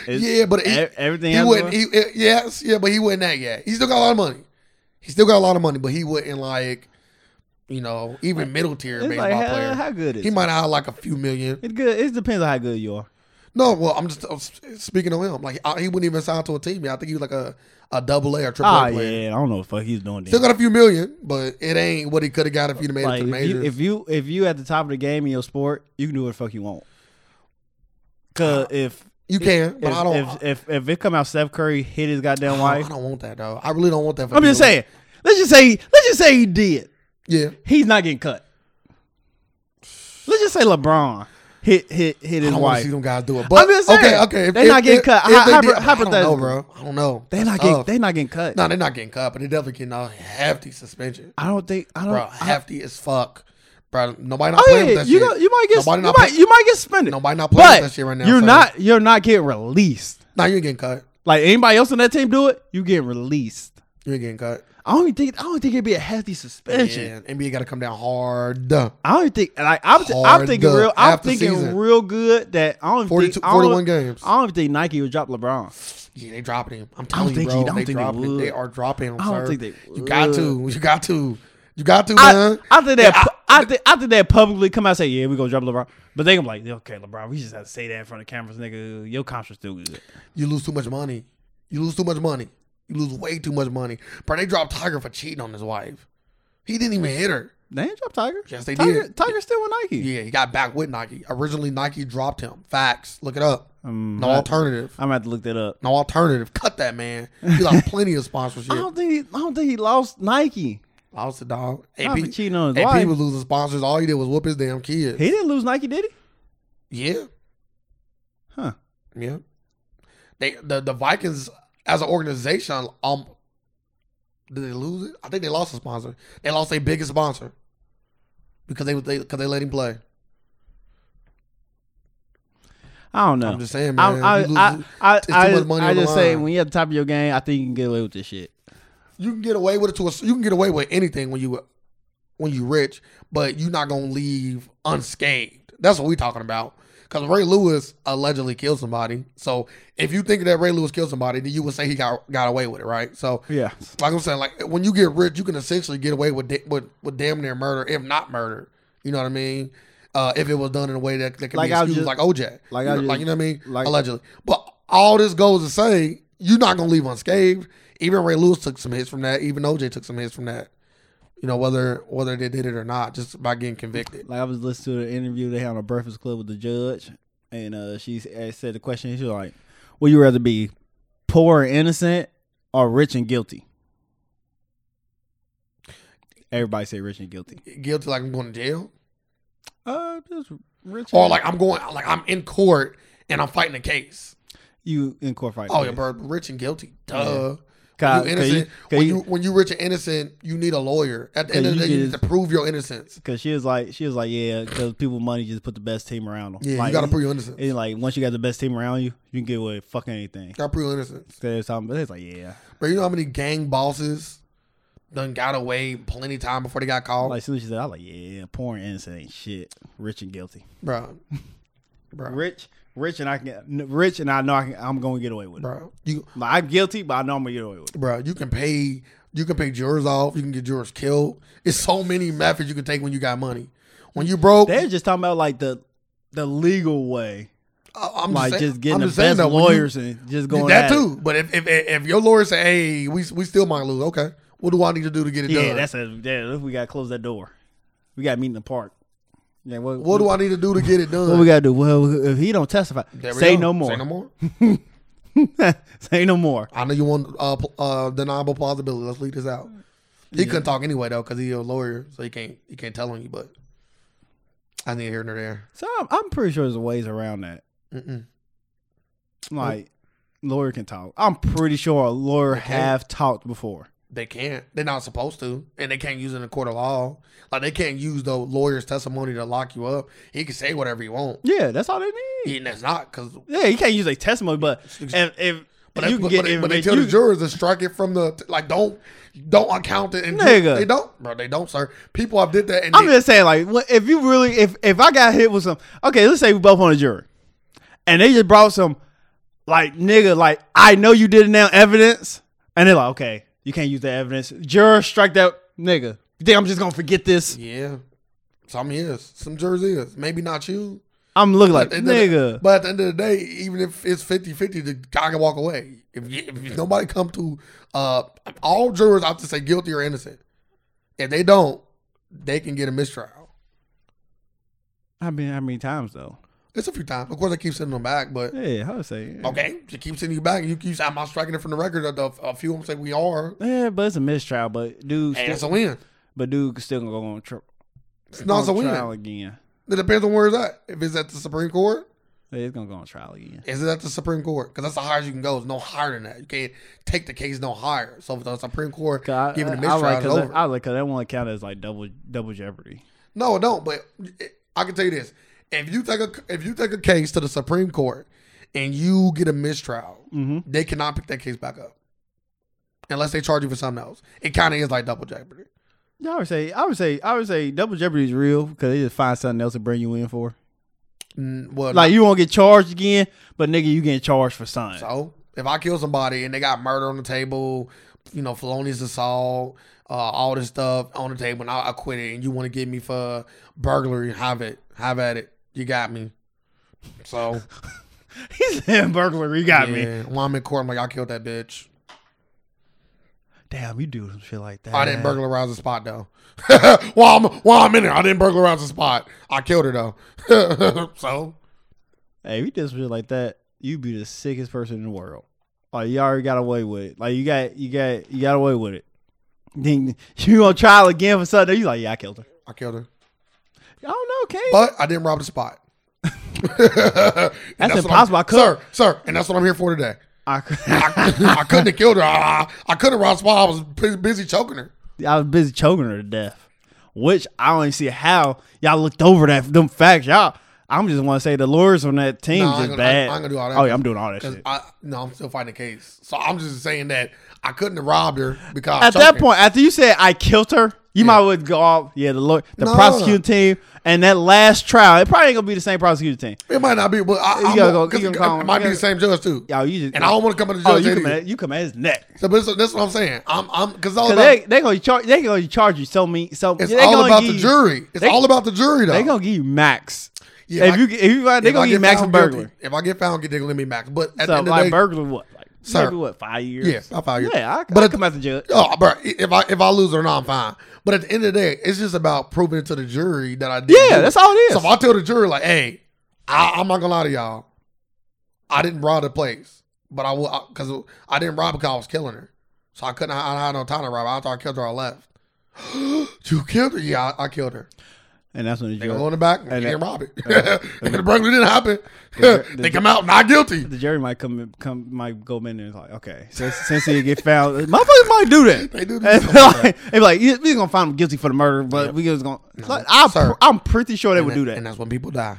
[SPEAKER 1] It's-
[SPEAKER 2] yeah, but he,
[SPEAKER 1] e- everything.
[SPEAKER 2] he
[SPEAKER 1] else
[SPEAKER 2] wouldn't.
[SPEAKER 1] was-
[SPEAKER 2] He, eh, yes, yeah, but he wouldn't that yet. He still got a lot of money. He still got a lot of money, but he wouldn't like, you know, even middle tier
[SPEAKER 1] it's
[SPEAKER 2] baseball
[SPEAKER 1] like how,
[SPEAKER 2] player.
[SPEAKER 1] how good is
[SPEAKER 2] he
[SPEAKER 1] it?
[SPEAKER 2] might have like a few million.
[SPEAKER 1] It's good. It depends on how good you are.
[SPEAKER 2] No, well, I'm just I'm s- speaking on him. Like I, he wouldn't even sign to a team. yet. I think he was like a a double A or triple
[SPEAKER 1] Ah,
[SPEAKER 2] A player.
[SPEAKER 1] yeah. I don't know what the fuck he's doing.
[SPEAKER 2] Still
[SPEAKER 1] Then.
[SPEAKER 2] got a few million, but it ain't what he could have got if he'd have made
[SPEAKER 1] Like
[SPEAKER 2] it to the
[SPEAKER 1] if you,
[SPEAKER 2] majors.
[SPEAKER 1] if you if you at the top of the game in your sport, you can do what the fuck you want. Cause if
[SPEAKER 2] you can, but
[SPEAKER 1] if,
[SPEAKER 2] I don't.
[SPEAKER 1] If, if if it come out Steph Curry hit his goddamn
[SPEAKER 2] I,
[SPEAKER 1] wife,
[SPEAKER 2] I don't want that though. I really don't want that. For
[SPEAKER 1] I'm just
[SPEAKER 2] people.
[SPEAKER 1] saying. Let's just say let's just say he did.
[SPEAKER 2] Yeah.
[SPEAKER 1] He's not getting cut. Let's just say LeBron hit hit hit
[SPEAKER 2] I
[SPEAKER 1] his
[SPEAKER 2] don't want to
[SPEAKER 1] wife.
[SPEAKER 2] see them guys do it. But
[SPEAKER 1] just
[SPEAKER 2] okay,
[SPEAKER 1] saying,
[SPEAKER 2] okay.
[SPEAKER 1] they not getting cut. Hy-
[SPEAKER 2] they
[SPEAKER 1] hyper-
[SPEAKER 2] did- I don't
[SPEAKER 1] hypothetical.
[SPEAKER 2] know, bro. I don't know.
[SPEAKER 1] They not getting
[SPEAKER 2] That's
[SPEAKER 1] they not getting cut.
[SPEAKER 2] No, they're not getting cut, but they're definitely getting a hefty suspension,
[SPEAKER 1] I don't think I don't.
[SPEAKER 2] bro.
[SPEAKER 1] I,
[SPEAKER 2] Hefty as fuck, bro. Nobody not
[SPEAKER 1] oh
[SPEAKER 2] playing
[SPEAKER 1] yeah,
[SPEAKER 2] with that
[SPEAKER 1] you
[SPEAKER 2] shit.
[SPEAKER 1] go, you might get
[SPEAKER 2] Nobody
[SPEAKER 1] you
[SPEAKER 2] not
[SPEAKER 1] might
[SPEAKER 2] play-
[SPEAKER 1] you might get suspended.
[SPEAKER 2] Nobody not playing
[SPEAKER 1] but
[SPEAKER 2] with that shit right now.
[SPEAKER 1] you're
[SPEAKER 2] so-
[SPEAKER 1] not you're not getting released.
[SPEAKER 2] Nah, you ain't getting cut.
[SPEAKER 1] Like anybody else on that team do it, you get released.
[SPEAKER 2] You ain't getting cut.
[SPEAKER 1] I don't even think I don't think it'd be a hefty suspension.
[SPEAKER 2] Yeah, NBA got to come down hard. Duh.
[SPEAKER 1] I don't think like I'm, th- I'm
[SPEAKER 2] Hard
[SPEAKER 1] thinking
[SPEAKER 2] duck
[SPEAKER 1] real I'm
[SPEAKER 2] after
[SPEAKER 1] thinking
[SPEAKER 2] season.
[SPEAKER 1] real good that I don't
[SPEAKER 2] 42
[SPEAKER 1] think I don't,
[SPEAKER 2] 41 games.
[SPEAKER 1] I don't think Nike would drop LeBron.
[SPEAKER 2] Yeah, they dropping him. I'm telling you,
[SPEAKER 1] think he-
[SPEAKER 2] bro.
[SPEAKER 1] I don't
[SPEAKER 2] they
[SPEAKER 1] think they
[SPEAKER 2] dropping him.
[SPEAKER 1] would.
[SPEAKER 2] They are dropping him.
[SPEAKER 1] I don't
[SPEAKER 2] sir.
[SPEAKER 1] think they
[SPEAKER 2] You got
[SPEAKER 1] would.
[SPEAKER 2] to. You got to. You got to,
[SPEAKER 1] I,
[SPEAKER 2] man.
[SPEAKER 1] I think
[SPEAKER 2] Yeah,
[SPEAKER 1] that pu- I think I think that publicly come out and say yeah we gonna drop LeBron, but they gonna be like okay LeBron we just have to say that in front of cameras nigga your contract's still good.
[SPEAKER 2] you lose too much money. You lose too much money. You lose way too much money. Bro, they dropped Tiger for cheating on his wife. He didn't even hit her.
[SPEAKER 1] They ain't drop Tiger.
[SPEAKER 2] Yes, they
[SPEAKER 1] Tiger,
[SPEAKER 2] did.
[SPEAKER 1] Tiger's still with Nike.
[SPEAKER 2] Yeah, he got back with Nike. Originally, Nike dropped him. Facts. Look it up.
[SPEAKER 1] Um,
[SPEAKER 2] no alternative.
[SPEAKER 1] I'm gonna have to look that up.
[SPEAKER 2] No alternative. Cut that man. He lost plenty of sponsorship.
[SPEAKER 1] I don't think he, I don't think he lost Nike.
[SPEAKER 2] Lost the dog.
[SPEAKER 1] Not
[SPEAKER 2] AP,
[SPEAKER 1] for cheating on his
[SPEAKER 2] AP
[SPEAKER 1] wife.
[SPEAKER 2] was losing sponsors. All he did was whoop his damn kid.
[SPEAKER 1] He didn't lose Nike, did he?
[SPEAKER 2] yeah.
[SPEAKER 1] Huh.
[SPEAKER 2] Yeah. They the, the Vikings as an organization, um did they lose it? I think they lost a sponsor. They lost their biggest sponsor. Because they they because they let him play.
[SPEAKER 1] I don't know.
[SPEAKER 2] I'm just saying,
[SPEAKER 1] I,
[SPEAKER 2] man.
[SPEAKER 1] I,
[SPEAKER 2] you, lose-
[SPEAKER 1] I, I,
[SPEAKER 2] too
[SPEAKER 1] I
[SPEAKER 2] much
[SPEAKER 1] just,
[SPEAKER 2] money
[SPEAKER 1] I
[SPEAKER 2] on the
[SPEAKER 1] just say
[SPEAKER 2] line.
[SPEAKER 1] when you're at the top of your game, I think you can get away with this shit.
[SPEAKER 2] you can get away with it to a, you can get away with anything when you when you rich, but you're not gonna leave unscathed. That's what we're talking about. Because Ray Lewis allegedly killed somebody. So if you think that Ray Lewis killed somebody, then you would say he got got away with it, right? So
[SPEAKER 1] Yeah.
[SPEAKER 2] like I'm saying, like when you get rich, you can essentially get away with da- with, with damn near murder, if not murder. You know what I mean? Uh, if it was done in a way that, that can
[SPEAKER 1] Like
[SPEAKER 2] be
[SPEAKER 1] I was
[SPEAKER 2] excused,
[SPEAKER 1] just-
[SPEAKER 2] like OJ,
[SPEAKER 1] like
[SPEAKER 2] you
[SPEAKER 1] I
[SPEAKER 2] know,
[SPEAKER 1] just-
[SPEAKER 2] like you know what I mean?
[SPEAKER 1] like-
[SPEAKER 2] Allegedly, but all this goes to say you're not gonna leave unscathed. Even Ray Lewis took some hits from that. Even OJ took some hits from that. You know whether whether they did it or not, just by getting convicted.
[SPEAKER 1] Like I was listening to the interview they had on the Breakfast Club with the judge, and uh, she s- asked- said the question. She was like, "Would you rather be poor and innocent or rich and guilty?" Everybody say rich and guilty.
[SPEAKER 2] Guilty, like I'm going to jail,
[SPEAKER 1] Uh, just rich.
[SPEAKER 2] or
[SPEAKER 1] and-
[SPEAKER 2] like I'm going, like I'm in court and I'm fighting a case.
[SPEAKER 1] you in court fight.
[SPEAKER 2] Oh yeah, bro, rich and guilty, duh.
[SPEAKER 1] Cause, 'cause
[SPEAKER 2] you
[SPEAKER 1] you-
[SPEAKER 2] innocent.
[SPEAKER 1] 'cause
[SPEAKER 2] when
[SPEAKER 1] you-
[SPEAKER 2] you when you rich and innocent, you need a lawyer. At the end of
[SPEAKER 1] you
[SPEAKER 2] the day, you
[SPEAKER 1] get-
[SPEAKER 2] need to prove your innocence.
[SPEAKER 1] Cause she was like, she was like, yeah, cause people money just put the best team around them.
[SPEAKER 2] Yeah,
[SPEAKER 1] like,
[SPEAKER 2] you gotta prove your innocence.
[SPEAKER 1] And like once you got the best team around you, you can get away with fucking anything.
[SPEAKER 2] gotta prove your innocence.
[SPEAKER 1] They was talking, but it's like, yeah,
[SPEAKER 2] But you know how many gang bosses done got away plenty time before they got called,
[SPEAKER 1] like as soon as she said, I was like, yeah, poor and innocent ain't shit, rich and guilty,
[SPEAKER 2] bro. Bro,
[SPEAKER 1] rich, rich and I can, rich and I know I can, I'm gonna get away with it.
[SPEAKER 2] bro, you,
[SPEAKER 1] Like I'm guilty, but I know I'm gonna get away with it.
[SPEAKER 2] bro, you can pay, you can pay jurors off. You can get jurors killed. It's so many methods you can take when you got money. When you broke,
[SPEAKER 1] They're just talking about like the the legal way,
[SPEAKER 2] I- I'm
[SPEAKER 1] like
[SPEAKER 2] just, saying-
[SPEAKER 1] just getting
[SPEAKER 2] I'm
[SPEAKER 1] the
[SPEAKER 2] just
[SPEAKER 1] best
[SPEAKER 2] saying though, when you-
[SPEAKER 1] lawyers and just going
[SPEAKER 2] That
[SPEAKER 1] at it.
[SPEAKER 2] too. But if, if if your lawyer say, "Hey, we we still might lose," okay, what do I need to do to get it
[SPEAKER 1] Yeah,
[SPEAKER 2] done?
[SPEAKER 1] that's a yeah. We gotta close that door. We gotta meet in the park. Yeah, what,
[SPEAKER 2] What do I need to do to get it done?
[SPEAKER 1] What we gotta do? Well, if he don't testify,
[SPEAKER 2] There we
[SPEAKER 1] say
[SPEAKER 2] go.
[SPEAKER 1] no more.
[SPEAKER 2] Say no more.
[SPEAKER 1] say no more.
[SPEAKER 2] I know you want uh, pl- uh, deniable plausibility. Let's leave this out. He couldn't talk anyway though, because he's a lawyer, so he can't he can't tell on you. But I need here nor there.
[SPEAKER 1] So I'm, I'm pretty sure there's ways around that.
[SPEAKER 2] Mm-mm.
[SPEAKER 1] Like lawyer can talk. I'm pretty sure a lawyer have talked before.
[SPEAKER 2] They can't. They're not supposed to, and they can't use it in a court of law. Like they can't use the lawyer's testimony to lock you up. He can say whatever he wants,
[SPEAKER 1] Yeah, that's all they need.
[SPEAKER 2] and that's not because.
[SPEAKER 1] Yeah, you can't use a testimony, but if, if you
[SPEAKER 2] But, they,
[SPEAKER 1] can
[SPEAKER 2] but,
[SPEAKER 1] get
[SPEAKER 2] but they, but they
[SPEAKER 1] information-
[SPEAKER 2] tell
[SPEAKER 1] you-
[SPEAKER 2] the jurors to strike it from the like. Don't don't account it. And
[SPEAKER 1] Nigga.
[SPEAKER 2] they don't, bro. They don't, sir. People have did that. And
[SPEAKER 1] I'm
[SPEAKER 2] they-
[SPEAKER 1] just saying, like, what, if you really, if if I got hit with some, okay, let's say we both on a jury, and they just brought some, like, nigga, like, I know you did it now evidence, and they're like, okay, you can't use that evidence. Juror, strike that nigga. You think I'm just gonna forget this?
[SPEAKER 2] Yeah. Some is. Some jurors is. Maybe not you.
[SPEAKER 1] I'm looking like
[SPEAKER 2] At the end of the-
[SPEAKER 1] nigga.
[SPEAKER 2] but at the end of the day, even if it's 50-50, the guy can walk away. If, you, if nobody come to uh, all jurors have to say guilty or innocent. If they don't, they can get a mistrial.
[SPEAKER 1] I mean, how many times though?
[SPEAKER 2] It's a few times. Of course, I keep sending them back, but
[SPEAKER 1] Yeah, I would say. Yeah.
[SPEAKER 2] okay, they keep sending you back, and you keep saying, "I'm not striking it from the record." A, a few of them say we are,
[SPEAKER 1] Yeah, but it's a mistrial. But dude,
[SPEAKER 2] and it's a
[SPEAKER 1] still,
[SPEAKER 2] win.
[SPEAKER 1] but dude still gonna go on, tri-
[SPEAKER 2] It's not
[SPEAKER 1] on
[SPEAKER 2] a
[SPEAKER 1] trial
[SPEAKER 2] win.
[SPEAKER 1] again.
[SPEAKER 2] It depends on where it's at. If it's at the Supreme Court,
[SPEAKER 1] Yeah, It's gonna go on trial again.
[SPEAKER 2] Is it at the Supreme Court? Because that's the highest you can go. It's no higher than that. You can't take the case no higher. So if the Supreme Court
[SPEAKER 1] God,
[SPEAKER 2] giving a
[SPEAKER 1] I
[SPEAKER 2] mistrial,
[SPEAKER 1] like
[SPEAKER 2] it's
[SPEAKER 1] because
[SPEAKER 2] over.
[SPEAKER 1] I, like because that one count as like double double jeopardy.
[SPEAKER 2] no, it don't. But it- I can tell you this: if you take a if you take a case to the Supreme Court and you get a mistrial,
[SPEAKER 1] Mhm.
[SPEAKER 2] they cannot pick that case back up unless they charge you for something else. It kind of is like double jeopardy.
[SPEAKER 1] Yeah, I would say, I would say, I would say, double jeopardy is real because they just find something else to bring you in for.
[SPEAKER 2] Mm, Well,
[SPEAKER 1] Like you won't get charged again, but nigga, you getting charged for something.
[SPEAKER 2] So if I kill somebody and they got murder on the table, you know, felonious assault, uh, all this stuff on the table, and I, I quit it, and you want to get me for burglary, have it, have at it. You got me. So
[SPEAKER 1] He's in burglary. You got me.
[SPEAKER 2] yeah, when I'm in court, I'm like, I killed that bitch.
[SPEAKER 1] Damn, you do some shit like that.
[SPEAKER 2] I didn't burglarize the spot though. while I'm while I'm in there, I didn't burglarize the spot. I killed her though. so
[SPEAKER 1] Hey, if you did some shit like that, you'd be the sickest person in the world. Like you already got away with it. Like you got, you got, you got away with it. Then you on trial again for something. You like, yeah, I killed her.
[SPEAKER 2] I killed her,
[SPEAKER 1] I don't know, Kane.
[SPEAKER 2] but I didn't rob the spot. that's,
[SPEAKER 1] impossible. I could-
[SPEAKER 2] sir, sir, and that's what I'm here for today.
[SPEAKER 1] I,
[SPEAKER 2] I, I couldn't have killed her. I, I, I couldn't have robbed her while I was bu- busy choking her.
[SPEAKER 1] I was busy choking her to death, which I don't even see how y'all looked over that them facts. Y'all, I'm just want to say the lawyers on that team
[SPEAKER 2] No, I ain't
[SPEAKER 1] just
[SPEAKER 2] gonna-
[SPEAKER 1] bad.
[SPEAKER 2] I ain't gonna do all that.
[SPEAKER 1] Oh yeah, I'm doing all that
[SPEAKER 2] 'Cause
[SPEAKER 1] shit.
[SPEAKER 2] I, no, I'm still fighting the case. So I'm just saying that I couldn't have robbed her because I
[SPEAKER 1] At
[SPEAKER 2] choked
[SPEAKER 1] that
[SPEAKER 2] her.
[SPEAKER 1] point, after you said I killed her, You might would go off. Yeah, the lawyer, the
[SPEAKER 2] No.
[SPEAKER 1] prosecuting team, and that last trial. It probably ain't gonna be the same prosecuting team.
[SPEAKER 2] It might not be, but I,
[SPEAKER 1] You gotta
[SPEAKER 2] I'm gonna,
[SPEAKER 1] go-
[SPEAKER 2] 'cause
[SPEAKER 1] you
[SPEAKER 2] it,
[SPEAKER 1] gotta go-
[SPEAKER 2] it might
[SPEAKER 1] you
[SPEAKER 2] be the same judge too.
[SPEAKER 1] Yo, you just
[SPEAKER 2] And I don't want to come to the
[SPEAKER 1] Oh,
[SPEAKER 2] judge.
[SPEAKER 1] you
[SPEAKER 2] either.
[SPEAKER 1] come at you come at his neck.
[SPEAKER 2] So, but that's, that's what I'm saying. I'm, I'm, because all
[SPEAKER 1] 'Cause
[SPEAKER 2] about,
[SPEAKER 1] they they gonna charge they gonna charge you so many so
[SPEAKER 2] it's
[SPEAKER 1] they
[SPEAKER 2] all
[SPEAKER 1] gonna
[SPEAKER 2] about
[SPEAKER 1] give
[SPEAKER 2] the
[SPEAKER 1] you-
[SPEAKER 2] jury. It's
[SPEAKER 1] they-
[SPEAKER 2] all about the jury, though.
[SPEAKER 1] They gonna give you max.
[SPEAKER 2] Yeah,
[SPEAKER 1] if
[SPEAKER 2] I-
[SPEAKER 1] you get- if you they
[SPEAKER 2] If I
[SPEAKER 1] gonna give you
[SPEAKER 2] get
[SPEAKER 1] max for
[SPEAKER 2] found
[SPEAKER 1] burglary.
[SPEAKER 2] guilty- If I get found, guilty, they're gonna be max. But at the
[SPEAKER 1] So
[SPEAKER 2] end of
[SPEAKER 1] like
[SPEAKER 2] the day,
[SPEAKER 1] burglar what like
[SPEAKER 2] Sir.
[SPEAKER 1] maybe what five years?
[SPEAKER 2] yeah, I'll find you.
[SPEAKER 1] Yeah, I,
[SPEAKER 2] But
[SPEAKER 1] I
[SPEAKER 2] at-
[SPEAKER 1] come at the judge.
[SPEAKER 2] Oh, bro, if I if I lose or not, I'm fine. But at the end of the day, it's just about proving it to the jury that I did.
[SPEAKER 1] Yeah, that's all it is.
[SPEAKER 2] So if I tell the jury like, "Hey, I, I'm not gonna lie to y'all, I didn't rob the place, but I will because I, didn't rob because I was killing her, so I couldn't. I, I had no time to rob. her. I thought I killed her. I left. you killed her? Yeah, I, I killed her.
[SPEAKER 1] and that's when the
[SPEAKER 2] They go
[SPEAKER 1] jury,
[SPEAKER 2] in the back and,
[SPEAKER 1] And
[SPEAKER 2] can't
[SPEAKER 1] that-
[SPEAKER 2] rob it.
[SPEAKER 1] and-
[SPEAKER 2] the burglary didn't happen.
[SPEAKER 1] The ju-
[SPEAKER 2] they come out not guilty.
[SPEAKER 1] the jury might come come might go in there and it's like okay since since he get found motherfuckers might do that.
[SPEAKER 2] They do
[SPEAKER 1] And
[SPEAKER 2] this.
[SPEAKER 1] be like, they be like, "Yeah, we gonna find him guilty for the murder, but we just gonna. It's like, I'm,
[SPEAKER 2] Sir.
[SPEAKER 1] pr- I'm pretty sure they would
[SPEAKER 2] and
[SPEAKER 1] do
[SPEAKER 2] that-
[SPEAKER 1] that.
[SPEAKER 2] And that's when people die.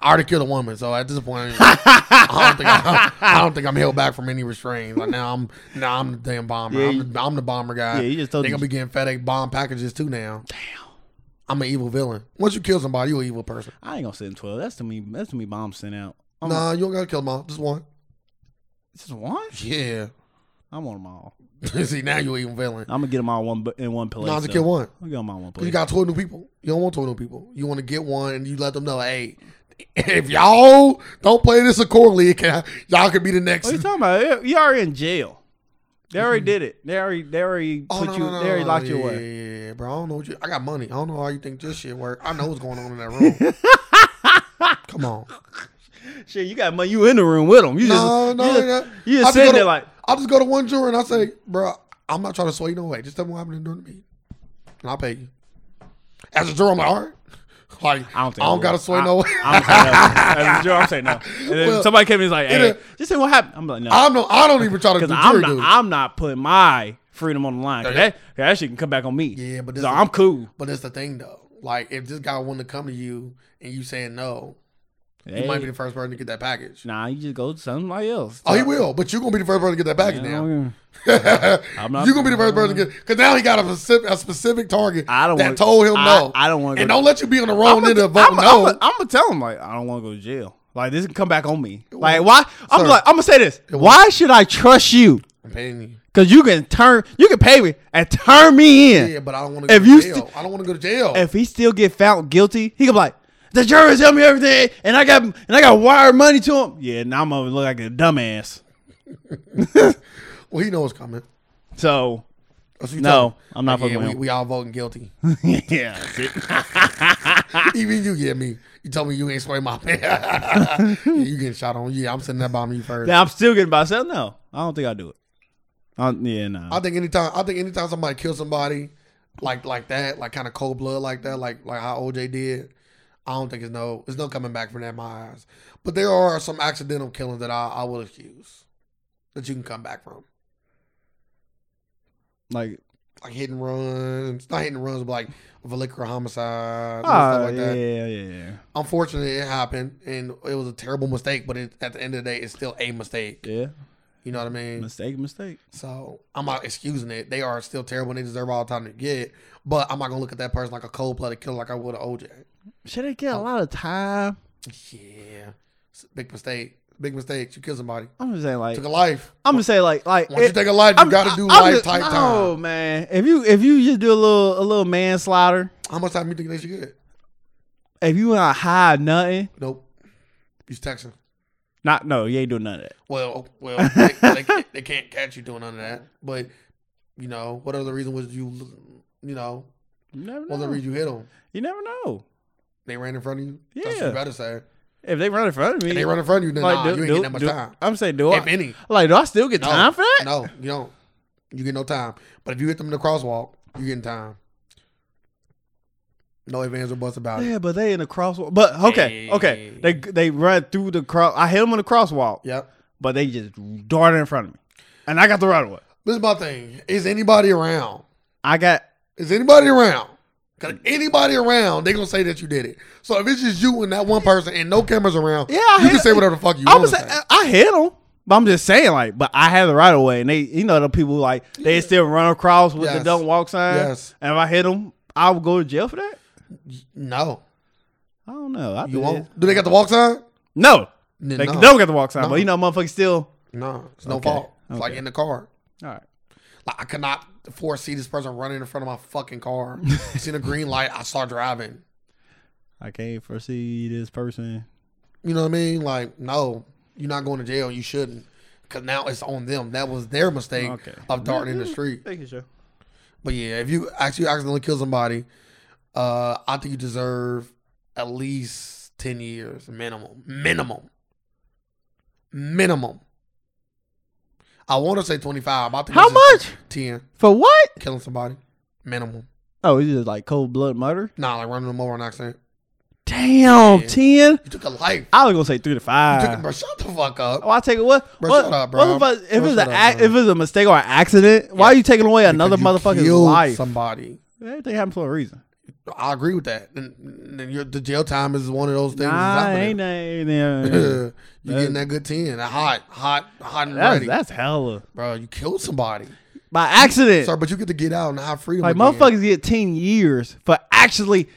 [SPEAKER 2] I already killed a woman, so at this point, I don't think I, I don't think I'm held back from any restraints. Like now I'm now I'm the damn bomber.
[SPEAKER 1] Yeah, you-
[SPEAKER 2] I'm, the, I'm the bomber guy.
[SPEAKER 1] Yeah, you just told
[SPEAKER 2] they gonna
[SPEAKER 1] you-
[SPEAKER 2] be getting FedEx bomb packages too now. Damn, I'm an evil villain. Once you kill somebody, you're an evil person.
[SPEAKER 1] I ain't gonna send twelve. That's to me. That's to me. Bombs sent out. I'm
[SPEAKER 2] nah, you don't gotta kill them all. Just one.
[SPEAKER 1] just one.
[SPEAKER 2] Yeah.
[SPEAKER 1] I want them all.
[SPEAKER 2] See, now you're an evil villain.
[SPEAKER 1] I'm gonna get them all one bu- in one place.
[SPEAKER 2] Nah, just
[SPEAKER 1] though.
[SPEAKER 2] kill one.
[SPEAKER 1] I'm gonna get them all in one
[SPEAKER 2] You
[SPEAKER 1] place.
[SPEAKER 2] got 12 new people. You don't want 12 new people. You want to get one and you let them know, hey, if y'all don't play this accordingly, it can, y'all could be the next.
[SPEAKER 1] what are you talking about? You already in jail. They already did it. They already they already
[SPEAKER 2] Mm-hmm. Oh,
[SPEAKER 1] put
[SPEAKER 2] no,
[SPEAKER 1] you.
[SPEAKER 2] no, no,
[SPEAKER 1] they already
[SPEAKER 2] no,
[SPEAKER 1] locked you
[SPEAKER 2] yeah,
[SPEAKER 1] away.
[SPEAKER 2] Yeah, yeah, bro. I don't know what you. I got money. I don't know how you think this shit work. I know what's going on in that room. Come on.
[SPEAKER 1] Shit, you got money. You in the room with them. You just
[SPEAKER 2] No, no,
[SPEAKER 1] you just,
[SPEAKER 2] no.
[SPEAKER 1] You
[SPEAKER 2] I
[SPEAKER 1] just
[SPEAKER 2] just go
[SPEAKER 1] sitting
[SPEAKER 2] to-
[SPEAKER 1] there like
[SPEAKER 2] I'll just go to one juror and I'll say, bro, I'm not trying to sway you no way. Just tell me what happened during the meeting. And I'll pay you. As a juror, I'm like, all right. Like,
[SPEAKER 1] I don't think
[SPEAKER 2] I
[SPEAKER 1] I
[SPEAKER 2] don't
[SPEAKER 1] would.
[SPEAKER 2] got to sway
[SPEAKER 1] I-
[SPEAKER 2] no way.
[SPEAKER 1] I'm saying no. As a juror, I'm saying no. And then
[SPEAKER 2] Well,
[SPEAKER 1] somebody came in and was like,
[SPEAKER 2] it
[SPEAKER 1] "Hey,
[SPEAKER 2] is-
[SPEAKER 1] just say what happened." I'm like, "No."
[SPEAKER 2] I'm no, I don't even try to do
[SPEAKER 1] Because
[SPEAKER 2] jury
[SPEAKER 1] I'm not,
[SPEAKER 2] duty.
[SPEAKER 1] I'm not putting my freedom on the line. 'Cause
[SPEAKER 2] Yeah.
[SPEAKER 1] That, 'cause that shit can come back on me.
[SPEAKER 2] Yeah, but this
[SPEAKER 1] so
[SPEAKER 2] is-
[SPEAKER 1] I'm cool.
[SPEAKER 2] But that's the thing though. Like if this guy wanted to come to you and you saying no, you
[SPEAKER 1] Hey,
[SPEAKER 2] might be the first person to get that package.
[SPEAKER 1] nah, you just go to somebody else.
[SPEAKER 2] Oh, he will, but you're gonna be the first person to get that package
[SPEAKER 1] I
[SPEAKER 2] now.
[SPEAKER 1] don't- I'm not-
[SPEAKER 2] you're gonna be the first person to get because now he got a specific, a specific target
[SPEAKER 1] I don't
[SPEAKER 2] that
[SPEAKER 1] wanna-
[SPEAKER 2] told him
[SPEAKER 1] I-
[SPEAKER 2] no.
[SPEAKER 1] I don't wanna
[SPEAKER 2] and
[SPEAKER 1] go-
[SPEAKER 2] don't let you be on the wrong end of voting Oh, no.
[SPEAKER 1] I'm gonna tell him like I don't want to go to jail. Like this can come back on me. Like why? I'm
[SPEAKER 2] Sir.
[SPEAKER 1] like I'm gonna say this. Why should I trust you?
[SPEAKER 2] I'm paying you.
[SPEAKER 1] Because you can turn, you can pay me and turn me in.
[SPEAKER 2] Yeah, but I don't want to go
[SPEAKER 1] If
[SPEAKER 2] to
[SPEAKER 1] you
[SPEAKER 2] jail.
[SPEAKER 1] st-
[SPEAKER 2] I don't want to go to jail.
[SPEAKER 1] if he still get found guilty, he could be like, the jury tell me everything, and I got and I got wired money to him. Yeah, now I'm gonna look like a dumbass.
[SPEAKER 2] well, he knows it's coming.
[SPEAKER 1] So
[SPEAKER 2] That's what you
[SPEAKER 1] No,
[SPEAKER 2] tell him.
[SPEAKER 1] I'm not
[SPEAKER 2] Like,
[SPEAKER 1] fucking
[SPEAKER 2] yeah,
[SPEAKER 1] with
[SPEAKER 2] we,
[SPEAKER 1] him.
[SPEAKER 2] we all voting guilty.
[SPEAKER 1] yeah, that's it.
[SPEAKER 2] Even you get me. You told me you ain't sway my man. yeah, you getting shot on. Yeah, I'm sitting there by me first.
[SPEAKER 1] now I'm still getting myself. No, I don't think I do it. I don't- yeah, no.
[SPEAKER 2] I think anytime I think anytime somebody kills somebody like like that, like kind of cold blood like that, like like how OJ did, I don't think it's no it's no coming back from that in my eyes. But there are some accidental killings that I, I will accuse that you can come back from.
[SPEAKER 1] like,
[SPEAKER 2] Like hit and runs, not hit and runs, but like vehicular homicides and stuff
[SPEAKER 1] ah,
[SPEAKER 2] like
[SPEAKER 1] yeah,
[SPEAKER 2] that.
[SPEAKER 1] yeah, yeah,
[SPEAKER 2] Unfortunately, it happened, and it was a terrible mistake. But it, at the end of the day, it's still a mistake.
[SPEAKER 1] yeah.
[SPEAKER 2] You know what I mean?
[SPEAKER 1] Mistake, mistake.
[SPEAKER 2] So I'm not excusing it. They are still terrible and they deserve all the time to get. But I'm not gonna look at that person like a cold blooded killer like I would an OJ.
[SPEAKER 1] Should they get a lot of time?
[SPEAKER 2] Yeah. It's a big mistake. Big mistake. You kill somebody.
[SPEAKER 1] I'm just saying, like,
[SPEAKER 2] Took a life.
[SPEAKER 1] I'm just saying, like, like.
[SPEAKER 2] Once you
[SPEAKER 1] it-
[SPEAKER 2] take a life, you
[SPEAKER 1] I'm-
[SPEAKER 2] gotta do
[SPEAKER 1] I'm
[SPEAKER 2] life
[SPEAKER 1] just-
[SPEAKER 2] type
[SPEAKER 1] No,
[SPEAKER 2] time.
[SPEAKER 1] man. If you if you just do a little a little manslaughter,
[SPEAKER 2] How much time you think they should get?
[SPEAKER 1] if you not hide nothing,
[SPEAKER 2] Nope. He's texting.
[SPEAKER 1] not no, you ain't doing none of that.
[SPEAKER 2] Well oh, well they, they, can't, they can't catch you doing none of that. But you know, what other reason was you you know,
[SPEAKER 1] You never
[SPEAKER 2] what other
[SPEAKER 1] know.
[SPEAKER 2] reason you hit them?
[SPEAKER 1] You never know.
[SPEAKER 2] They ran in front of you? That's what
[SPEAKER 1] Yeah.
[SPEAKER 2] you better say.
[SPEAKER 1] If they run in front of me,
[SPEAKER 2] If they run in front of you, then
[SPEAKER 1] like,
[SPEAKER 2] nah,
[SPEAKER 1] do,
[SPEAKER 2] you ain't
[SPEAKER 1] do-
[SPEAKER 2] getting that much
[SPEAKER 1] do-
[SPEAKER 2] time.
[SPEAKER 1] I'm saying, do
[SPEAKER 2] If
[SPEAKER 1] I?
[SPEAKER 2] any.
[SPEAKER 1] Like, do I still get
[SPEAKER 2] No.
[SPEAKER 1] time for that?
[SPEAKER 2] No, you don't. You get no time. But if you hit them in the crosswalk, you getting time. No ifs, ands, or buts about it.
[SPEAKER 1] Yeah, but they in the crosswalk. But okay, okay,
[SPEAKER 2] Hey.
[SPEAKER 1] they they run through the cross. I hit them in the crosswalk,
[SPEAKER 2] Yep.
[SPEAKER 1] but they just darted in front of me, and I got the right away.
[SPEAKER 2] This is my thing. Is anybody around?
[SPEAKER 1] I got
[SPEAKER 2] Is anybody around? Cause anybody around, they gonna say that you did it. So if it's just you and that one person and no cameras around,
[SPEAKER 1] Yeah, I
[SPEAKER 2] you can
[SPEAKER 1] hit-
[SPEAKER 2] say whatever the fuck you
[SPEAKER 1] I
[SPEAKER 2] want
[SPEAKER 1] was uh,
[SPEAKER 2] to say.
[SPEAKER 1] I hit him. But I'm just saying, like, but I have the right of way, and they, you know, the people like they still run across with the
[SPEAKER 2] Yes.
[SPEAKER 1] don't walk sign.
[SPEAKER 2] Yes.
[SPEAKER 1] And if I hit them, I would go to jail for that.
[SPEAKER 2] No,
[SPEAKER 1] I don't know. I
[SPEAKER 2] you
[SPEAKER 1] did.
[SPEAKER 2] won't. Do they got the walk sign?
[SPEAKER 1] No,
[SPEAKER 2] N-
[SPEAKER 1] they
[SPEAKER 2] no,
[SPEAKER 1] don't get the walk sign,
[SPEAKER 2] No.
[SPEAKER 1] but you know, motherfuckers still.
[SPEAKER 2] no, it's no
[SPEAKER 1] Okay.
[SPEAKER 2] fault. It's like
[SPEAKER 1] Okay.
[SPEAKER 2] in the car.
[SPEAKER 1] All right.
[SPEAKER 2] Like I could not foresee this person running in front of my fucking car. Seen a green light, I start driving.
[SPEAKER 1] I can't foresee this person.
[SPEAKER 2] You know what I mean? Like, no, you're not going to jail. You shouldn't. Because now it's on them. That was their mistake
[SPEAKER 1] Okay.
[SPEAKER 2] of darting in the street.
[SPEAKER 1] Thank you, sir.
[SPEAKER 2] But yeah, if you actually accidentally kill somebody, uh, I think you deserve at least 10 years minimum. Minimum. Minimum. I want to say 25. but I think
[SPEAKER 1] How
[SPEAKER 2] it's
[SPEAKER 1] much
[SPEAKER 2] just 10.
[SPEAKER 1] for what?
[SPEAKER 2] Killing somebody. Minimum.
[SPEAKER 1] Oh, it's just like cold blood murder.
[SPEAKER 2] Nah, like running them over on accident.
[SPEAKER 1] Damn,
[SPEAKER 2] Yeah.
[SPEAKER 1] ten.
[SPEAKER 2] You took a life.
[SPEAKER 1] I was gonna say three to
[SPEAKER 2] You took
[SPEAKER 1] five.
[SPEAKER 2] a, bro, shut the fuck up.
[SPEAKER 1] Ah. Oh, I take it. What?
[SPEAKER 2] Bro,
[SPEAKER 1] what,
[SPEAKER 2] shut up,
[SPEAKER 1] what
[SPEAKER 2] bro.
[SPEAKER 1] the fuck- if
[SPEAKER 2] Bro,
[SPEAKER 1] it's
[SPEAKER 2] shut
[SPEAKER 1] an
[SPEAKER 2] up,
[SPEAKER 1] ac-
[SPEAKER 2] bro.
[SPEAKER 1] if it's a mistake or an accident, why are you taking away another
[SPEAKER 2] Because you
[SPEAKER 1] motherfucker's
[SPEAKER 2] killed
[SPEAKER 1] life?
[SPEAKER 2] Somebody.
[SPEAKER 1] Everything happens for a reason.
[SPEAKER 2] I agree with that. And, and your, the jail time is one of those things.
[SPEAKER 1] Nah,
[SPEAKER 2] that's
[SPEAKER 1] ain't
[SPEAKER 2] happening.
[SPEAKER 1] that. ain't that-
[SPEAKER 2] you getting that good ten, that hot, hot, hot and
[SPEAKER 1] that's
[SPEAKER 2] ready,
[SPEAKER 1] that's hella
[SPEAKER 2] bro. You killed somebody,
[SPEAKER 1] by accident.
[SPEAKER 2] sir. But you get to get out and have freedom,
[SPEAKER 1] like
[SPEAKER 2] again.
[SPEAKER 1] motherfuckers get ten years for actually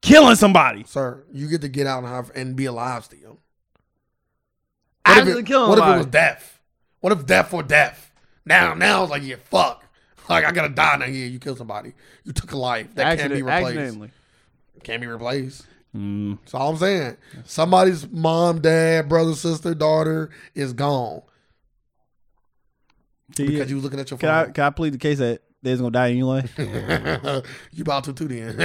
[SPEAKER 1] killing somebody.
[SPEAKER 2] sir. You get to get out and have and be alive still. What if
[SPEAKER 1] Actually
[SPEAKER 2] it,
[SPEAKER 1] killing
[SPEAKER 2] what if it
[SPEAKER 1] somebody.
[SPEAKER 2] was death? What if death for death? Now, now it's like yeah, fuck. Like I gotta die now. Yeah, you killed somebody. You took a life that
[SPEAKER 1] Accident-
[SPEAKER 2] can't be replaced.
[SPEAKER 1] accidentally.
[SPEAKER 2] Can't be replaced.
[SPEAKER 1] Mm,
[SPEAKER 2] That's all I'm saying. Somebody's mom, dad, brother, sister, daughter is gone
[SPEAKER 1] Can you-
[SPEAKER 2] because you was looking at your
[SPEAKER 1] can I
[SPEAKER 2] phone.
[SPEAKER 1] can I plead the case that they was gonna die anyway?
[SPEAKER 2] you about to too then.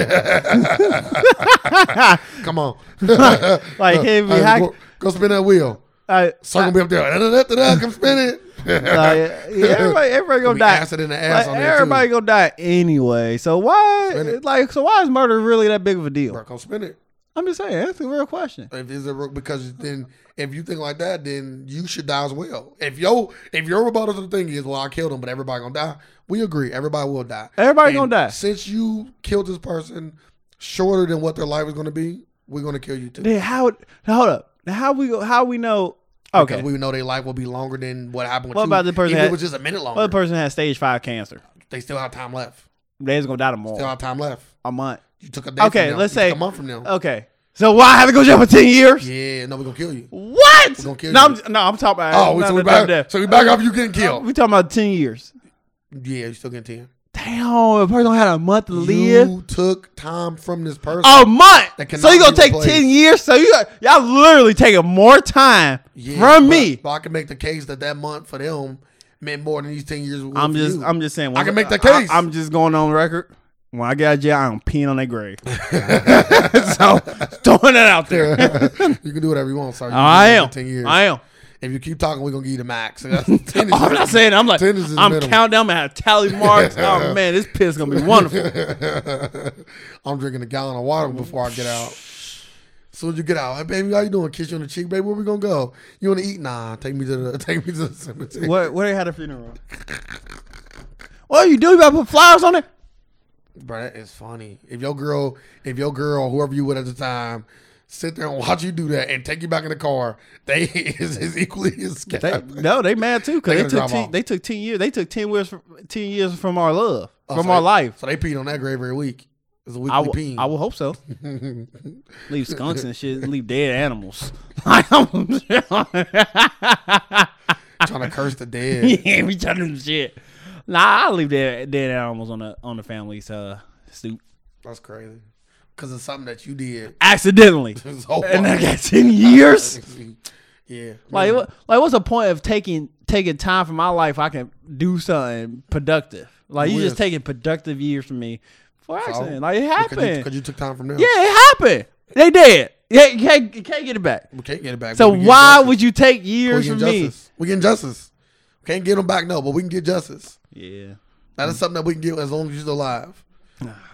[SPEAKER 2] Come on.
[SPEAKER 1] Like,
[SPEAKER 2] Uh,
[SPEAKER 1] hey, we
[SPEAKER 2] uh,
[SPEAKER 1] hack-
[SPEAKER 2] go, go spin that wheel.
[SPEAKER 1] I,
[SPEAKER 2] Circle me up there. Da-da-da-da-da, Come spin it.
[SPEAKER 1] like, yeah, everybody, everybody gonna
[SPEAKER 2] We
[SPEAKER 1] die.
[SPEAKER 2] acid in the ass
[SPEAKER 1] Like,
[SPEAKER 2] on there
[SPEAKER 1] everybody
[SPEAKER 2] too.
[SPEAKER 1] gonna die anyway. So
[SPEAKER 2] Spin
[SPEAKER 1] why,
[SPEAKER 2] it.
[SPEAKER 1] like, so why is murder really that big of a deal?
[SPEAKER 2] Bro, come spin it.
[SPEAKER 1] I'm just saying that's a real question.
[SPEAKER 2] If is it real- because then if you think like that, then you should die as well. If yo if your rebuttal to the thing is, well, I killed him, but everybody gonna die. We agree, everybody will die.
[SPEAKER 1] Everybody
[SPEAKER 2] And
[SPEAKER 1] gonna die.
[SPEAKER 2] Since you killed this person shorter than what their life is gonna be, we're gonna kill you too.
[SPEAKER 1] Then how? Now hold up. Now how we go? How we know? Okay.
[SPEAKER 2] Because we know their life will be longer than what happened with
[SPEAKER 1] What
[SPEAKER 2] you.
[SPEAKER 1] about the person
[SPEAKER 2] Even if
[SPEAKER 1] had-
[SPEAKER 2] it was just a minute longer.
[SPEAKER 1] Other person has stage five cancer.
[SPEAKER 2] they still have time left.
[SPEAKER 1] They just gonna die tomorrow.
[SPEAKER 2] Still have time left.
[SPEAKER 1] a month.
[SPEAKER 2] You took a day.
[SPEAKER 1] Oh. Okay,
[SPEAKER 2] from them.
[SPEAKER 1] let's
[SPEAKER 2] You took
[SPEAKER 1] say- Uh,
[SPEAKER 2] a month from now.
[SPEAKER 1] Okay. So why I have to go jail for ten years?
[SPEAKER 2] yeah, no, we gonna kill you.
[SPEAKER 1] What?
[SPEAKER 2] gonna kill
[SPEAKER 1] no,
[SPEAKER 2] you.
[SPEAKER 1] I'm, no, I'm talking about.
[SPEAKER 2] Oh,
[SPEAKER 1] not
[SPEAKER 2] so
[SPEAKER 1] the time
[SPEAKER 2] we back.
[SPEAKER 1] death.
[SPEAKER 2] So we back off. You getting killed?
[SPEAKER 1] We talking about ten years.
[SPEAKER 2] Yeah, you still getting ten.
[SPEAKER 1] Damn, a person had a month to live.
[SPEAKER 2] You took time from this person.
[SPEAKER 1] A month.
[SPEAKER 2] That
[SPEAKER 1] So you
[SPEAKER 2] cannot
[SPEAKER 1] gonna
[SPEAKER 2] be
[SPEAKER 1] take
[SPEAKER 2] replaced.
[SPEAKER 1] ten years? So you y'all literally taking more time
[SPEAKER 2] Yeah,
[SPEAKER 1] from
[SPEAKER 2] but-
[SPEAKER 1] me.
[SPEAKER 2] But I can make the case that that month for them meant more than these ten years. would
[SPEAKER 1] I'm
[SPEAKER 2] for
[SPEAKER 1] just,
[SPEAKER 2] you.
[SPEAKER 1] I'm just saying.
[SPEAKER 2] I can make that
[SPEAKER 1] I-
[SPEAKER 2] case.
[SPEAKER 1] I, am just going on record. When I get out of jail, I'm peeing on their grave. so throwing that out there.
[SPEAKER 2] you can do whatever you want, sir. You
[SPEAKER 1] I
[SPEAKER 2] can do
[SPEAKER 1] am.
[SPEAKER 2] it for Ten years.
[SPEAKER 1] I Oh, am.
[SPEAKER 2] if you keep talking, we're gonna give you the max. And that's- ten is-
[SPEAKER 1] I'm not saying I'm like
[SPEAKER 2] Ten is his
[SPEAKER 1] I'm
[SPEAKER 2] minimum.
[SPEAKER 1] counting down. I have tally marks. Oh man, this piss gonna be wonderful.
[SPEAKER 2] I'm drinking a gallon of water before I get out. Soon as you get out, hey baby, how you doing? Kiss you on the cheek, baby. Where we gonna go? You wanna eat? Nah, take me to the take me to the cemetery.
[SPEAKER 1] what? Where they had a funeral? What you do? You gotta put flowers on it.
[SPEAKER 2] Bro, that is funny. If your girl, if your girl, whoever you with at the time, sit there and watch you do that and take you back in the car, they is, is equally as scared.
[SPEAKER 1] They, Uh, no, they mad too because
[SPEAKER 2] They
[SPEAKER 1] they,
[SPEAKER 2] gotta
[SPEAKER 1] took
[SPEAKER 2] drive
[SPEAKER 1] ten,
[SPEAKER 2] off.
[SPEAKER 1] they took ten years. They took ten years from ten years from our love,
[SPEAKER 2] Oh,
[SPEAKER 1] from
[SPEAKER 2] so
[SPEAKER 1] our
[SPEAKER 2] they-
[SPEAKER 1] life.
[SPEAKER 2] So they peed on that grave every week. It's a weekly
[SPEAKER 1] I
[SPEAKER 2] peen.
[SPEAKER 1] will, I will hope so. leave skunks and shit. Leave dead animals. yeah,
[SPEAKER 2] trying to curse the dead.
[SPEAKER 1] we trying to do shit. Nah, I leave dead dead animals on the on the family's uh stoop
[SPEAKER 2] That's crazy. Because it's something that you did.
[SPEAKER 1] accidentally,
[SPEAKER 2] So
[SPEAKER 1] and I got ten years.
[SPEAKER 2] yeah.
[SPEAKER 1] Like what? Like what's the point of taking taking time from my life? I can do something productive. Like you
[SPEAKER 2] Yes.
[SPEAKER 1] just taking productive years from me for accident.
[SPEAKER 2] So?
[SPEAKER 1] like it
[SPEAKER 2] Because you,
[SPEAKER 1] happened.
[SPEAKER 2] 'cause you took time from them.
[SPEAKER 1] yeah, it happened. They did. Yeah, you can't, you can't get it back.
[SPEAKER 2] We can't get it back.
[SPEAKER 1] So
[SPEAKER 2] We get
[SPEAKER 1] why
[SPEAKER 2] justice.
[SPEAKER 1] would you take
[SPEAKER 2] we
[SPEAKER 1] years
[SPEAKER 2] get
[SPEAKER 1] from me?
[SPEAKER 2] justice? We getting justice. Can't get them back, no, but we can get justice.
[SPEAKER 1] Yeah.
[SPEAKER 2] That
[SPEAKER 1] Mm.
[SPEAKER 2] is something that we can get as long as you're still alive.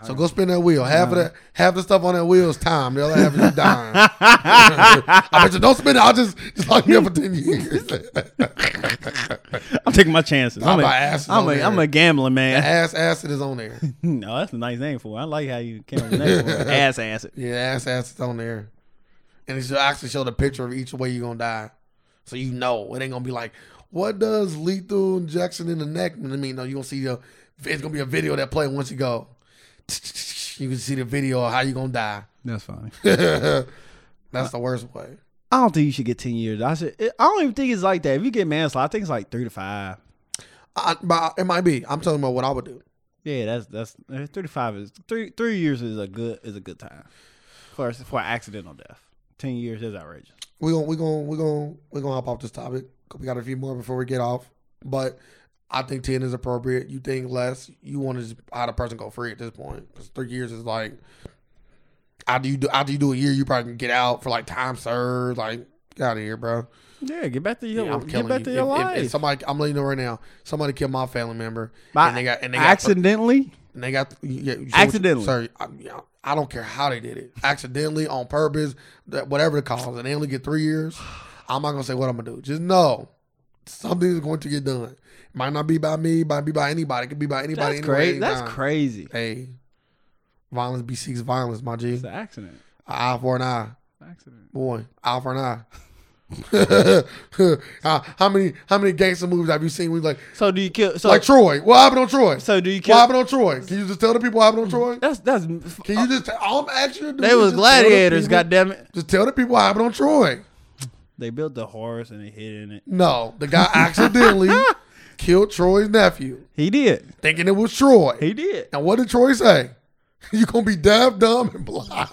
[SPEAKER 2] So go spin that wheel. Half of that, half the stuff on that wheel is time. The other half is you dying. I bet you don't spin it. I'll just, just lock me up for ten years.
[SPEAKER 1] I'm taking my chances. I'm,
[SPEAKER 2] My ass is
[SPEAKER 1] a, I'm,
[SPEAKER 2] on
[SPEAKER 1] a,
[SPEAKER 2] there.
[SPEAKER 1] I'm a gambling man.
[SPEAKER 2] ass acid is on there.
[SPEAKER 1] no, that's a nice name for it. I like how you came up with that. word. Ass acid.
[SPEAKER 2] Yeah, ass acid is on there, and it should actually show the picture of each way you're gonna die. So you know it ain't gonna be like what does lethal injection in the neck mean? I mean, no, you gonna see the it's gonna be a video of that play once you go. You can see the video of how you gonna die.
[SPEAKER 1] That's funny.
[SPEAKER 2] That's the worst way.
[SPEAKER 1] I don't think you should get ten years. I should. I don't even think it's like that. If you get manslaughter, I think it's like three to five.
[SPEAKER 2] I, but it might be. I'm talking about what I would do.
[SPEAKER 1] Yeah, that's that's uh, three to five is three three years is a good is a good time for for accidental death. Ten years is outrageous.
[SPEAKER 2] we gon' we gon' we gon' we gonna hop off this topic. We got a few more before we get off, but I think ten is appropriate. You think less? You want to just how the person go free at this point? Because three years is like after you do after you do a year, you probably can get out for like time served. Like get out of here, bro.
[SPEAKER 1] Yeah, get back to your
[SPEAKER 2] Yeah, I'm
[SPEAKER 1] get
[SPEAKER 2] killing
[SPEAKER 1] back to
[SPEAKER 2] you.
[SPEAKER 1] your
[SPEAKER 2] If- if-
[SPEAKER 1] life.
[SPEAKER 2] If, somebody, I'm letting you know right now. Somebody killed my family member,
[SPEAKER 1] By
[SPEAKER 2] and they got and they got
[SPEAKER 1] accidentally.
[SPEAKER 2] and they got yeah, you see what you-
[SPEAKER 1] Accidentally.
[SPEAKER 2] Sorry, I, yeah, I don't care how they did it. Accidentally, on purpose, that whatever the cause, and they only get three years. I'm not gonna say what I'm gonna do. Just know something is going to get done. Might not be by me, might be by anybody. It could be by anybody.
[SPEAKER 1] That's
[SPEAKER 2] anywhere,
[SPEAKER 1] crazy. That's
[SPEAKER 2] anytime.
[SPEAKER 1] crazy.
[SPEAKER 2] Hey, violence bespeaks violence, my G.
[SPEAKER 1] It's an accident.
[SPEAKER 2] Eye for an eye,
[SPEAKER 1] Accident.
[SPEAKER 2] boy. Eye for an eye. how, how many how many gangster movies have you seen? We like
[SPEAKER 1] So do you kill? So
[SPEAKER 2] like Troy. What happened on Troy?
[SPEAKER 1] so do you Hmm.
[SPEAKER 2] What
[SPEAKER 1] kill?
[SPEAKER 2] happened on Troy? Can you just tell the people what happened on Troy?
[SPEAKER 1] That's that's.
[SPEAKER 2] Can you just? T- all I'm asking you to do
[SPEAKER 1] They
[SPEAKER 2] is
[SPEAKER 1] was
[SPEAKER 2] just
[SPEAKER 1] gladiators.
[SPEAKER 2] Tell the people,
[SPEAKER 1] goddammit. it!
[SPEAKER 2] just tell the people what happened on Troy.
[SPEAKER 1] They built the horse and they hid in it.
[SPEAKER 2] No, the guy accidentally killed Troy's nephew,
[SPEAKER 1] He did.
[SPEAKER 2] thinking it was Troy.
[SPEAKER 1] He did.
[SPEAKER 2] And what did Troy say? You gonna be deaf, dumb, and blind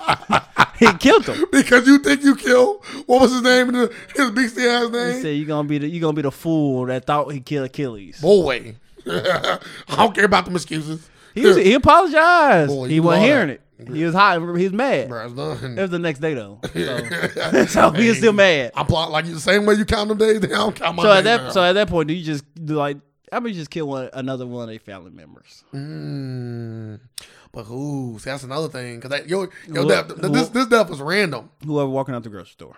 [SPEAKER 1] He killed him.
[SPEAKER 2] because you think you killed what was his name? in the- His beastly ass
[SPEAKER 1] He
[SPEAKER 2] name.
[SPEAKER 1] said you gonna be the you gonna be the fool that thought he killed Achilles.
[SPEAKER 2] Boy, I don't care about them excuses.
[SPEAKER 1] He was, he apologized.
[SPEAKER 2] Boy,
[SPEAKER 1] he
[SPEAKER 2] you
[SPEAKER 1] wasn't
[SPEAKER 2] are.
[SPEAKER 1] hearing it. He was hot. He was mad.
[SPEAKER 2] Bruh, it's
[SPEAKER 1] It
[SPEAKER 2] done.
[SPEAKER 1] was the next day though, so, so he was still mad.
[SPEAKER 2] I plot like you the same way you count them days. I don't count my
[SPEAKER 1] So at
[SPEAKER 2] days
[SPEAKER 1] that
[SPEAKER 2] now.
[SPEAKER 1] so at that point, do you just do like I mean, just kill one another one of their family members?
[SPEAKER 2] Mm. But who? See, that's another thing. Cause that yo, yo,
[SPEAKER 1] Well,
[SPEAKER 2] death, th- this this death was random.
[SPEAKER 1] Whoever walking out the grocery store.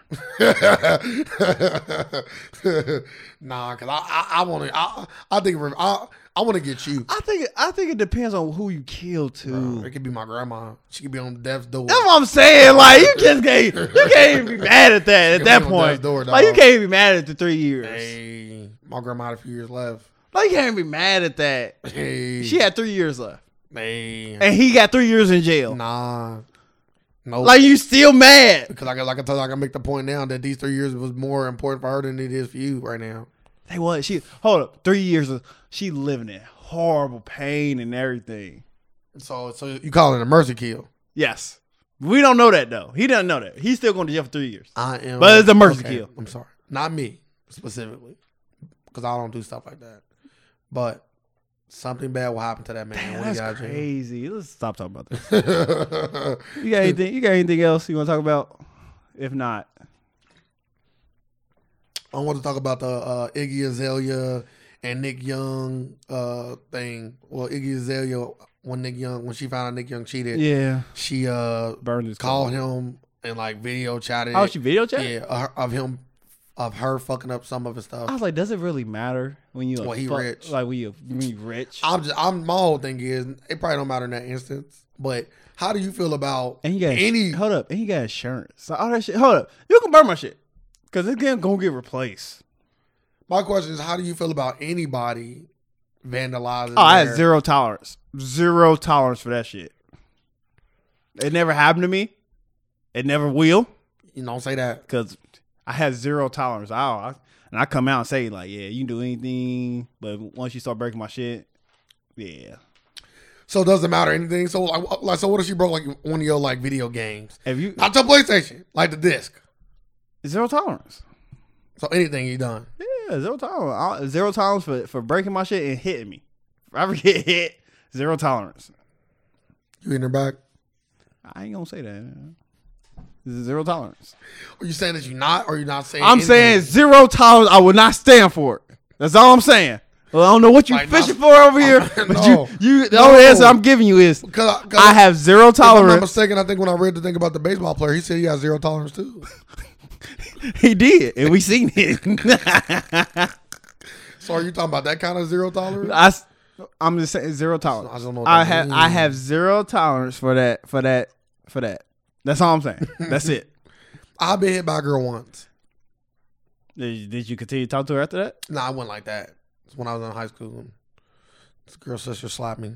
[SPEAKER 2] nah, cause I I, I want to. I I think re- I I want to get you.
[SPEAKER 1] I think I think it depends on who you kill too.
[SPEAKER 2] It could be my grandma. She could be on death's door.
[SPEAKER 1] That's what I'm saying. Like you just can't you can't even be mad at that at
[SPEAKER 2] You're
[SPEAKER 1] that
[SPEAKER 2] banging on
[SPEAKER 1] point.
[SPEAKER 2] death's door,
[SPEAKER 1] like you
[SPEAKER 2] dog.
[SPEAKER 1] can't even be mad at the three years.
[SPEAKER 2] Hey, my grandma had a few years left.
[SPEAKER 1] Like you can't be mad at that.
[SPEAKER 2] Hey,
[SPEAKER 1] She had three years left,
[SPEAKER 2] hey,
[SPEAKER 1] and he got three years in jail.
[SPEAKER 2] nah, no.
[SPEAKER 1] Like you still mad?
[SPEAKER 2] because I can, like I tell, you, I can make the point now that these three years was more important for her than it is for you right now.
[SPEAKER 1] They was she hold up three years. Of, she living in horrible pain and everything.
[SPEAKER 2] So, so you call it a mercy kill?
[SPEAKER 1] Yes, we don't know that though. He doesn't know that. He's still going to jail for three years.
[SPEAKER 2] I am.
[SPEAKER 1] But it's a mercy kill.
[SPEAKER 2] I'm sorry, not me specifically, because I don't do stuff like that. But something bad will happen to that man.
[SPEAKER 1] Damn,
[SPEAKER 2] when he
[SPEAKER 1] that's
[SPEAKER 2] got in
[SPEAKER 1] crazy. Let's stop talking about this.
[SPEAKER 2] jail.
[SPEAKER 1] You got anything? You got anything else you want to talk about? If not,
[SPEAKER 2] I want to talk about the uh, Iggy Azalea and Nick Young uh, thing. Well, Iggy Azalea when Nick Young when she found out Nick Young cheated,
[SPEAKER 1] yeah,
[SPEAKER 2] she uh,
[SPEAKER 1] burn this
[SPEAKER 2] called him and like video chatted.
[SPEAKER 1] Oh, she video chat.
[SPEAKER 2] yeah, of her- of him, of her fucking up some of his stuff.
[SPEAKER 1] I was like, does it really matter when you a
[SPEAKER 2] Well, he
[SPEAKER 1] fuck-
[SPEAKER 2] rich.
[SPEAKER 1] Like when you when you rich
[SPEAKER 2] I'm just I'm my whole thing is it probably don't matter in that instance, but how do you feel about
[SPEAKER 1] and you got
[SPEAKER 2] any
[SPEAKER 1] hold up and you got insurance. So all that shit. Hold up, you can burn my shit because it's gonna gonna get replaced.
[SPEAKER 2] my question is how do you feel about anybody vandalizing
[SPEAKER 1] Oh, I had
[SPEAKER 2] their-
[SPEAKER 1] zero tolerance. Zero tolerance for that shit. It never happened to me. It never will
[SPEAKER 2] you don't say that.
[SPEAKER 1] because I had zero tolerance. I, I and I come out and say like, yeah, you can do anything, but once you start breaking my shit, yeah.
[SPEAKER 2] So it doesn't matter anything. So like, like so what if she broke like one of your like video games?
[SPEAKER 1] If you
[SPEAKER 2] Not your PlayStation, like the disc.
[SPEAKER 1] zero tolerance,
[SPEAKER 2] So anything you done.
[SPEAKER 1] yeah, zero tolerance, I, zero tolerance for for breaking my shit and hitting me. If I ever get hit, zero tolerance.
[SPEAKER 2] You in her back?
[SPEAKER 1] I ain't gonna say that. man. Zero tolerance.
[SPEAKER 2] Are you saying that you not or are you not saying
[SPEAKER 1] I'm
[SPEAKER 2] anything?
[SPEAKER 1] saying zero tolerance. I will not stand for it. That's all I'm saying. Well, I don't know what you
[SPEAKER 2] Like,
[SPEAKER 1] fishing for over here, but
[SPEAKER 2] no.
[SPEAKER 1] you, you, the
[SPEAKER 2] No.
[SPEAKER 1] only answer I'm giving you is
[SPEAKER 2] Cause I, cause
[SPEAKER 1] I have zero
[SPEAKER 2] if I'm not
[SPEAKER 1] tolerance.
[SPEAKER 2] mistaken, I think when I read the thing about the baseball player, he said he has zero tolerance too.
[SPEAKER 1] He did, and we seen it.
[SPEAKER 2] So are you talking about that kind of zero tolerance?
[SPEAKER 1] I, am just saying zero tolerance.
[SPEAKER 2] I don't know what
[SPEAKER 1] I
[SPEAKER 2] that
[SPEAKER 1] have, I
[SPEAKER 2] means.
[SPEAKER 1] have zero tolerance for that, for that, for that. That's all I'm saying. That's it.
[SPEAKER 2] I've been hit by a girl once.
[SPEAKER 1] Did, did you continue to talk to her after that?
[SPEAKER 2] No, I wasn't like that. It's when I was in high school. This girl sister slapped me,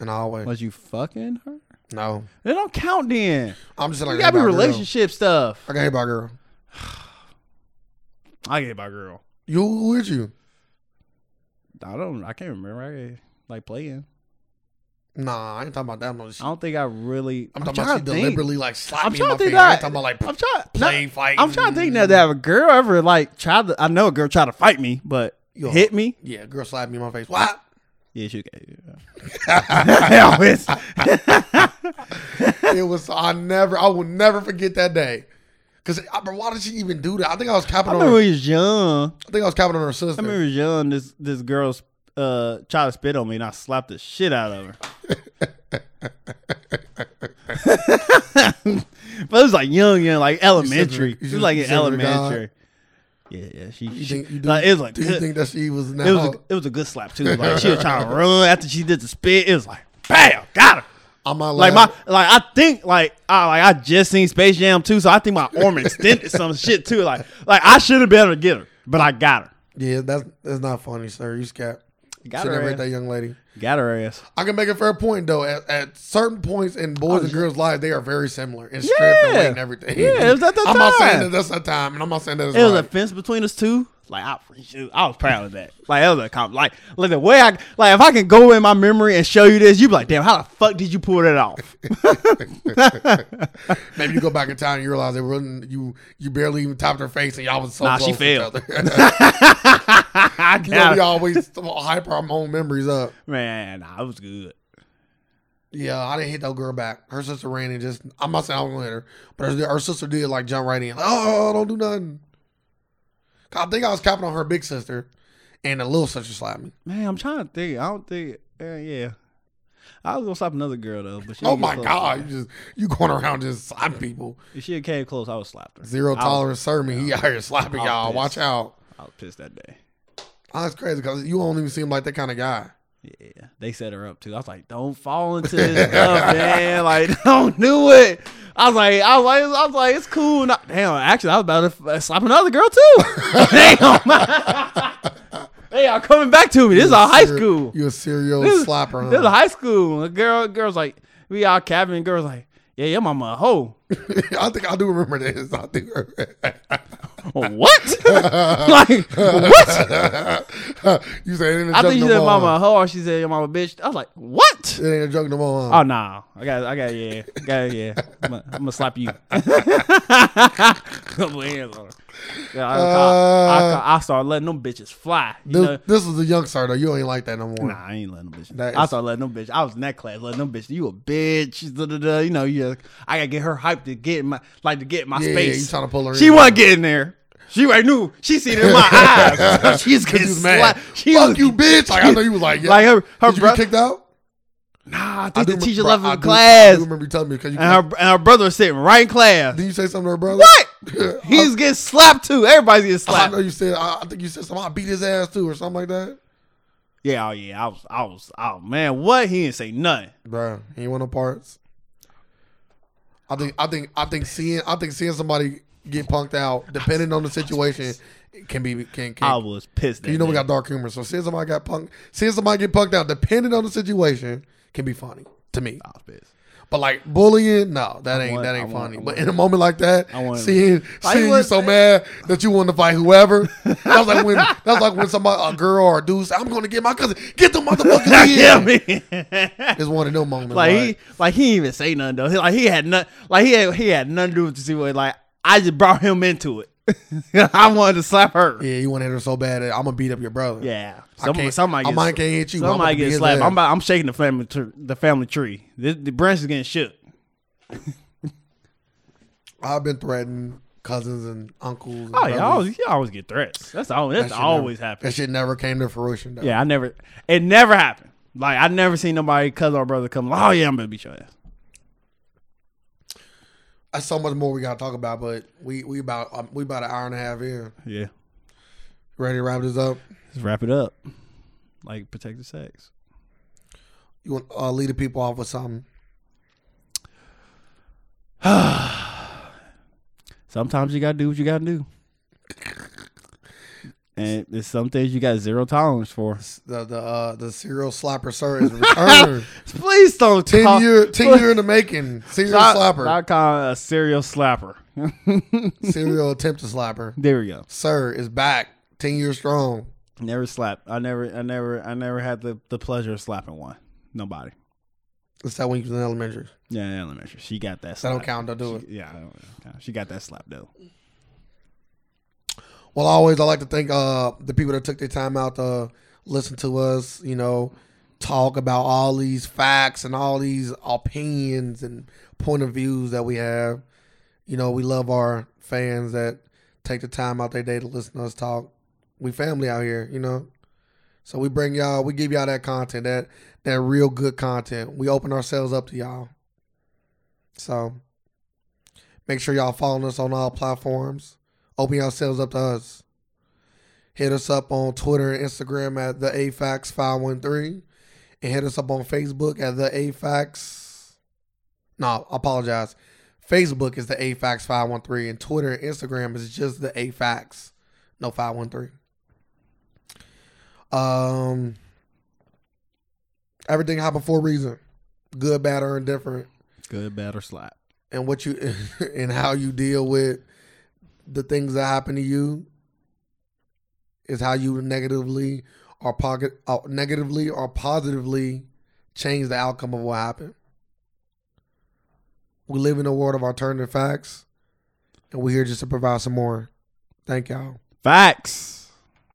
[SPEAKER 2] and I always
[SPEAKER 1] Was you fucking her?
[SPEAKER 2] no.
[SPEAKER 1] It don't count then.
[SPEAKER 2] I'm just like
[SPEAKER 1] You
[SPEAKER 2] I
[SPEAKER 1] gotta
[SPEAKER 2] got
[SPEAKER 1] be
[SPEAKER 2] hit by a girl.
[SPEAKER 1] relationship stuff.
[SPEAKER 2] I got hit by a girl.
[SPEAKER 1] I get by girl.
[SPEAKER 2] You who with you?
[SPEAKER 1] I don't. I can't remember. I get, like playing.
[SPEAKER 2] Nah, I ain't talking about that. I'm, not-
[SPEAKER 1] I don't think I really.
[SPEAKER 2] I'm talking about she
[SPEAKER 1] to think.
[SPEAKER 2] deliberately like slapped
[SPEAKER 1] I'm
[SPEAKER 2] me in
[SPEAKER 1] trying
[SPEAKER 2] my
[SPEAKER 1] to think
[SPEAKER 2] face. I ain't
[SPEAKER 1] that-
[SPEAKER 2] talking about like
[SPEAKER 1] I'm trying.
[SPEAKER 2] playing
[SPEAKER 1] no,
[SPEAKER 2] fight.
[SPEAKER 1] I'm trying to think now that a girl ever like tried to. I know a girl tried to fight me, but
[SPEAKER 2] Yo.
[SPEAKER 1] hit me.
[SPEAKER 2] Yeah, girl slapped me in my face. What?
[SPEAKER 1] Yeah, she gave. Yeah. Always.
[SPEAKER 2] it was. I never. I will never forget that day. Cause I, but why did she even do that? I think I was
[SPEAKER 1] I
[SPEAKER 2] capping on.
[SPEAKER 1] remember
[SPEAKER 2] Her,
[SPEAKER 1] when we was young.
[SPEAKER 2] I think I was capping on her
[SPEAKER 1] I
[SPEAKER 2] sister.
[SPEAKER 1] remember when we was young. This this girl uh tried to spit on me, and I slapped the shit out of her. but it was like young, young, like elementary.
[SPEAKER 2] you
[SPEAKER 1] It was
[SPEAKER 2] said-
[SPEAKER 1] like
[SPEAKER 2] you
[SPEAKER 1] in
[SPEAKER 2] said it was God?
[SPEAKER 1] elementary. Yeah, yeah. She,
[SPEAKER 2] you
[SPEAKER 1] she
[SPEAKER 2] think, you do,
[SPEAKER 1] like, it was like
[SPEAKER 2] do you
[SPEAKER 1] good-
[SPEAKER 2] think that she was now?
[SPEAKER 1] it was a, it was a good slap too. Like she was trying to run after she did the spit. It was like bam, got her.
[SPEAKER 2] I'm not
[SPEAKER 1] Like my like I think like I like I just seen Space Jam too, so I think my arm extended some shit too. Like like I should have been able to get her, but I got her.
[SPEAKER 2] Yeah, that's that's not funny, sir. You scat.
[SPEAKER 1] Got
[SPEAKER 2] Should never
[SPEAKER 1] her,
[SPEAKER 2] hit that
[SPEAKER 1] ass.
[SPEAKER 2] young lady.
[SPEAKER 1] got her ass.
[SPEAKER 2] I can make a fair point though. At, at certain points in boys and girls' lives, they are very similar in strength and
[SPEAKER 1] Oh, Yeah.
[SPEAKER 2] weight and everything.
[SPEAKER 1] Yeah, it was at that
[SPEAKER 2] I'm not saying
[SPEAKER 1] time.
[SPEAKER 2] that that's that time, and I'm not saying that it's
[SPEAKER 1] It was a
[SPEAKER 2] right.
[SPEAKER 1] fence between us two. Like I, I was proud of that. Like that was a comp. Like like the way I like if I can go in my memory and show you this, you'd be like, damn, how the fuck did you pull that off?
[SPEAKER 2] Maybe you go back in time and you realize it wasn't you. You barely even topped her face, and y'all was so
[SPEAKER 1] Nah,
[SPEAKER 2] close
[SPEAKER 1] she
[SPEAKER 2] to each
[SPEAKER 1] failed.
[SPEAKER 2] other.
[SPEAKER 1] I
[SPEAKER 2] you know,
[SPEAKER 1] got
[SPEAKER 2] we
[SPEAKER 1] her.
[SPEAKER 2] always hype our own memories up.
[SPEAKER 1] man. Nah, it was good.
[SPEAKER 2] Yeah, I didn't hit that girl back. Her sister ran and just. I'm not saying I was gonna hit her, but her, her sister did like jump right in. Like, oh, don't do nothing. 'Cause I think I was capping on her big sister, and the little sister slapped me.
[SPEAKER 1] Man, I'm trying to think. I don't think. Uh, yeah, I was gonna slap another girl though, but she
[SPEAKER 2] Oh
[SPEAKER 1] didn't get
[SPEAKER 2] my
[SPEAKER 1] close.
[SPEAKER 2] god, you just you going around just slapping people.
[SPEAKER 1] If she had came close, I would slap her.
[SPEAKER 2] Zero
[SPEAKER 1] I was-
[SPEAKER 2] tolerance, sir. Me, he out here slapping
[SPEAKER 1] I'll
[SPEAKER 2] y'all.
[SPEAKER 1] piss.
[SPEAKER 2] Watch out.
[SPEAKER 1] I was pissed that day.
[SPEAKER 2] Oh, that's crazy because you don't even seem like that kind of guy.
[SPEAKER 1] Yeah, they set her up too. I was like, "Don't fall into this stuff, man. Like, don't do it." I was like, "I was like, I was like, it's cool." Not, damn, actually, I was about to f- uh, slap another girl too. damn, they are coming back to me. This is
[SPEAKER 2] You a
[SPEAKER 1] all high
[SPEAKER 2] ser-
[SPEAKER 1] school.
[SPEAKER 2] You a serial
[SPEAKER 1] This is-
[SPEAKER 2] slapper?
[SPEAKER 1] This is
[SPEAKER 2] Huh?
[SPEAKER 1] high school. A girl, girls like we all cabin. Girls like, yeah, your mama a hoe.
[SPEAKER 2] I think I do remember this. I do. Remember
[SPEAKER 1] what? like what?
[SPEAKER 2] you say it ain't a joke
[SPEAKER 1] I think she
[SPEAKER 2] no
[SPEAKER 1] said
[SPEAKER 2] more.
[SPEAKER 1] mama a hoe or she said your mama a bitch. I was like, what?
[SPEAKER 2] It ain't a joke no more. Huh?
[SPEAKER 1] Oh no, I got, I got, yeah, got, yeah. I'm gonna- I'm gonna slap you. Couple hands on her. Yeah, I, I,
[SPEAKER 2] Uh,
[SPEAKER 1] I, I, start letting them bitches fly. You
[SPEAKER 2] this,
[SPEAKER 1] know?
[SPEAKER 2] this was a young star though. You ain't like that no more.
[SPEAKER 1] Nah, I ain't letting them bitches.
[SPEAKER 2] That
[SPEAKER 1] I
[SPEAKER 2] is-
[SPEAKER 1] started letting them bitches. I was in that class letting them bitches. You a bitch. Da, da, da. You know, you. I gotta get her hyped to get in my like to get in my
[SPEAKER 2] Yeah, you
[SPEAKER 1] space.
[SPEAKER 2] trying to pull her?
[SPEAKER 1] She
[SPEAKER 2] in.
[SPEAKER 1] wasn't getting there. She already knew. She seen it in my eyes. She's
[SPEAKER 2] She
[SPEAKER 1] getting
[SPEAKER 2] was mad.
[SPEAKER 1] slapped. She
[SPEAKER 2] Fuck
[SPEAKER 1] was,
[SPEAKER 2] you, bitch! Like I know you was like, yeah.
[SPEAKER 1] Like her, her
[SPEAKER 2] Did you
[SPEAKER 1] brother.
[SPEAKER 2] get kicked out?
[SPEAKER 1] Nah, I
[SPEAKER 2] I
[SPEAKER 1] think the
[SPEAKER 2] do remember-
[SPEAKER 1] teacher
[SPEAKER 2] bro,
[SPEAKER 1] left
[SPEAKER 2] I
[SPEAKER 1] her in
[SPEAKER 2] do- I
[SPEAKER 1] class,
[SPEAKER 2] do remember you telling me because you.
[SPEAKER 1] and her and her brother was sitting right in class.
[SPEAKER 2] Did you say something to her brother?
[SPEAKER 1] What? He's getting slapped too. Everybody's getting
[SPEAKER 2] I know
[SPEAKER 1] slapped.
[SPEAKER 2] you said. I, I think you said something. I beat his ass too, or something like that.
[SPEAKER 1] Yeah, oh yeah. I was, I was, oh man, what? He didn't say nothing.
[SPEAKER 2] Bruh, he ain't want no parts. I think. I think. I think seeing. I think seeing somebody get punked out, depending on the situation, it can be can
[SPEAKER 1] I
[SPEAKER 2] can.
[SPEAKER 1] was pissed. That
[SPEAKER 2] You know we
[SPEAKER 1] day.
[SPEAKER 2] got dark humor, so seeing somebody got punked, seeing somebody get punked out, depending on the situation, can be funny to me.
[SPEAKER 1] I was pissed.
[SPEAKER 2] But like bullying, no, that ain't
[SPEAKER 1] want-
[SPEAKER 2] that
[SPEAKER 1] I
[SPEAKER 2] ain't
[SPEAKER 1] want-
[SPEAKER 2] funny.
[SPEAKER 1] I
[SPEAKER 2] but in a moment like that,
[SPEAKER 1] I want-
[SPEAKER 2] seeing
[SPEAKER 1] I
[SPEAKER 2] seeing you
[SPEAKER 1] want-
[SPEAKER 2] so mad that you want to fight whoever, that was like when that was like when somebody a girl or a dude said, "I'm going to get my cousin, get the motherfucker
[SPEAKER 1] Yeah,
[SPEAKER 2] in."
[SPEAKER 1] man.
[SPEAKER 2] It's one of them moments.
[SPEAKER 1] like
[SPEAKER 2] Like,
[SPEAKER 1] he, like he didn't even say nothing though. He, like he had nothing. Like he had, he had nothing to do with the situation. Like I just brought him into it. I wanted to slap her. Yeah.
[SPEAKER 2] yeah, you want to hit her so bad that I'm gonna beat up your brother.
[SPEAKER 1] Some,
[SPEAKER 2] I can't,
[SPEAKER 1] somebody
[SPEAKER 2] I
[SPEAKER 1] gets,
[SPEAKER 2] might can't hit you. but I'm
[SPEAKER 1] somebody
[SPEAKER 2] gonna beat
[SPEAKER 1] gets
[SPEAKER 2] his
[SPEAKER 1] slapped.
[SPEAKER 2] ass.
[SPEAKER 1] I'm, about, I'm shaking the family tr- the family tree. This, the branch is getting shook.
[SPEAKER 2] I've been threatening cousins and uncles. And
[SPEAKER 1] Oh yeah, I
[SPEAKER 2] brothers.
[SPEAKER 1] always, you always get threats. That's all. That's
[SPEAKER 2] That shit
[SPEAKER 1] always
[SPEAKER 2] never,
[SPEAKER 1] happens.
[SPEAKER 2] That shit never came to fruition. Though.
[SPEAKER 1] Yeah, I never. It never happened. Like I never seen nobody cousin or brother come. Like, oh yeah, I'm gonna beat your ass.
[SPEAKER 2] that's so much more we gotta talk about. But we we about um, we about an hour and a half in.
[SPEAKER 1] Yeah,
[SPEAKER 2] Ready to wrap this up?
[SPEAKER 1] let's wrap it up. Like protect the sex.
[SPEAKER 2] You want uh, lead the people off with something?
[SPEAKER 1] Sometimes you gotta do what you gotta do. And there's some things you got zero tolerance for.
[SPEAKER 2] The the uh, the cereal slapper sir is returned.
[SPEAKER 1] Please don't
[SPEAKER 2] ten
[SPEAKER 1] call-
[SPEAKER 2] year ten year in the making. Cereal
[SPEAKER 1] Stop-
[SPEAKER 2] slapper.
[SPEAKER 1] stop calling it a cereal slapper.
[SPEAKER 2] Cereal attempt to slapper.
[SPEAKER 1] there we go.
[SPEAKER 2] Sir is back. Ten years strong.
[SPEAKER 1] Never slapped. I never, I never, I never had the, the pleasure of slapping one. Nobody.
[SPEAKER 2] That's that when you was in elementary.
[SPEAKER 1] Yeah, in elementary. She got that.
[SPEAKER 2] That
[SPEAKER 1] Slap.
[SPEAKER 2] don't count. Don't do it.
[SPEAKER 1] She, yeah, I don't, yeah, she got that slap though.
[SPEAKER 2] Well, I always I like to thank uh, the people that took their time out to listen to us. You know, talk about all these facts and all these opinions and point of views that we have. You know, we love our fans that take the time out their day to listen to us talk. We family out here, you know. So we bring y'all, we give y'all that content, that that real good content. We open ourselves up to y'all. So make sure y'all following us on all platforms open yourselves up to us. Hit us up on Twitter and Instagram at the AFAX five one three, and hit us up on Facebook at the AFAX. No, I apologize. Facebook is the AFAX five one three, and Twitter and Instagram is just the AFAX, no five one three. Um, everything happened for a reason, good, bad, or indifferent
[SPEAKER 1] Good, bad, or slap.
[SPEAKER 2] and what you and how you deal with the things that happen to you is how you negatively or pocket uh, negatively or positively change the outcome of what happened. We live in a world of alternative facts, and we're here just to provide some more. Thank y'all.
[SPEAKER 1] Facts.